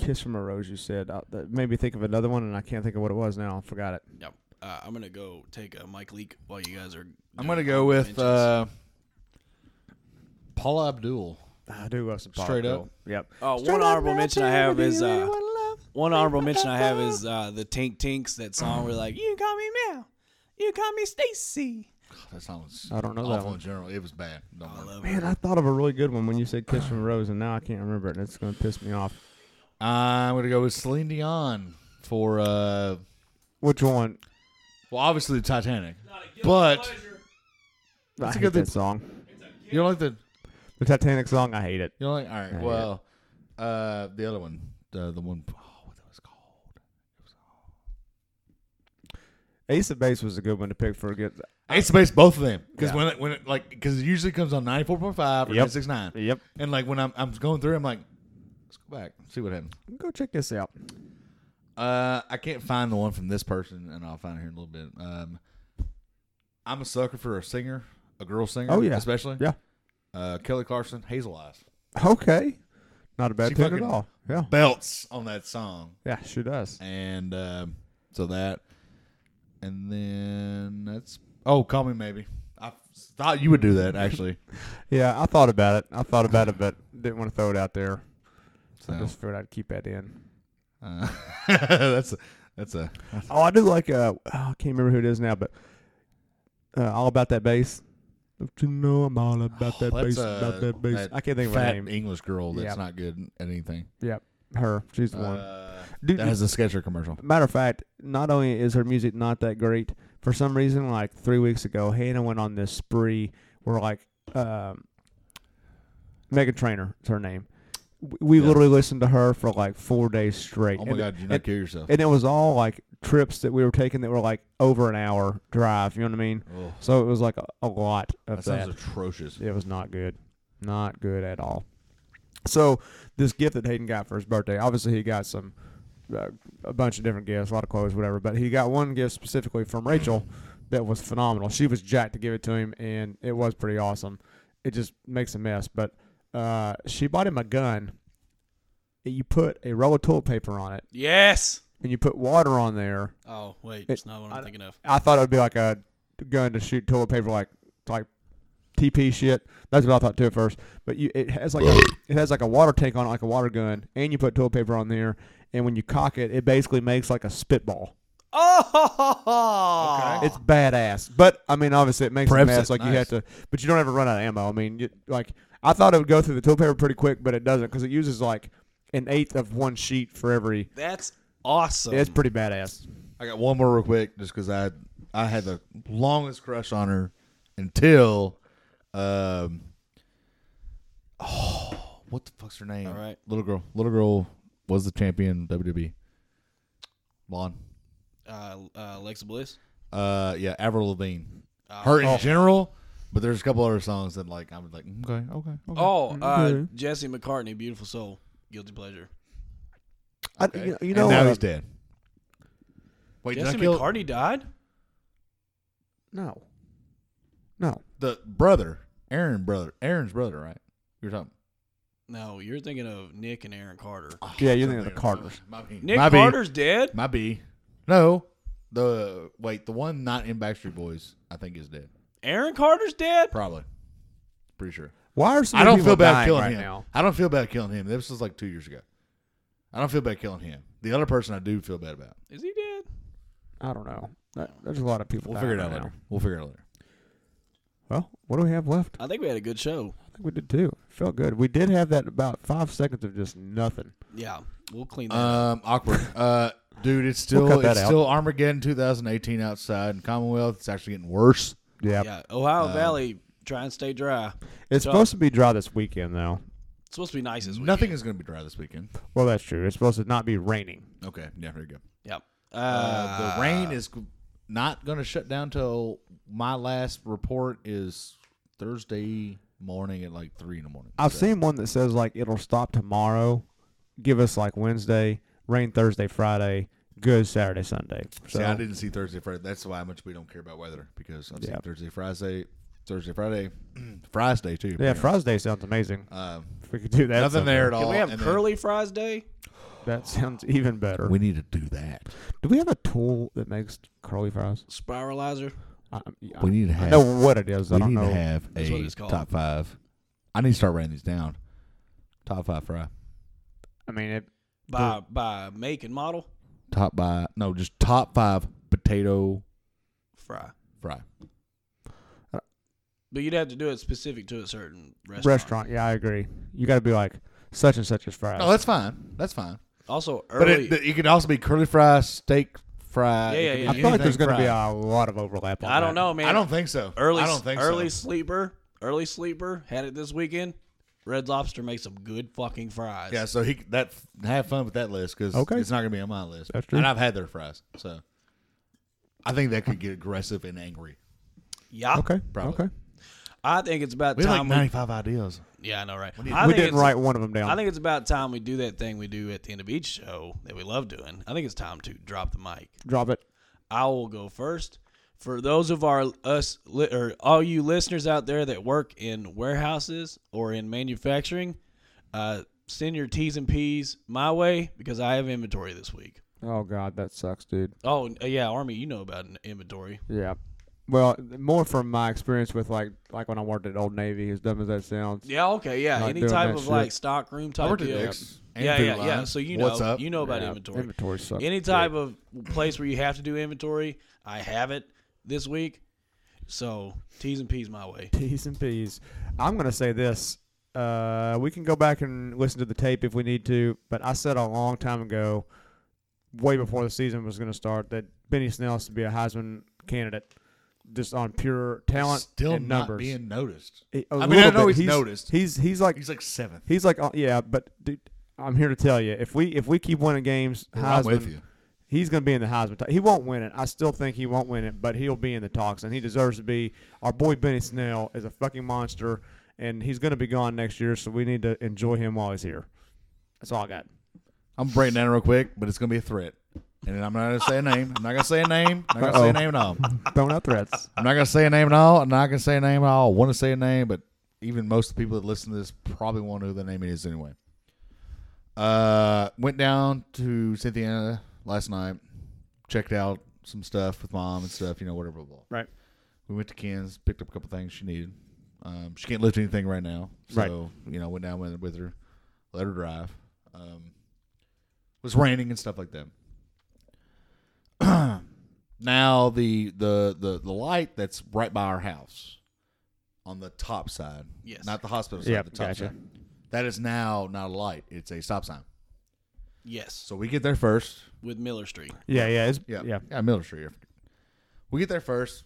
Kiss from a Rose, you said. Uh, that made me think of another one, and I can't think of what it was now. I forgot it.
Yep. Uh, I'm gonna go take a mic leak while you guys are.
I'm
doing
gonna go with
mentions.
uh, Paula Abdul.
I do love some Paula
Straight up.
Abdul. Yep.
Oh, one honorable mention I have is uh, one honorable mention I have is uh, the Tink Tinks that song where like you call me Mel, you call me Stacy.
That song was
I don't know that
awful
one.
in general. It was bad. Don't
I
worry.
love it.
Man, I thought of a really good one when you said Kiss from a Rose, and now I can't remember it, and it's going to piss me off.
I'm gonna go with Celine Dion for uh,
Which one?
well, obviously the Titanic, but
I
a
hate
good
that song.
you don't like the
The Titanic song.
I hate it.
You know, like, all right. well, uh, the other one, the the one, oh, what that was called.
Ace of Base was a good one to pick for a good.
Ace of Base, both of them, because when it, when it like because it usually comes on ninety four point five or
Yep.
six nine,
Yep.
and like when I'm I'm going through, I'm like, let's go back, see what happened.
Go check this out.
Uh, I can't find the one from this person, and I'll find it here in a little bit. Um, I'm a sucker for a singer, a girl singer.
Oh, yeah.
especially
Yeah.
Uh, Kelly Clarkson, Hazel Eyes,
Okay. Not a bad
She
pick
fucking-
at all. Yeah.
belts on that song,
Yeah, she does.
and um, so that, and then that's oh, call me maybe. I thought you would do that actually.
Yeah, I thought about it. I thought about it, but didn't want to throw it out there.
So
I just figured I'd keep that in.
uh, that's a, that's a
Oh, I do like. Uh, oh, I can't remember who it is now, but uh, all about that bass. Don't you know I'm all about that
Oh, that's
bass?
a-
about that bass.
that
I can't think of her
fat
name.
English girl that's
Yeah.
not good at anything.
Yep, her. She's the one.
Uh,
Dude,
that has a Sketcher commercial. Oh
matter of fact, not only is her music not that great, for some reason, like three weeks ago, Hannah went on this spree where like um, Megan Trainer is her name. W- We
Yeah.
literally listened to her for like four days straight.
Oh my
and,
god, you
and,
not kill yourself.
and it was all like trips that we were taking that were like over an hour drive. You know what I mean?
oh,
So it was like a, a lot
that
of that.
sounds atrocious.
It was not good. Not good at all. So this gift that Hayden got for his birthday, obviously he got some uh, a bunch of different gifts, a lot of clothes, whatever. But he got one gift specifically from Rachel that was phenomenal. She was jacked to give it to him, and it was pretty awesome. It just makes a mess, but uh, she bought him a gun. You put a roll of toilet paper on it,
Yes.
and you put water on there.
Oh wait,
It-
it's not what I'm
I-
thinking of.
I thought it would be like a gun to shoot toilet paper, like like TP shit. That's what I thought too at first. But you, it has like a, it has like a water tank on it, like a water gun, and you put toilet paper on there. And when you cock it, it basically makes like a spitball.
Oh.
It's badass. But I mean, obviously, it makes a
Preps it.
mess. Like you
Nice.
have to, but you don't ever run out of ammo. I mean, you, like I thought it would go through the toilet paper pretty quick, but it doesn't because it uses like an eighth of one sheet for every.
That's awesome.
It's pretty badass.
I got one more real quick, just because I I had the longest crush on her until, um, oh, what the fuck's her name?
All right.
little girl. Little girl was the champion WWE. E. Blonde.
uh, uh, Alexa Bliss. Uh, oh,
Uh, yeah, Avril Lavigne. her
Oh.
in general, but there's a couple other songs that like I'm like mm, okay, okay, okay.
Oh, uh, Jesse McCartney, Beautiful Soul, Guilty Pleasure.
I-
okay.
you, you
And
know,
now
uh,
he's dead. Wait, did I
Jesse
kill
McCartney died.
no, no.
the brother, Aaron brother, Aaron's brother, right? You're talking.
No, you're thinking of Nick and Aaron Carter.
Oh,
Yeah, you're thinking of the Carters.
My B.
Nick
my B.
Carter's dead.
My B. No, the wait, the one not in Backstreet Boys, I think is dead.
Aaron Carter's dead.
Probably, pretty sure.
Why are so
I
many
don't
people
feel bad
dying
killing
right
him.
now?
I don't feel bad killing him. This was like two years ago. I don't feel bad killing him. The other person I do feel bad about.
Is he dead?
I don't know. That- There's a lot of people.
We'll figure it
dying
out
right
later.
now.
We'll figure it out later.
Well, what do we have left?
I think we had a good show.
I think we did too. Felt good. We did have that about five seconds of just nothing.
Yeah, we'll clean that. up.
Um, awkward. Uh, dude, it's still
We'll cut that
it's
out.
still Armageddon 2018 outside in Commonwealth. It's actually getting worse.
Yeah.
Yeah, Ohio
uh,
Valley, try and stay dry.
It's supposed to be dry this weekend though.
It's supposed to be nice this week.
Nothing is going to be dry this weekend.
Well, that's true. It's supposed to not be raining.
Okay, yeah, there you go.
Yep. Uh,
Uh, the rain is g- not going to shut down till my last report is Thursday morning at like three in the morning.
I've
So,
seen one that says like it'll stop tomorrow, give us like Wednesday, rain Thursday, Friday, good Saturday, Sunday. So
See, I didn't see Thursday, Friday. That's why how much we don't care about weather because I've seen
Yeah.
Thursday, Friday, Thursday, Friday, Friday too.
yeah,
apparently.
Friday sounds amazing.
Um,
If we could do that,
nothing there at all.
Can we have
and then-
curly fries day?
That sounds even better.
we need to do that.
do we have a tool that makes curly fries?
Spiralizer.
I,
We need to
I
have.
know what it is. I
we
don't
need
know.
to have
That's what
a
it's called.
top five. I need to start writing these down. Top five fry.
I mean, it,
By by make and model
Top by no, just top five potato
fry.
fry.
But you'd have to do it specific to a certain restaurant.
restaurant. Yeah, I agree. You got to be like such and such as fries.
No, that's fine. That's fine.
Also
But
early.
it, it could also be curly fry, steak fry.
Yeah,
it
yeah,
could be
yeah.
I feel like there's
anything
going to be
fried.
a lot of overlap. On
I don't
that.
know, man.
I don't think so.
early.
I don't think
early
so.
sleeper. Early sleeper had it this weekend. Red Lobster makes some good fucking fries.
Yeah, so he that have fun with that list because
Okay.
it's not gonna be on my list.
That's true.
And I've had their fries, so I think that could get aggressive and angry.
yeah.
Okay.
Probably.
Okay.
I think it's about
We had like
time. we-
ninety five ideas.
yeah, I know, right?
need-
I
we
think
didn't
it's-
write one of them down.
I think it's about time we do that thing we do at the end of each show that we love doing. I think it's time to drop the mic.
Drop it.
I will go first. For those of our us li- or all you listeners out there that work in warehouses or in manufacturing, uh, send your T's and P's my way because I have inventory this week.
Oh God, that sucks, dude.
Oh and- uh, yeah, Army, you know about an inventory.
Yeah. Well, more from my experience with like like when I worked at Old Navy, as dumb as that sounds.
Yeah, okay, yeah.
Not
Any
doing
type
that
of
shit.
like stock room type deal.
and
yeah,
Food
yeah, yeah.
Lion.
So you know,
What's up?
you know about
Yeah,
inventory.
Inventory sucks.
Any type of place where you have to do inventory, I have it this week. So T's and P's my way.
T's and P's. I'm gonna say this. Uh, we can go back and listen to the tape if we need to, but I said a long time ago, way before the season was gonna start, that Benny Snell should be a Heisman candidate, just on pure talent
still
and
not
numbers.
being noticed.
He- a
I mean,
little
I know he's noticed.
He's he's like
He's like seventh.
he's like uh, yeah, but dude, I'm here to tell you, if we if we keep winning games,
I'm
Heisman,
with you.
he's going to be in the Heisman. Talk. He won't win it. I still think he won't win it, but he'll be in the talks, and he deserves to be. Our boy Benny Snell is a fucking monster, and he's going to be gone next year, so we need to enjoy him while he's here. That's all I got.
I'm breaking down real quick, but it's gonna be a threat, and I'm not gonna say a name. I'm not gonna say a name. I'm not gonna say a name at all.
Throwing out threats.
I'm not gonna say a name at all. I'm not gonna say a name at all. I want to say a name, but even most of the people that listen to this probably won't know who the name is anyway. Uh, went down to Cynthia last night, checked out some stuff with mom and stuff, you know, whatever. Blah, blah.
Right.
We went to Ken's, picked up a couple things she needed. Um, she can't lift anything right now, so
Right.
you know, went down with, with her, let her drive. Um, it was raining and stuff like that. now the, the the the light that's right by our house on the top side,
Yes.
not the hospital side,
Yep,
the top
gotcha.
side. That is now not a light; it's a stop sign.
Yes,
So we get there first.
with Miller Street.
Yeah, yeah, it's,
Yeah.
yeah.
Yeah, Miller Street. We get there first,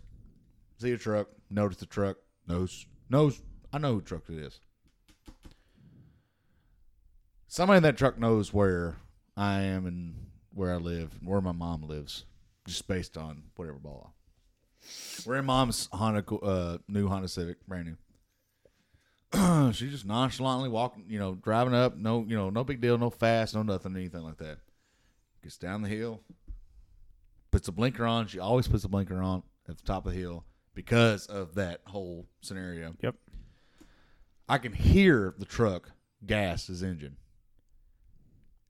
see a truck, notice the truck, knows knows I know who truck it is. Somebody in that truck knows where I am and where I live and where my mom lives, just based on whatever ball. We're in mom's Honda, uh, new Honda Civic, brand new. She's just nonchalantly walking, you know, driving up. No, you know, no big deal, no fast, no nothing, anything like that. Gets down the hill, puts a blinker on. She always puts a blinker on at the top of the hill because of that whole scenario.
Yep.
I can hear the truck gas his engine.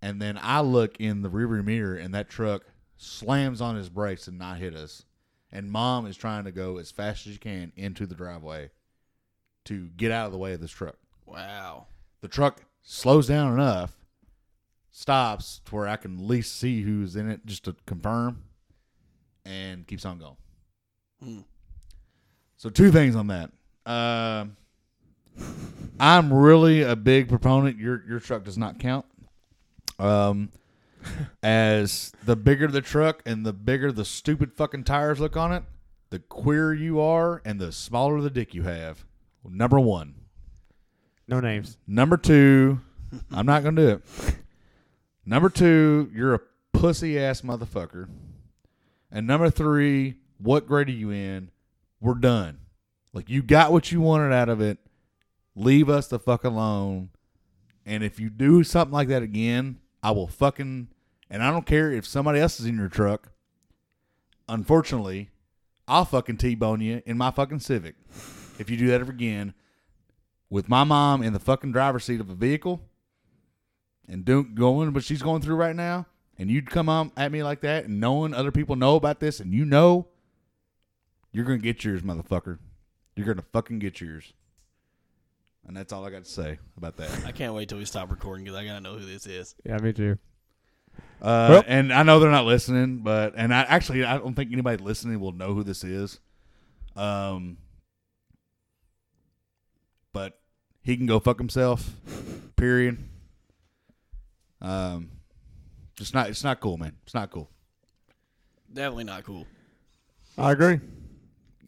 And then I look in the rearview mirror and that truck slams on his brakes and not hit us. And mom is trying to go as fast as she can into the driveway to get out of the way of this truck.
Wow.
The truck slows down enough, stops to where I can at least see who's in it just to confirm, and keeps on going.
Hmm.
So two things on that. Um I'm really a big proponent. Your your truck does not count. Um, as the bigger the truck and the bigger the stupid fucking tires look on it, the queer you are and the smaller the dick you have. Number one.
No names.
Number two, I'm not gonna do it. Number two, you're a pussy ass motherfucker. And number three, what grade are you in? We're done. Like you got what you wanted out of it. Leave us the fuck alone. And if you do something like that again, I will fucking and I don't care if somebody else is in your truck. Unfortunately, I'll fucking T-bone you in my fucking Civic. If you do that ever again, with my mom in the fucking driver's seat of a vehicle and doing going what she's going through right now, and you'd come on at me like that, and knowing other people know about this, and you know, you're gonna get yours, motherfucker. You're gonna fucking get yours. And that's all I got to say about that.
I can't wait till we stop recording because I gotta know who this is.
Yeah, me too.
Uh,
Well-
and I know they're not listening, but and I actually I don't think anybody listening will know who this is. Um, but he can go fuck himself. Period. Um, just not it's not cool, man. It's not cool.
Definitely not cool.
I agree.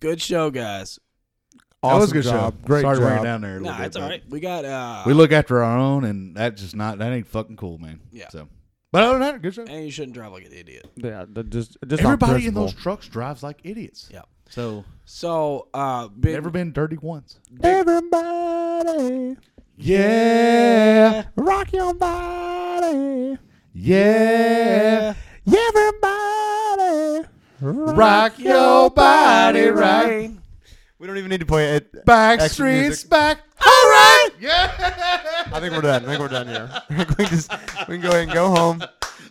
Good show, guys.
Awesome
that was a good
job.
show.
Great
Sorry to
job.
bring it down there. A little
Nah,
bit,
it's all
but
right. We got uh,
We look after our own, and that's just not that ain't fucking cool, man.
Yeah.
So, but other than that, good show.
and you shouldn't drive like an idiot.
Yeah, the- just, just on
Everybody in those
principle.
trucks drives like idiots.
Yeah.
So
So, uh, big,
never been dirty once.
Everybody,
Yeah.
rock your body.
Yeah.
Everybody,
Rock your body right.
We don't even need to play it.
Back
Extra
streets
music.
back. All right. Yeah.
I think we're done. I think we're done here. I think we, just, we can go ahead and go home.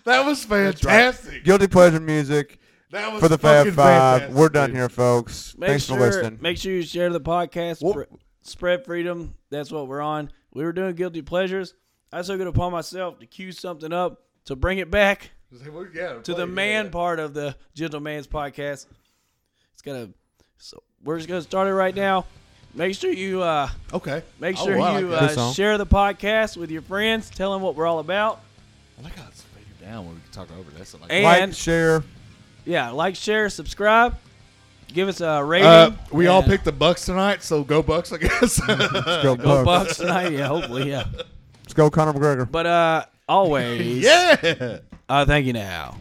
That was fantastic.
Guilty pleasure music
That was
for the Fab
fucking
Five.
fantastic,
We're done
dude.
here, folks.
Make
Thanks
sure,
for listening.
Make sure you share the podcast. Spre- spread freedom. That's what we're on. We were doing guilty pleasures. I took it upon myself to cue something up to bring it back
Oh, Yeah,
to the man part of the Gentleman's podcast. It's gonna. So we're just gonna start it right now. Make sure you uh,
Okay.
make
Oh,
sure
I like
you
that.
Good
uh,
song.
share the podcast with your friends. Tell them what we're all about.
I like how it's faded down when we can talk over this. I like
And
Like, share.
yeah, like, share, subscribe, give us a rating.
Uh, we all
and-
picked the Bucks tonight, so go Bucks, I guess.
Let's go,
Go
Bucks.
Bucks tonight. Yeah, hopefully, yeah.
Let's go, Conor McGregor.
But uh, always,
yeah.
uh, thank you now.